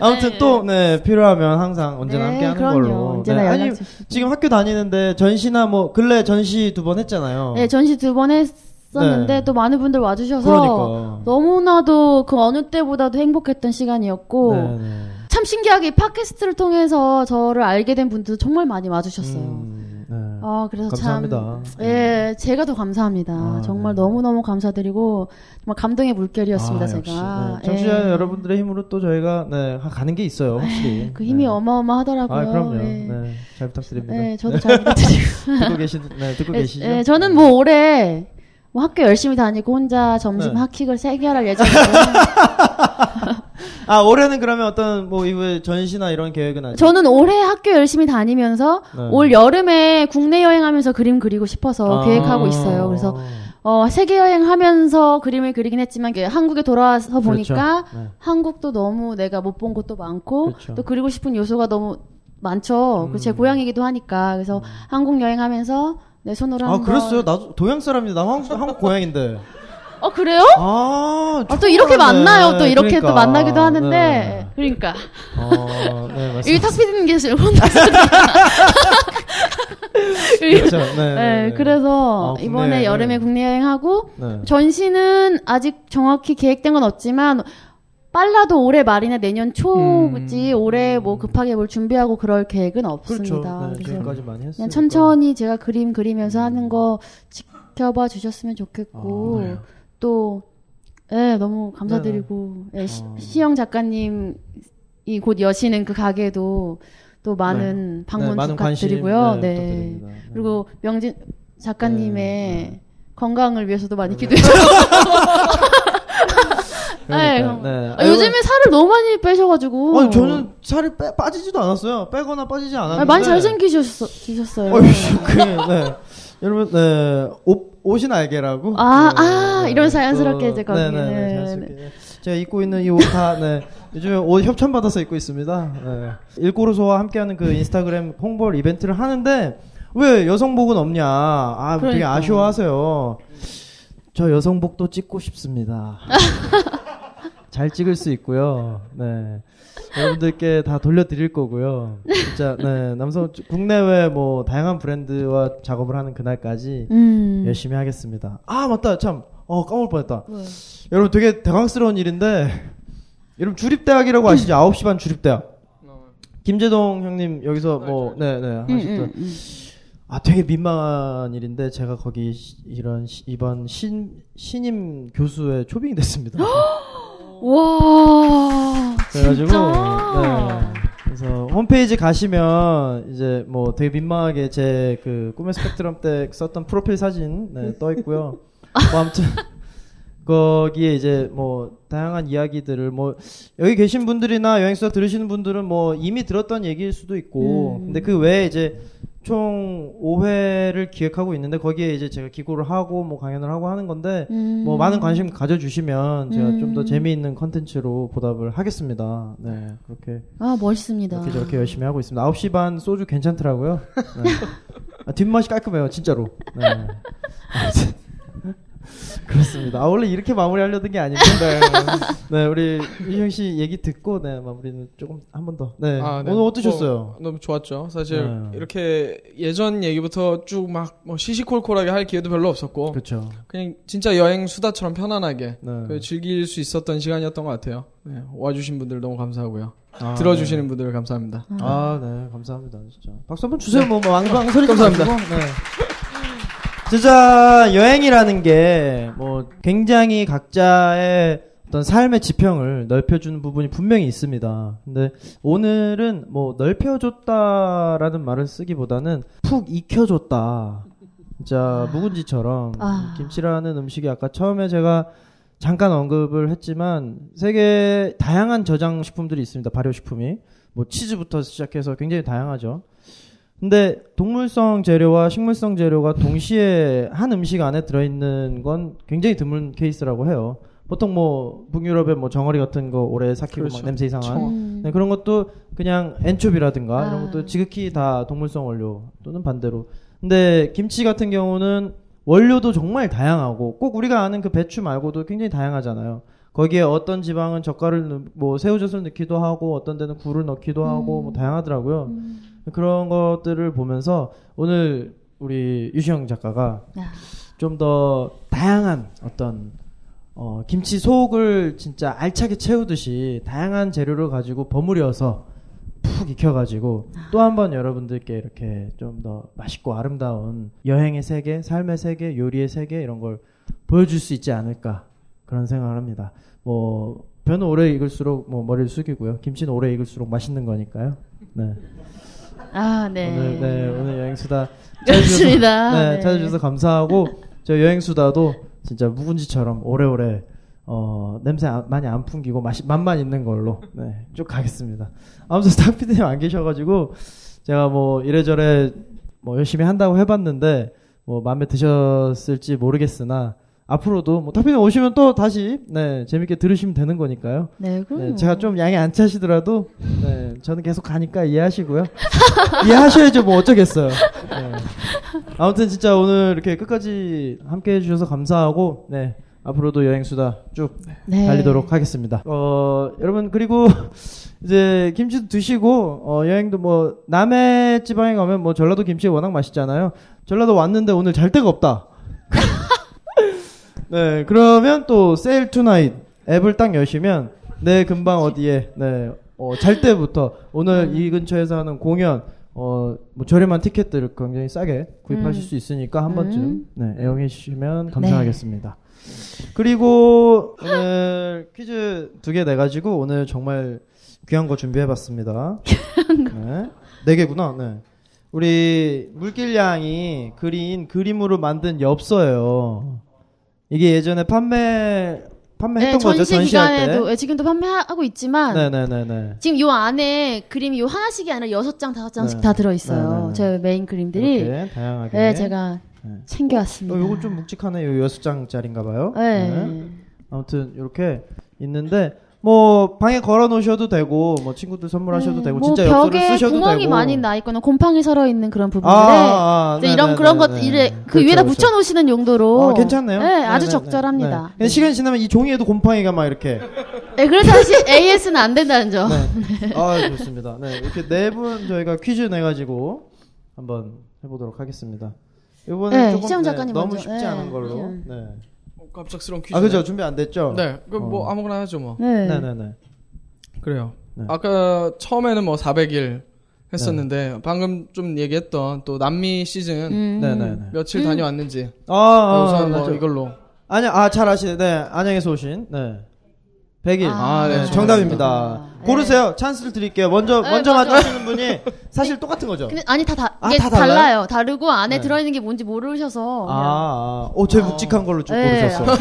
F: 아무튼
G: 네.
F: 또 네, 필요하면 항상 언제나
G: 네,
F: 함께하는
G: 그럼요.
F: 걸로.
G: 언제나
F: 네,
G: 연락
F: 아니
G: 주시면.
F: 지금 학교 다니는데 전시나 뭐 근래 전시 두 번 했잖아요.
G: 네, 전시 두 번 했었는데
F: 어. 네.
G: 또 많은 분들 와주셔서
F: 그러니까.
G: 너무나도 그 어느 때보다도 행복했던 시간이었고
F: 네, 네.
G: 참 신기하게 이 팟캐스트를 통해서 저를 알게 된 분들도 정말 많이 와주셨어요.
F: 음, 네.
G: 아 그래서
F: 감사합니다. 음.
G: 참 예, 제가 더 감사합니다.
F: 아,
G: 정말
F: 네.
G: 너무 너무 감사드리고 정말 감동의 물결이었습니다.
F: 아, 역시.
G: 제가
F: 네, 청취자
G: 예.
F: 여러분들의 힘으로 또 저희가 네, 가- 가는 게 있어요, 확실히.
G: 그 힘이
F: 네.
G: 어마어마하더라고요.
F: 아, 그럼요.
G: 예.
F: 네, 잘 부탁드립니다.
G: 예, 저도 잘 부탁드리고.
F: 듣고 계시, 네, 듣고
G: 예,
F: 계시죠?
G: 예, 저는 뭐 올해 뭐 학교 열심히 다니고 혼자 점심
F: 네.
G: 하킥을 세개 할 예정이고요.
F: 아, 올해는 그러면 어떤, 뭐, 이후에 전시나 이런 계획은 아니죠?
G: 저는 올해 학교 열심히 다니면서
F: 네.
G: 올 여름에 국내 여행하면서 그림 그리고 싶어서
F: 아.
G: 뭐 계획하고 있어요. 그래서 어, 세계 여행하면서 그림을 그리긴 했지만 이게 한국에 돌아와서 보니까
F: 그렇죠. 네.
G: 한국도 너무 내가 못 본 것도 많고
F: 그렇죠. 음.
G: 또 그리고 싶은 요소가 너무 많죠. 그제 고향이기도 하니까 그래서 한국 여행하면서 내 손으로
F: 아,
G: 한번
F: 그랬어요? 나도 동양 사람입니다. 나 한국, 한국 고향인데.
G: 어 그래요?
F: 아,
G: 아, 또 이렇게
F: 충분하네.
G: 만나요. 또 이렇게
F: 그러니까.
G: 또 만나기도 하는데.
F: 네.
G: 그러니까.
F: 어, 네,
G: 여기
F: 맞습니다.
G: 탁 PD님께서 혼나서.
F: 그렇죠. 네, 네,
G: 네,
F: 네. 아,
G: 그래서
F: 국내
G: 이번에
F: 여행.
G: 여름에 국내 여행하고
F: 네.
G: 전시는 아직 정확히 계획된 건 없지만 빨라도 올해 말이나 내년 초지 올해 뭐 급하게 뭘 준비하고 그럴 계획은
F: 음. 그렇죠.
G: 없습니다.
F: 네,
G: 그래서
F: 지금까지 음. 많이 했어요.
G: 그냥 천천히 제가 그림 그리면서 하는 거 지켜봐 주셨으면
F: 아,
G: 좋겠고
F: 네.
G: 또 예, 너무 감사드리고
F: 네.
G: 예, 시,
F: 아.
G: 시영 작가님이 곧 여시는 그 가게도 또
F: 네.
G: 많은 방문 부탁드리고요. 네. 그리고 명진 작가님의
F: 음. 네,
G: 건강을 위해서도 많이 기도해주고 네,
F: 그러니까요.
G: 그럼-
F: 네.
G: 아, 요즘에 살을 너무 많이 빼셔가지고
F: 아니 저는 네. 살이 빼, 빠지지도 않았어요. 빼거나 빠지지 않았는데.
G: 아, 많이 잘생기셨어요.
F: 어휴, 그, 네. 여러분, 네. 어, 옷, 옷이 날개라고.
G: 아, 아, 이런 자연스럽게 이제 거기는.
F: 네네. 네, 제가 입고 있는 이 옷 다 네. 요즘에 옷 협찬 받아서 입고 있습니다. 네. 일고르소와 함께하는 그 인스타그램 홍보를 이벤트를 하는데 왜 여성복은 없냐? 아 되게
G: 그러니까.
F: 아쉬워하세요. 저 여성복도 찍고 싶습니다. 잘 찍을 수 있고요. 네. 여러분들께 다 돌려드릴 거고요. 진짜, 네. 남성, 국내외 뭐, 다양한 브랜드와 작업을 하는 그날까지
G: 음.
F: 열심히 하겠습니다. 아, 맞다. 참. 어, 까먹을 뻔 했다. 여러분 되게 대광스러운 일인데, 여러분
G: 음.
F: 주립대학이라고 아시죠? 9시 반 주립대학. 김재동 형님 여기서 뭐, 네, 네.
G: 음,
F: 하실 때.
G: 음, 음.
F: 아, 되게 민망한 일인데 제가 거기 시- 이런 시- 이번 신 신임 교수의 초빙이 됐습니다.
G: 와.
F: 그래가지고
G: 진짜?
F: 네. 그래서 홈페이지 가시면 이제 뭐 되게 민망하게 제 그 꿈의 스펙트럼 때 썼던 프로필 사진
G: 음.
F: 네, 떠 있고요. 뭐 아무튼 거기에 이제 뭐 다양한 이야기들을 뭐 여기 계신 분들이나 여행사 들으시는 분들은 뭐 이미 들었던 얘기일 수도 있고
G: 음.
F: 근데 그 외에 이제 총 5회를 기획하고 있는데 거기에 이제 제가 기고를 하고 뭐 강연을 하고 하는 건데
G: 음.
F: 뭐 많은 관심 가져주시면 제가 좀 더
G: 음.
F: 재미있는 컨텐츠로 보답을 하겠습니다. 네 그렇게
G: 아 멋있습니다.
F: 이렇게 저렇게 열심히 하고 있습니다. 9시 반 소주 괜찮더라고요. 네. 아, 뒷맛이 깔끔해요 진짜로. 네. 아무튼 그렇습니다. 아 원래 이렇게 마무리하려던 게 아닌데 네 우리 이형 씨 얘기 듣고 네 마무리는 조금 한 번 더. 네
H: 아, 네.
F: 오늘 어떠셨어요?
H: 뭐, 너무 좋았죠. 사실
F: 네.
H: 이렇게 예전 얘기부터 쭉 막 뭐 시시콜콜하게 할 기회도 별로 없었고
F: 그렇죠.
H: 그냥 진짜 여행 수다처럼 편안하게
F: 네.
H: 그 즐길 수 있었던 시간이었던 것 같아요. 네, 와주신 분들 너무 감사하고요.
F: 아,
H: 들어주시는 분들 네. 감사합니다.
F: 아, 네, 감사합니다, 진짜. 박수 한 번 주세요, 뭐, 뭐 왕방 소리 감사합니다. 네. 진짜 여행이라는 게 뭐 굉장히 각자의 어떤 삶의 지평을 넓혀주는 부분이 분명히 있습니다. 근데 오늘은 뭐 넓혀줬다라는 말을 쓰기보다는 푹 익혀줬다. 진짜 묵은지처럼
G: 아.
F: 김치라는 음식이 아까 처음에 제가 잠깐 언급을 했지만 세계 다양한 저장 식품들이 있습니다. 발효 식품이 뭐 치즈부터 시작해서 굉장히 다양하죠. 근데 동물성 재료와 식물성 재료가 동시에 한 음식 안에 들어있는 건 굉장히 드문 케이스라고 해요. 보통 뭐 북유럽의 뭐 정어리 같은 거 오래 삭히고 막
H: 그렇죠.
F: 냄새 이상한
G: 음.
F: 네, 그런 것도 그냥 엔초비라든가
G: 아.
F: 이런 것도 지극히 다 동물성 원료 또는 반대로. 근데 김치 같은 경우는 원료도 정말 다양하고 꼭 우리가 아는 그 배추 말고도 굉장히 다양하잖아요. 거기에 어떤 지방은 젓갈을 넣- 뭐 새우젓을 넣기도 하고 어떤 데는 굴을 넣기도 하고
G: 음.
F: 뭐 다양하더라고요. 그런 것들을 보면서 오늘 우리 유시영 작가가
G: 야.
F: 좀 더 다양한 어떤 어, 김치 속을 진짜 알차게 채우듯이 다양한 재료를 가지고 버무려서 푹 익혀가지고 또 한 번 여러분들께 이렇게 좀 더 맛있고 아름다운 여행의 세계, 삶의 세계, 요리의 세계 이런 걸 보여줄 수 있지 않을까 그런 생각을 합니다. 뭐 벼는 오래 익을수록 뭐 머리를 숙이고요. 김치는 오래 익을수록 맛있는 거니까요. 네.
G: 아 네.
F: 오늘 네 오늘 여행 수다
G: 그렇습니다.
F: 찾아주셔서, 네,
G: 네.
F: 찾아주셔서 감사하고 저 여행 수다도 진짜 묵은지처럼 오래오래 어 냄새 안- 많이 안 풍기고 맛이 맛만 있는 걸로 네, 쭉 가겠습니다. 아무튼 스타 피디님 안 계셔가지고 제가 뭐 이래저래 뭐 열심히 한다고 해봤는데 뭐 마음에 드셨을지 모르겠으나 앞으로도 뭐 탁피디님 오시면 또 다시 네 재밌게 들으시면 되는 거니까요.
G: 네, 그럼요.
F: 네, 제가 좀 양이 안 차시더라도 네, 저는 계속 가니까 이해하시고요. 이해하셔야죠. 뭐 어쩌겠어요. 네. 아무튼 진짜 오늘 이렇게 끝까지 함께 해주셔서 감사하고 네, 앞으로도 여행 수다 쭉
G: 네.
F: 달리도록 하겠습니다. 어, 여러분 그리고 이제 김치도 드시고 어, 여행도 뭐 남해 지방에 가면 뭐 전라도 김치 워낙 맛있잖아요. 전라도 왔는데 오늘 잘 데가 없다. 네, 그러면 또 세일 투나잇 앱을 딱 여시면 내 근방 어디에 네, 어, 잘 때부터 오늘 이 근처에서 하는 공연 어, 뭐 저렴한 티켓들을 굉장히 싸게 구입하실 수 있으니까 한 번쯤 네, 애용해 주시면 감사하겠습니다. 그리고 오늘 퀴즈 두 개 내가지고 오늘 정말 귀한 거 준비해봤습니다. 네. 네 개구나. 네. 우리 물길양이 그린 그림으로 만든 엽서예요. 이게 예전에 판매 판매했던
G: 네,
F: 거죠
G: 전시
F: 전시할
G: 기간에도
F: 때.
G: 예, 지금도 판매하고 있지만
F: 네네네네.
G: 지금 요 안에 그림이 요 하나씩이 아니라 여섯 장 다섯 장씩
F: 네.
G: 다
F: 네, 네,
G: 들어있어요.
F: 네.
G: 제 메인 그림들이
F: 이렇게 다양하게.
G: 네 제가
F: 네.
G: 챙겨왔습니다.
F: 어, 요거 좀 묵직하네. 요 여섯 장짜리인가 봐요.
G: 네.
F: 아무튼 이렇게 있는데 뭐 방에 걸어 놓으셔도 되고 뭐 친구들 선물하셔도
G: 네,
F: 되고
G: 뭐
F: 진짜 엽서를
G: 벽에
F: 쓰셔도
G: 구멍이
F: 되고
G: 많이 나 있거나 곰팡이 살아 있는 그런 부분인데
F: 아, 아,
G: 이제
F: 네,
G: 이런
F: 네,
G: 그런
F: 네,
G: 것
F: 네.
G: 이래 그
F: 그렇죠,
G: 위에다
F: 그렇죠.
G: 붙여 놓으시는 용도로
F: 아, 괜찮네요.
G: 네,
F: 네, 네,
G: 아주
F: 네.
G: 적절합니다.
F: 근데 시간이 지나면 이 종이에도 곰팡이가 막 이렇게.
G: 네, 그래서 다시 AS는 안 된다는 점.
F: 네. 아, 좋습니다. 네, 이렇게 네 분 저희가 퀴즈 내가지고 한번 해보도록 하겠습니다. 이번에
G: 네,
F: 조금
G: 시장
F: 네,
G: 작가님
F: 너무
G: 먼저.
F: 쉽지
G: 네,
F: 않은 걸로.
G: 음.
F: 네.
H: 어, 갑작스러운 퀴즈.
F: 아, 그죠. 준비 안 됐죠?
H: 네. 그 뭐
F: 어.
H: 아무거나 하죠 뭐.
G: 네.
F: 네, 네, 네.
H: 그래요.
F: 네.
H: 아까 처음에는 뭐 400일 했었는데 방금 좀 얘기했던 또 남미 시즌
G: 음.
F: 네, 네, 네.
H: 며칠 다녀왔는지
F: 아, 아,
H: 우선
F: 아,
H: 뭐
F: 맞죠.
H: 이걸로
F: 아니, 아, 잘 아시네. 네, 안양에서 오신. 네. 100일.
H: 아, 네,
F: 정답입니다.
G: 네.
F: 고르세요. 찬스를 드릴게요. 먼저,
G: 네,
F: 먼저
G: 먼저.
F: 맞추시는 분이 사실 똑같은 거죠.
G: 근데 아니 다, 다
F: 아,
G: 이게
F: 다 달라요?
G: 달라요? 다르고 안에
F: 네.
G: 들어 있는 게 뭔지 모르셔서.
F: 아, 아. 오, 제일 묵직한 걸로 쭉
G: 네.
F: 고르셨어.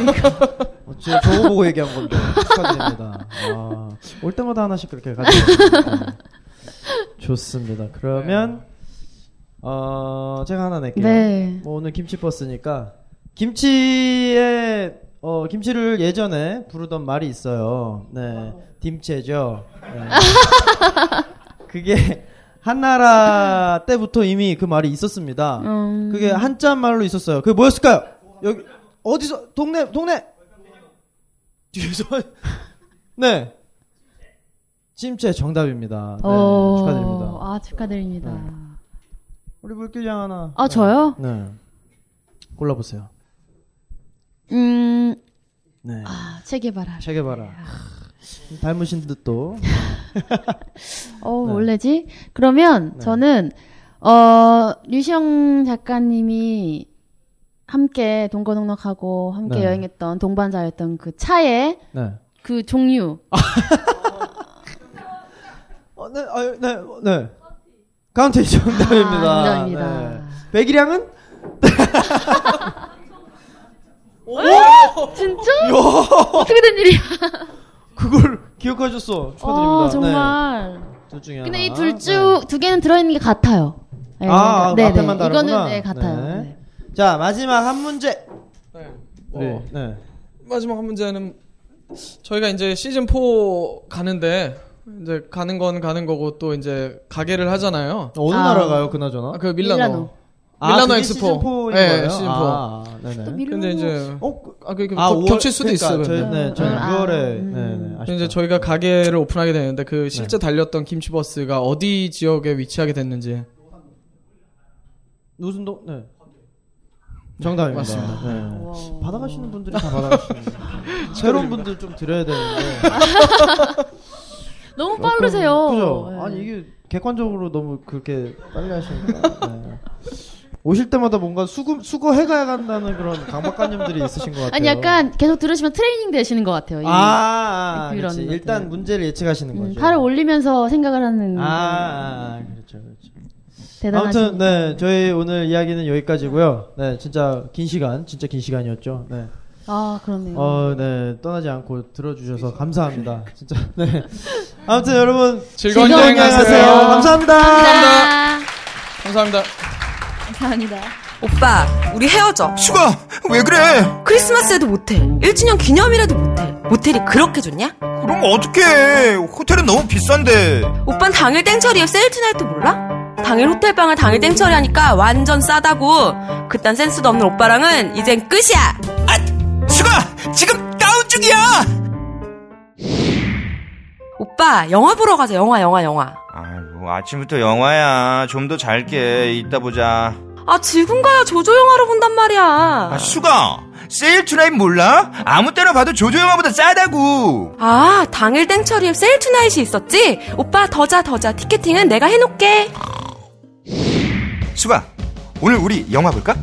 F: 어, 저, 저거 보고 얘기한 건데. 축하드립니다. 아, 올 때마다 하나씩 그렇게 가져요. 좋습니다. 그러면, 어, 제가 하나 낼게요.
G: 네.
F: 뭐 오늘 김치 버스니까, 김치에, 어, 김치를 예전에 부르던 말이 있어요. 네. 딤체죠. 네. 그게, 한나라 때부터 이미 그 말이 있었습니다.
G: 음.
F: 그게 한자 말로 있었어요. 그게 뭐였을까요? 여기 어디서 동네 동네 뒤에서 네 찜채 정답입니다. 네,
G: 어,
F: 축하드립니다.
G: 아, 축하드립니다.
F: 네. 우리 물길 양 하나.
G: 아, 저요?
F: 네 골라보세요.
G: 음,
F: 네
G: 아, 체계바라.
F: 체계바라 닮으신 듯 또.
G: 어,
F: 네.
G: 원래지? 그러면
F: 네.
G: 저는 어, 류시영 작가님이 함께 동거동락하고 함께
F: 네.
G: 여행했던 동반자였던 그 차의
F: 네.
G: 그 종류.
F: 어, 네, 아, 네, 어, 네. 카운티 정답입니다.
G: 아, 정답입니다.
F: 네. 백일양은? 어.
G: 진짜? 어떻게 된 일이야?
F: 그걸 기억하셨어. 축하드립니다.
G: 어, 정말.
F: 네. 둘 중에 하나.
G: 근데 이 둘 중 두 개는 들어있는 게 같아요. 네,
F: 아, 아,
G: 네, 네.
F: 앞에만 다르구나.
G: 이거는 네, 같아요.
F: 네. 네. 자, 마지막 한 문제.
H: 네.
F: 우리,
H: 어,
F: 네.
H: 마지막 한 문제는 저희가 이제 시즌 4 가는데 이제 가는 건 가는 거고 또 이제 가게를 하잖아요.
F: 어느
G: 아.
F: 나라 가요, 그나저나? 아,
H: 아, 그 밀라노.
G: 밀라노.
H: 밀라노
F: 그게
H: 엑스포.
F: 시즌 4인
H: 네,
F: 거예요?
H: 시즌 4.
F: 아, 아, 네네.
G: 밀-
H: 근데 이제
F: 어, 그-
H: 아, 그, 그,
F: 아,
H: 겹-
F: 오월-
H: 겹칠 수도
F: 그러니까
H: 있어요.
F: 저희, 네, 저는
G: 아,
F: 6월에, 네,
G: 음.
F: 네.
H: 이제
F: 아쉽다.
H: 저희가 가게를 오픈하게 되는데 그 실제
F: 네.
H: 달렸던 김치버스가 어디 지역에 위치하게 됐는지
F: 무슨 동, 네. 정답입니다.
H: 맞습니다.
F: 네. 받아가시는 분들이 다 받아가시는. 새로운 분들 좀 드려야 되는데.
G: 너무 빠르세요.
F: 그죠?
G: 네.
F: 아니 이게 객관적으로 너무 그렇게 빨리 하시니까 네. 오실 때마다 뭔가 수고 수고해가야 간다는 그런 강박관념들이 있으신 것 같아요.
G: 아니, 약간 계속 들으시면 트레이닝 되시는 것 같아요. 이
F: 아, 아,
G: 이
F: 그렇지.
G: 이런
F: 일단
G: 것들.
F: 문제를 예측하시는
G: 음,
F: 거죠.
G: 팔을 올리면서 생각을 하는
F: 아, 아, 아, 그렇죠, 그렇죠.
G: 대단하신
F: 아무튼 네 저희 오늘 이야기는 여기까지고요. 네 진짜 긴 시간, 진짜 긴 시간이었죠. 네.
G: 아 그렇네요.
F: 어, 네 떠나지 않고 들어주셔서 감사합니다. 진짜. 네. 아무튼 여러분
H: 즐거운
G: 즐거운
H: 여행 하세요.
G: 여행 하세요.
F: 감사합니다.
H: 감사합니다.
G: 감사합니다.
B: 오빠, 우리 헤어져.
C: 수가 왜 그래?
B: 크리스마스에도 모텔, 1주년 기념이라도 모텔. 모텔이 그렇게 좋냐?
C: 그럼 어떡해? 호텔은 너무 비싼데.
B: 오빤 당일 땡처리에 세일트날도 몰라? 당일 호텔방을 당일 땡처리 하니까 완전 싸다고. 그딴 센스도 없는 오빠랑은 이젠 끝이야!
C: 아, 수가 지금 다운 중이야.
B: 오빠, 영화 보러 가자, 영화, 영화, 영화.
C: 아이고 아침부터 영화야. 좀 더 잘게. 이따 보자.
B: 아, 지금 가야 조조 영화를 본단 말이야.
C: 아, 수가 세일 투나잇 몰라? 아무 때나 봐도 조조 영화보다 싸다고.
B: 아, 당일 땡처리에 세일 투나잇이 있었지? 오빠, 더자, 더자. 티켓팅은 내가 해놓게.
C: 수가 오늘 우리 영화 볼까?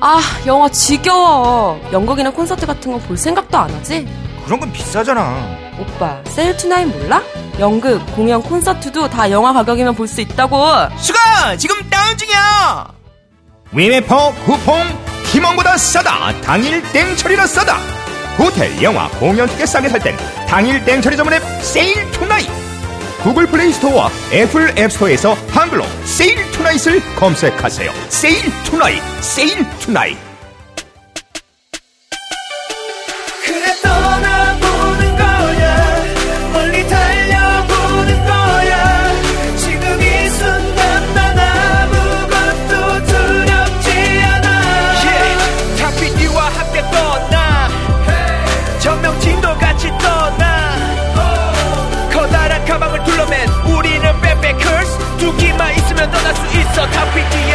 B: 아, 영화 지겨워. 연극이나 콘서트 같은 거 볼 생각도 안 하지?
C: 그런 건 비싸잖아.
B: 오빠, 세일 투나잇 몰라? 연극, 공연, 콘서트도 다 영화 가격이면 볼 수 있다고.
C: 수가 지금 다운 중이야. 위메퍼 쿠폰 팀원보다 싸다. 당일 땡처리라 싸다. 호텔, 영화, 공연 티켓 싸게 살 땐 당일 땡처리 전문 앱 세일 투나잇. 구글 플레이 스토어와 애플 앱 스토어에서 한글로 세일 투나잇을 검색하세요. 세일 투나잇, 세일 투나잇. 그래 떠나보는 걸
I: every day